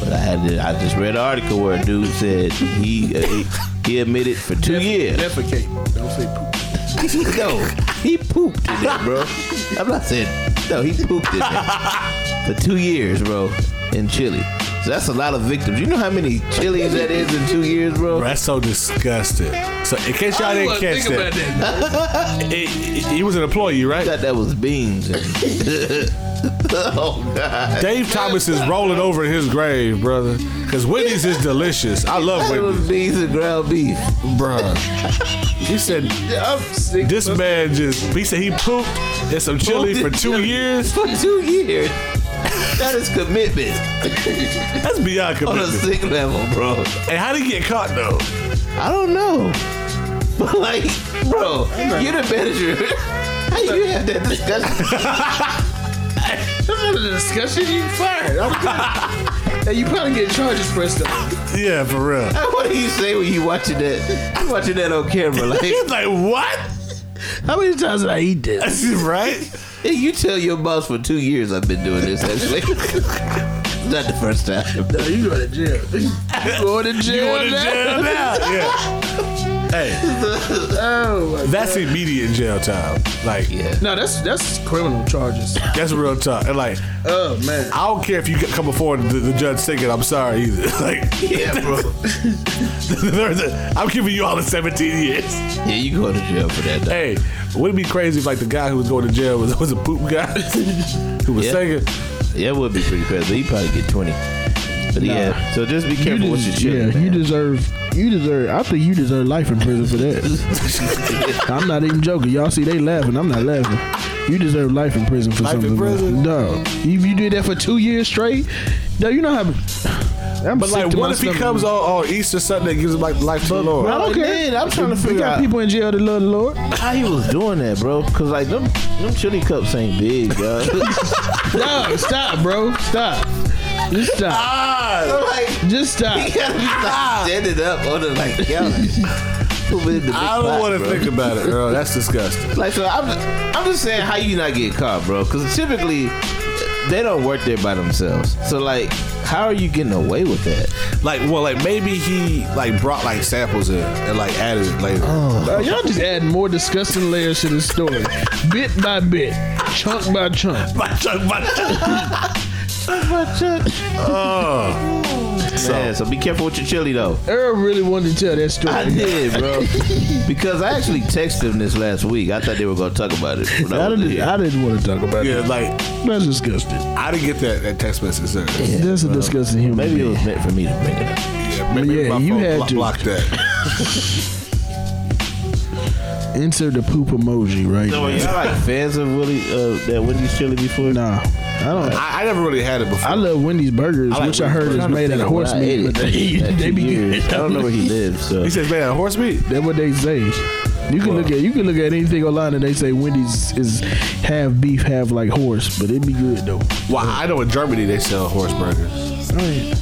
[SPEAKER 6] but I had to, I just read an article where a dude said he uh, he, he admitted for two years.
[SPEAKER 8] Defecate. Don't say poop.
[SPEAKER 6] no, he pooped in it, bro. I'm not saying no, he pooped in it for two years, bro, in Chile. So that's a lot of victims. You know how many Chileans that is in two years, bro?
[SPEAKER 9] Bro, that's so disgusting. So in case y'all didn't catch that, it- it- he was an employee, right?
[SPEAKER 6] thought that was beans. And oh God,
[SPEAKER 9] Dave Thomas is rolling over in his grave, brother. Cause Wendy's is delicious. I love
[SPEAKER 6] that
[SPEAKER 9] Wendy's,
[SPEAKER 6] was beans and ground beef.
[SPEAKER 9] bro. He said
[SPEAKER 6] I'm sick.
[SPEAKER 9] This man just he said he pooped in some chili for two years.
[SPEAKER 6] For two years. That is commitment
[SPEAKER 9] That's beyond
[SPEAKER 6] on a
[SPEAKER 9] commitment.
[SPEAKER 6] sick level, bro.
[SPEAKER 9] And how did he get caught though?
[SPEAKER 6] I don't know. But like, bro, you're the manager. How you have that discussion?
[SPEAKER 8] Discussion. You fired. I'm good. and you probably get charges pressed up.
[SPEAKER 9] Yeah, for real.
[SPEAKER 6] what do you say when you watching that? You watching that on camera? Like,
[SPEAKER 9] He's like, what?
[SPEAKER 8] How many times did I eat this?
[SPEAKER 9] right?
[SPEAKER 6] hey, you tell your boss for two years I've been doing this. Actually, not the first time.
[SPEAKER 8] No, you going to jail. You going to jail?
[SPEAKER 9] You going to
[SPEAKER 8] now?
[SPEAKER 9] jail now? Yeah. Hey,
[SPEAKER 8] Oh my
[SPEAKER 9] that's immediate jail time. Like,
[SPEAKER 6] Yeah.
[SPEAKER 8] No, that's that's criminal charges.
[SPEAKER 9] that's real tough. And like,
[SPEAKER 8] Oh man.
[SPEAKER 9] I don't care if you come before the, the judge thinking I'm sorry either. Like,
[SPEAKER 6] Yeah, bro.
[SPEAKER 9] there's a- I'm giving you all the 17 years.
[SPEAKER 6] Yeah, you going to jail for that. Dog.
[SPEAKER 9] Hey, would it be crazy if like the guy who was going to jail was, was a poop guy who was
[SPEAKER 6] Yeah.
[SPEAKER 9] singing?
[SPEAKER 6] Yeah, it would be pretty crazy. He probably get twenty. But yeah, so just be careful with your children.
[SPEAKER 8] yeah, you deserve. You deserve. I think you deserve life in prison for that. I'm not even joking. Y'all see they laughing. I'm not laughing. You deserve life in prison for
[SPEAKER 9] Life in
[SPEAKER 8] something. like that.
[SPEAKER 9] prison?
[SPEAKER 8] No, you, you did that for two years straight. No, you know how. I'm
[SPEAKER 9] But
[SPEAKER 8] sick
[SPEAKER 9] like,
[SPEAKER 8] to my
[SPEAKER 9] what if he
[SPEAKER 8] stomach.
[SPEAKER 9] comes on, on Easter Sunday and gives him like life to the Lord?
[SPEAKER 6] I don't care. I'm trying to
[SPEAKER 8] We
[SPEAKER 6] figure
[SPEAKER 8] got
[SPEAKER 6] out
[SPEAKER 8] people in jail that love the Lord.
[SPEAKER 6] how he was doing that, bro. Because like them, them chili cups ain't big, bro.
[SPEAKER 8] Dog, stop, bro. Stop. Just stop.
[SPEAKER 6] I'm like,
[SPEAKER 8] Just stop.
[SPEAKER 6] gotta be like standing up on the like
[SPEAKER 9] I don't want to think about it, Earl. That's disgusting.
[SPEAKER 6] Like, so I'm, I'm just saying how you not get caught, bro. Because typically, they don't work there by themselves. So like, how are you getting away with that?
[SPEAKER 9] Like, well, like maybe he like brought like samples in and like added it later.
[SPEAKER 8] Uh, y'all just adding more disgusting layers to this story, bit by bit, chunk by chunk.
[SPEAKER 6] So, Man, so be careful with your chili though.
[SPEAKER 8] Earl really wanted to tell that story.
[SPEAKER 6] I did, bro. because I actually texted him this last week. I thought they were gonna talk about it. when
[SPEAKER 8] I
[SPEAKER 6] was
[SPEAKER 8] didn't,
[SPEAKER 6] here.
[SPEAKER 8] I didn't want to talk about
[SPEAKER 9] Yeah,
[SPEAKER 8] that.
[SPEAKER 9] like
[SPEAKER 8] That's disgusting.
[SPEAKER 9] I didn't get that, that text message. Sir.
[SPEAKER 8] That's a disgusting human.
[SPEAKER 6] Maybe
[SPEAKER 8] being.
[SPEAKER 6] it was meant for me to bring it up.
[SPEAKER 9] Yeah, maybe
[SPEAKER 8] Yeah,
[SPEAKER 9] my
[SPEAKER 8] you
[SPEAKER 9] phone
[SPEAKER 8] had
[SPEAKER 9] blo-
[SPEAKER 8] to.
[SPEAKER 9] blocked that.
[SPEAKER 8] Insert the poop emoji right
[SPEAKER 6] So,
[SPEAKER 8] now.
[SPEAKER 6] are you like fans of Willie uh, that Wendy's chili before?
[SPEAKER 8] Nah, I don't. I,
[SPEAKER 9] I, I never really had it before.
[SPEAKER 8] love Wendy's burgers,
[SPEAKER 9] like
[SPEAKER 8] which I
[SPEAKER 9] Wendy's
[SPEAKER 8] heard
[SPEAKER 9] burgers.
[SPEAKER 8] is made out of horse
[SPEAKER 6] I ate it
[SPEAKER 8] meat, but they,
[SPEAKER 6] for
[SPEAKER 8] they be
[SPEAKER 6] two years.
[SPEAKER 8] good.
[SPEAKER 6] I don't know where he lives, so
[SPEAKER 9] he says, "Man, horse meat."
[SPEAKER 8] That's what they say. You can look at you can look at anything online and they say Wendy's is half beef, half like horse, but it be good though.
[SPEAKER 9] Well, I know in Germany they sell horse burgers.
[SPEAKER 8] Oh,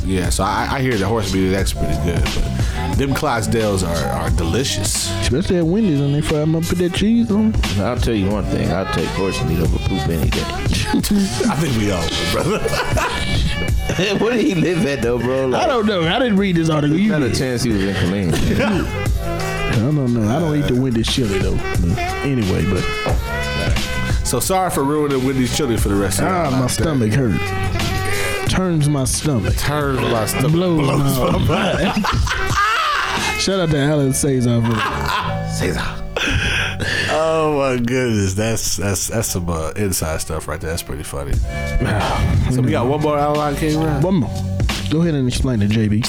[SPEAKER 9] Yeah, so I, I hear the horse meat is actually pretty good, but them Clydesdales are, are delicious.
[SPEAKER 8] Especially at Wendy's and they fry them up, put that cheese on.
[SPEAKER 6] I'll tell you one thing. I'll take horse meat over poop any day.
[SPEAKER 9] I think we all, would, brother.
[SPEAKER 6] Where did he live at though, bro? Like,
[SPEAKER 8] I don't know. I didn't read this article. You
[SPEAKER 6] not a
[SPEAKER 8] did.
[SPEAKER 6] chance he was in Killeen.
[SPEAKER 8] I don't know. I don't eat the Wendy's chili though. But anyway, but
[SPEAKER 9] So sorry for ruining Wendy's chili for the rest of
[SPEAKER 8] ah,
[SPEAKER 9] the
[SPEAKER 8] my stomach hurt. Turns my stomach.
[SPEAKER 9] Turn my stomach.
[SPEAKER 8] Blows, my mind. Shout out to Alan Cesar for
[SPEAKER 9] Oh my goodness, that's that's that's some uh, inside stuff right there. That's pretty funny. so we got one more outline came around.
[SPEAKER 8] One more. Go ahead and explain it, JB.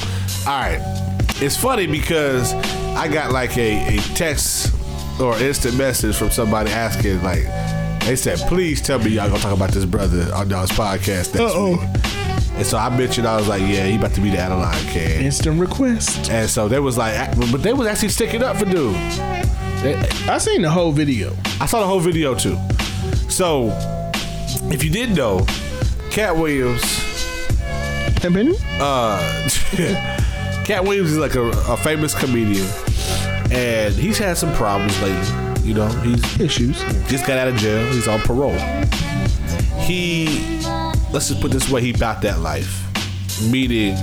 [SPEAKER 9] All right. It's funny because I got like a, a text or instant message from somebody asking, like, they said, please tell me y'all gonna talk about this brother on y'all's podcast next week. And so I mentioned, I was like, yeah, he about to be the Adeline Kid.
[SPEAKER 8] Instant request.
[SPEAKER 9] And so they was like, but they was actually sticking up for dude.
[SPEAKER 8] I seen the whole video.
[SPEAKER 9] I saw the whole video too. So if you did know, Cat Williams uh, Cat Williams is like a, a famous comedian, and he's had some problems lately. You know, he's
[SPEAKER 8] Issues.
[SPEAKER 9] just got out of jail. He's on parole. He, let's just put it this way, he about that life. Meaning,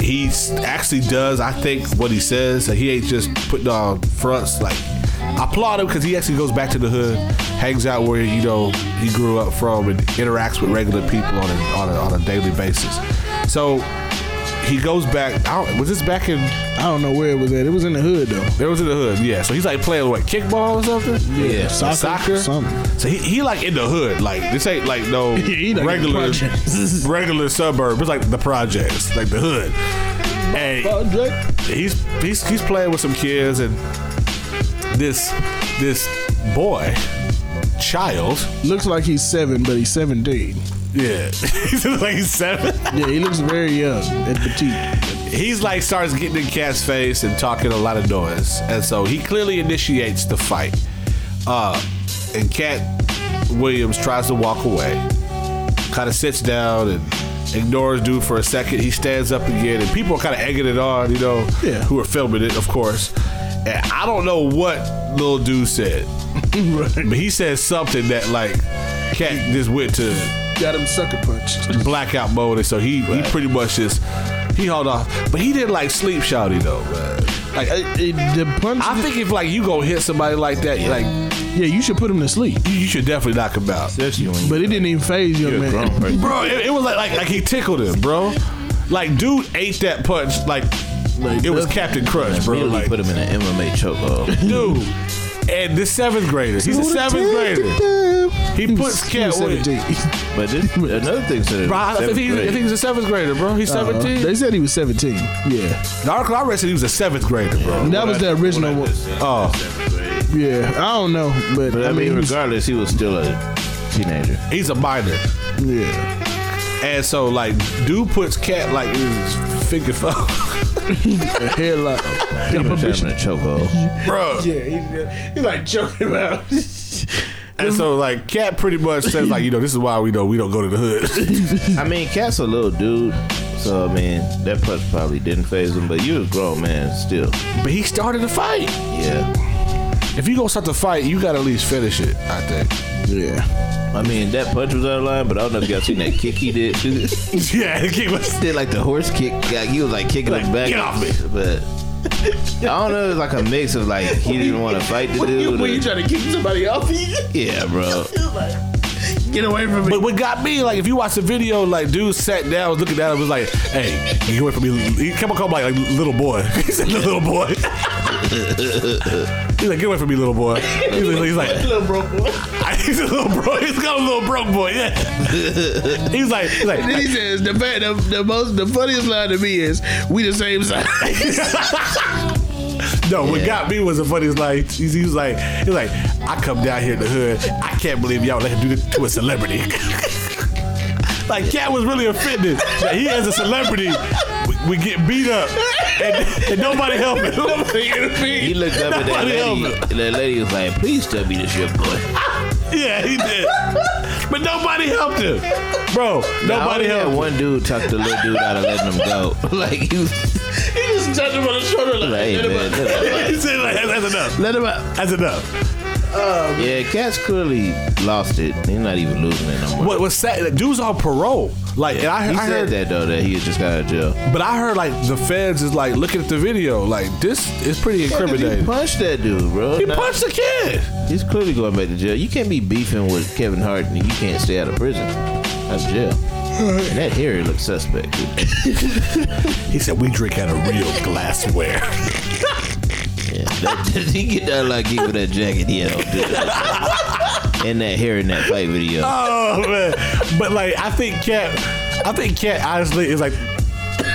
[SPEAKER 9] he actually does, I think, what he says. So he ain't just putting on fronts. Like, I applaud him because he actually goes back to the hood, hangs out where, you know, he grew up from and interacts with regular people on a, on a, on a daily basis. So, he goes back. I don't, was this back in?
[SPEAKER 8] I don't know where it was at. It was in the hood though.
[SPEAKER 9] There was in the hood, yeah. So he's like playing what kickball or something.
[SPEAKER 8] Yeah, soccer,
[SPEAKER 9] soccer.
[SPEAKER 8] something.
[SPEAKER 9] So he, he like in the hood, like this ain't like no
[SPEAKER 8] Yeah, he like in the
[SPEAKER 9] regular
[SPEAKER 8] projects.
[SPEAKER 9] regular suburb. It's like the projects, like the hood. And he's he's he's playing with some kids and this this boy child.
[SPEAKER 8] Looks like he's seven, but he's seventeen.
[SPEAKER 9] Yeah, he's like seven.
[SPEAKER 8] Yeah, he looks very young and petite.
[SPEAKER 9] he's like starts getting in Cat's face and talking a lot of noise, and so he clearly initiates the fight. Uh, and Cat Williams tries to walk away, kind of sits down and ignores dude for a second. He stands up again, and people are kind of egging it on, you know,
[SPEAKER 8] Yeah.
[SPEAKER 9] who are filming it, of course. And I don't know what little dude said, but he said something that like Cat just went to
[SPEAKER 8] Got him sucker punched.
[SPEAKER 9] blackout mode, and so he he pretty much just he hauled off. But he didn't like sleep shouty though, man. Like I,
[SPEAKER 8] It- the punch.
[SPEAKER 9] think if like you gonna hit somebody like that, like
[SPEAKER 8] yeah, you should put him to sleep.
[SPEAKER 9] you, you should definitely knock him out,
[SPEAKER 8] But it didn't even phase young man.
[SPEAKER 9] bro. It, it was like, like like he tickled him, bro. Like dude ate that punch like. it was Captain Crunch, bro.
[SPEAKER 6] Really
[SPEAKER 9] Like,
[SPEAKER 6] put him in an MMA chokehold.
[SPEAKER 9] dude, and this seventh grader, he's a seventh grader. He puts
[SPEAKER 8] He
[SPEAKER 9] Cat
[SPEAKER 8] was
[SPEAKER 9] Williams.
[SPEAKER 8] 17.
[SPEAKER 6] But this, another thing to
[SPEAKER 9] Bro, I think he's, I think he's a seventh grader, bro. He's
[SPEAKER 8] Uh,
[SPEAKER 9] seventeen.
[SPEAKER 8] they said he was 17. Yeah.
[SPEAKER 9] Dark I read said he was a seventh grader, bro.
[SPEAKER 8] That was the original one.
[SPEAKER 9] Oh,
[SPEAKER 8] Yeah. I don't know. But,
[SPEAKER 6] But I mean,
[SPEAKER 8] he was-
[SPEAKER 6] regardless, he was still a teenager.
[SPEAKER 9] he's a minor.
[SPEAKER 8] yeah.
[SPEAKER 9] And so like dude puts cat like in his finger phone.
[SPEAKER 8] Headlock.
[SPEAKER 6] chokehold.
[SPEAKER 9] Bro.
[SPEAKER 8] Yeah, he's, he's like joking about.
[SPEAKER 9] And so like cat pretty much says like, you know, this is why we know we don't go to the hood.
[SPEAKER 6] I mean, Cat's a little dude, so I mean that punch probably didn't phase him. But you a grown man still.
[SPEAKER 9] but he started the fight.
[SPEAKER 6] Yeah.
[SPEAKER 9] If you gonna start the fight, you gotta at least finish it, I think.
[SPEAKER 8] Yeah.
[SPEAKER 6] I mean that punch was out of line, but I don't know if y'all seen that kick he did. He
[SPEAKER 9] yeah, the kid was
[SPEAKER 6] did like the horse kick. Like, he was like kicking him back.
[SPEAKER 9] "Get off me."
[SPEAKER 6] But I don't know. It was like a mix of like he didn't want to fight the dude. or-
[SPEAKER 8] trying to kick somebody off?
[SPEAKER 6] yeah, bro.
[SPEAKER 8] Get away from me.
[SPEAKER 9] But what got me, like, if you watch the video, like, dude sat down, was looking at him, was like, hey, you went for me. He kept on calling like, like, little boy. He said, little boy. he's like, get away from me, little boy. He's like, he's like little broke boy. he's a little bro. He's got a little broke boy, yeah. he's like, he's like,
[SPEAKER 8] Then he says the, fa- the the most the funniest line to me is we the same size.
[SPEAKER 9] No, what got me was the funniest line. He's- He was like, he was like, I come down here in the hood. I can't believe y'all let him do this to a celebrity. like, Cat was really offended that he, as a celebrity, would would get beat up and, and nobody help him.
[SPEAKER 6] He looked up at that
[SPEAKER 9] Nobody
[SPEAKER 6] lady.
[SPEAKER 9] helped
[SPEAKER 6] And that lady was like, "Please tell me this your boy."
[SPEAKER 9] Yeah, he did. But nobody helped him, bro.
[SPEAKER 6] I only
[SPEAKER 9] Nobody
[SPEAKER 6] had
[SPEAKER 9] helped. him.
[SPEAKER 6] one dude talk the little dude out of letting him go. like he was. He just touched him on the shoulder like, hey, man, let him out."
[SPEAKER 9] He said, like, that's enough.
[SPEAKER 6] let him out.
[SPEAKER 9] That's enough.
[SPEAKER 6] Yeah, Cat's clearly lost it. He's not even losing it no more.
[SPEAKER 9] What was sad? That dude's on parole. Like, and I,
[SPEAKER 6] he
[SPEAKER 9] I
[SPEAKER 6] said
[SPEAKER 9] heard
[SPEAKER 6] that though that he had just got out of jail.
[SPEAKER 9] But I heard like the feds is like looking at the video. Like this is pretty
[SPEAKER 6] He
[SPEAKER 9] incriminating.
[SPEAKER 6] punched that dude, bro.
[SPEAKER 9] He
[SPEAKER 6] Nah,
[SPEAKER 9] punched the kid.
[SPEAKER 6] He's clearly going back to jail. You can't be beefing with Kevin Hart and you can't stay out of prison, out of jail. And that Harry looks suspect.
[SPEAKER 9] He said we drink out of real glassware.
[SPEAKER 6] Yeah, that, he get that lucky with that jacket he had on, dude. and that hair in that fight video.
[SPEAKER 9] oh man! But like I think Cat, I think Cat honestly is like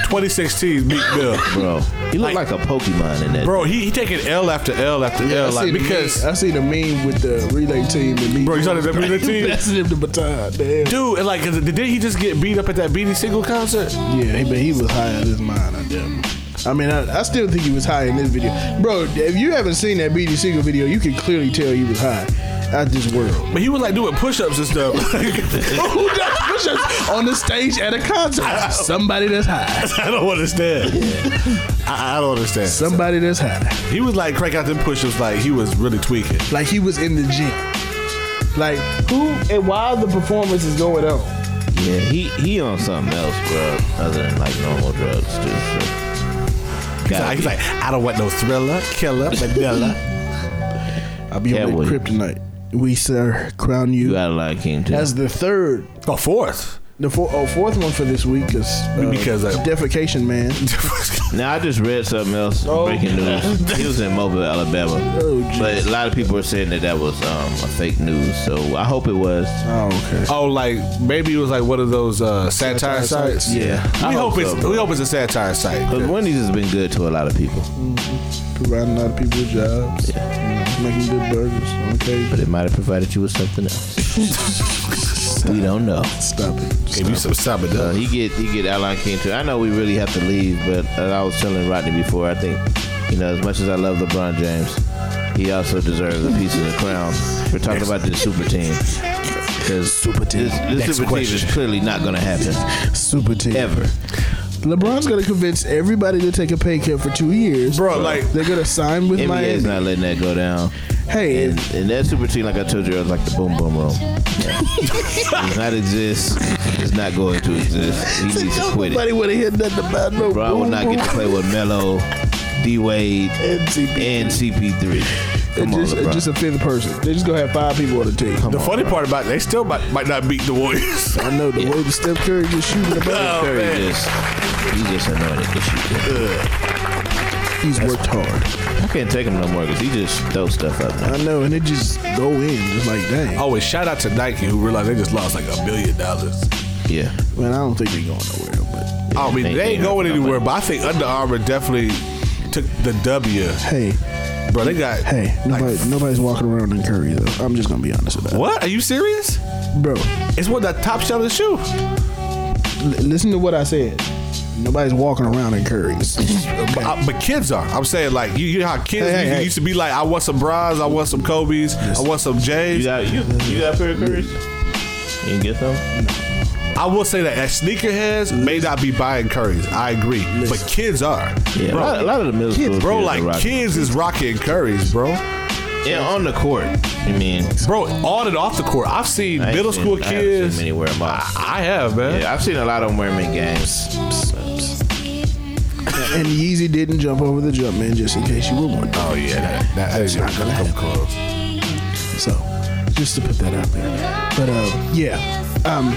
[SPEAKER 9] 2016 Meek Mill.
[SPEAKER 6] bro. He looked like,
[SPEAKER 9] Like-
[SPEAKER 6] a Pokemon in that.
[SPEAKER 9] Bro, he, he taking L after L after L like because
[SPEAKER 8] I see the meme with the relay team and me.
[SPEAKER 9] bro, you saw that the team.
[SPEAKER 8] passing him the baton. Damn.
[SPEAKER 9] Dude, and like, did he just get beat up at that BD single concert?
[SPEAKER 8] Yeah, he- but he was high out of his mind. I damn. I mean, I, I still think he was high in this video, bro. If you haven't seen that BD single video, you can clearly tell he was high out this world
[SPEAKER 9] But he was like doing push-ups and stuff. Who does push-ups?
[SPEAKER 8] on the stage at a concert. Somebody that's high.
[SPEAKER 9] I don't understand. I, I don't understand.
[SPEAKER 8] Somebody that's high.
[SPEAKER 9] He was like crank out them push-ups like he was really tweaking.
[SPEAKER 8] like he was in the gym. Like who and while the performance is going on.
[SPEAKER 6] Yeah, he he on something else, bro. Other than like normal drugs, too. So.
[SPEAKER 9] He's
[SPEAKER 6] Gotta
[SPEAKER 9] like,
[SPEAKER 6] be.
[SPEAKER 9] he's like, I don't want no thriller, killer, vanilla.
[SPEAKER 8] I'll be
[SPEAKER 6] Yeah,
[SPEAKER 8] on
[SPEAKER 6] well-
[SPEAKER 8] with kryptonite. We sir crown
[SPEAKER 6] you
[SPEAKER 8] you
[SPEAKER 6] got a Lion King too.
[SPEAKER 8] as the third,
[SPEAKER 9] oh, fourth.
[SPEAKER 8] the four, oh, fourth one for this week is uh,
[SPEAKER 9] Because, uh,
[SPEAKER 8] defecation man.
[SPEAKER 6] now I just read something else.
[SPEAKER 8] Oh.
[SPEAKER 6] Breaking news. he was in Mobile, Alabama.
[SPEAKER 8] Oh, geez.
[SPEAKER 6] but a lot of people are saying that that was um, a fake news. So I hope it was.
[SPEAKER 8] Oh okay.
[SPEAKER 9] oh, like maybe it was like one of those uh, satire,
[SPEAKER 8] Satire
[SPEAKER 9] sites.
[SPEAKER 8] sites.
[SPEAKER 6] Yeah,
[SPEAKER 9] We
[SPEAKER 6] I
[SPEAKER 9] hope,
[SPEAKER 6] hope
[SPEAKER 9] it's
[SPEAKER 6] so,
[SPEAKER 9] we hope it's a satire site.
[SPEAKER 6] But Wendy's has been good to a lot of people.
[SPEAKER 8] Providing a lot of people with jobs, you know, making good burgers. Okay,
[SPEAKER 6] But it might have provided you with something else. we don't know.
[SPEAKER 8] stop it.
[SPEAKER 9] Give you some
[SPEAKER 6] Uh,
[SPEAKER 9] sabotage.
[SPEAKER 6] he get he get Alan King too. I know we really have to leave, but as I was telling Rodney before, I think you know as much as I love LeBron James, he also deserves a piece of the crown for talking about this super team. Because super team, this, this
[SPEAKER 9] Next
[SPEAKER 6] super team
[SPEAKER 9] question.
[SPEAKER 6] is clearly not going to happen
[SPEAKER 8] Super team.
[SPEAKER 6] ever.
[SPEAKER 8] LeBron's gonna convince everybody to take a pay cut for two years,
[SPEAKER 9] Bro, like-
[SPEAKER 8] they're gonna sign with
[SPEAKER 6] NBA's
[SPEAKER 8] Miami.
[SPEAKER 6] not letting that go down.
[SPEAKER 8] hey,
[SPEAKER 6] And, and that super team, like I told you, is like the boom boom room. does not exist. It's not going to exist. He needs to quit it.
[SPEAKER 8] nobody would have heard nothing about no.
[SPEAKER 6] LeBron will
[SPEAKER 8] boom,
[SPEAKER 6] not get to play with Melo, D Wade, and CP3. Come
[SPEAKER 8] It's
[SPEAKER 6] on,
[SPEAKER 8] just, it's
[SPEAKER 6] LeBron.
[SPEAKER 8] just a fifth person. They just gonna have five people on the team.
[SPEAKER 9] The funny part about it, they still might, might not beat the Warriors.
[SPEAKER 8] I know the way that Steph Curry just shooting the ball.
[SPEAKER 9] Oh,
[SPEAKER 6] Curry
[SPEAKER 9] man.
[SPEAKER 6] just he just anointed this shit.
[SPEAKER 8] He's worked hard.
[SPEAKER 6] I can't take him no more because he just throws stuff up. Now.
[SPEAKER 8] I know, and it just go in just like dang.
[SPEAKER 9] Oh, and shout out to Nike who realized they just lost like a million dollars.
[SPEAKER 6] Yeah,
[SPEAKER 8] Man, I don't think they going nowhere.
[SPEAKER 9] I mean,
[SPEAKER 6] They-
[SPEAKER 9] they ain't
[SPEAKER 6] they
[SPEAKER 9] going
[SPEAKER 6] have
[SPEAKER 9] anywhere, but I think Under Armour definitely took the W.
[SPEAKER 8] But hey,
[SPEAKER 9] Bro, they got.
[SPEAKER 8] hey,
[SPEAKER 9] like,
[SPEAKER 8] nobody, nobody's walking around in Curry though. I'm just gonna be honest with that,
[SPEAKER 9] what? Are you serious?
[SPEAKER 8] bro.
[SPEAKER 9] It's one of the top shelling shoe.
[SPEAKER 8] listen to what I said. Nobody's walking around in Curry's.
[SPEAKER 9] But, I- Uh, but kids are. I'm saying like you, you know how kids
[SPEAKER 8] Hey, hey,
[SPEAKER 9] used,
[SPEAKER 8] hey.
[SPEAKER 9] used to be like, I want some bras, I want some Kobe's, I want some
[SPEAKER 6] You
[SPEAKER 9] J's.
[SPEAKER 6] got you, you got a pair of Curry's? You didn't get them?
[SPEAKER 9] I will say that as sneakerheads may not be buying Curry's. I agree, but kids are.
[SPEAKER 6] Yeah, a, lot, a lot of the middle
[SPEAKER 9] Kids,
[SPEAKER 6] school
[SPEAKER 9] bro,
[SPEAKER 6] kids are
[SPEAKER 9] like
[SPEAKER 6] rocking.
[SPEAKER 9] kids is rocking Curry's, bro.
[SPEAKER 6] Yeah, on the court. You mean
[SPEAKER 9] Bro, on and off the court, I've seen
[SPEAKER 6] I ain't
[SPEAKER 9] middle
[SPEAKER 6] seen-
[SPEAKER 9] school
[SPEAKER 6] I haven't
[SPEAKER 9] kids.
[SPEAKER 6] seen
[SPEAKER 9] Ah,
[SPEAKER 6] many wear 'em out.
[SPEAKER 9] I have, man.
[SPEAKER 6] Yeah, I've seen a lot of them wear 'em in games.
[SPEAKER 8] and Yeezy didn't jump over the jump man, just in case you were wondering.
[SPEAKER 9] Oh yeah, that, that, that is not gonna come close.
[SPEAKER 8] So, just to put that out there. But uh, yeah, um,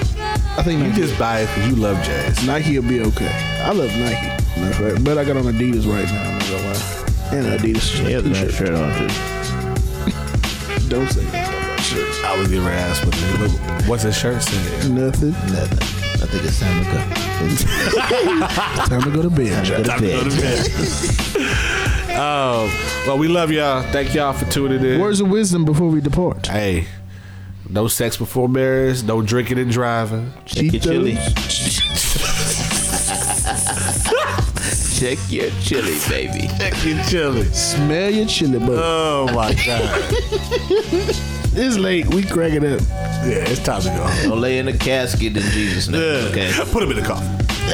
[SPEAKER 8] I think
[SPEAKER 9] You
[SPEAKER 8] Nike,
[SPEAKER 9] just buy it because you love jazz.
[SPEAKER 8] Nike'll be okay. I love Nike, matter of fact, but I got on Adidas right now. I'm not gonna lie. And an Adidas.
[SPEAKER 6] He has a
[SPEAKER 8] t-shirt.
[SPEAKER 6] nice shirt on too.
[SPEAKER 8] Don't say that. Shirt.
[SPEAKER 9] I was never asked what the- look, what's his shirt saying.
[SPEAKER 8] Nothing.
[SPEAKER 11] Nothing. I think it's time to go.
[SPEAKER 8] Time to go to bed. Jack.
[SPEAKER 11] Go to bed.
[SPEAKER 9] Um, well, we love y'all. Thank y'all for tuning in.
[SPEAKER 8] Words of wisdom before we depart.
[SPEAKER 9] hey, no sex before marriage, no drinking and driving.
[SPEAKER 6] Check your chili. Check your chili, baby.
[SPEAKER 9] You chilling.
[SPEAKER 8] Smell your chili, bud.
[SPEAKER 9] Oh my god.
[SPEAKER 8] it's late. We crack it up.
[SPEAKER 9] yeah, it's time to go.
[SPEAKER 6] Don't lay in a casket in Jesus' name. Okay.
[SPEAKER 9] Put him in the coffin.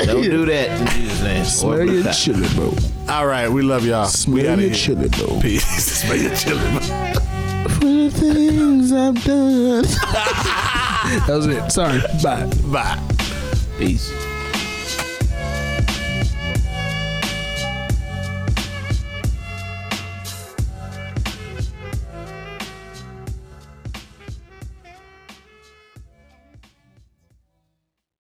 [SPEAKER 6] Don't do that in Jesus' name.
[SPEAKER 8] Smell your chili, bro.
[SPEAKER 9] All right, we love y'all. we
[SPEAKER 8] Smell
[SPEAKER 9] outta
[SPEAKER 8] your
[SPEAKER 9] here.
[SPEAKER 8] chili, bro.
[SPEAKER 9] Peace. Smell your chilling.
[SPEAKER 8] For the things I've done. that was it. Sorry. Bye.
[SPEAKER 9] Bye.
[SPEAKER 6] Peace.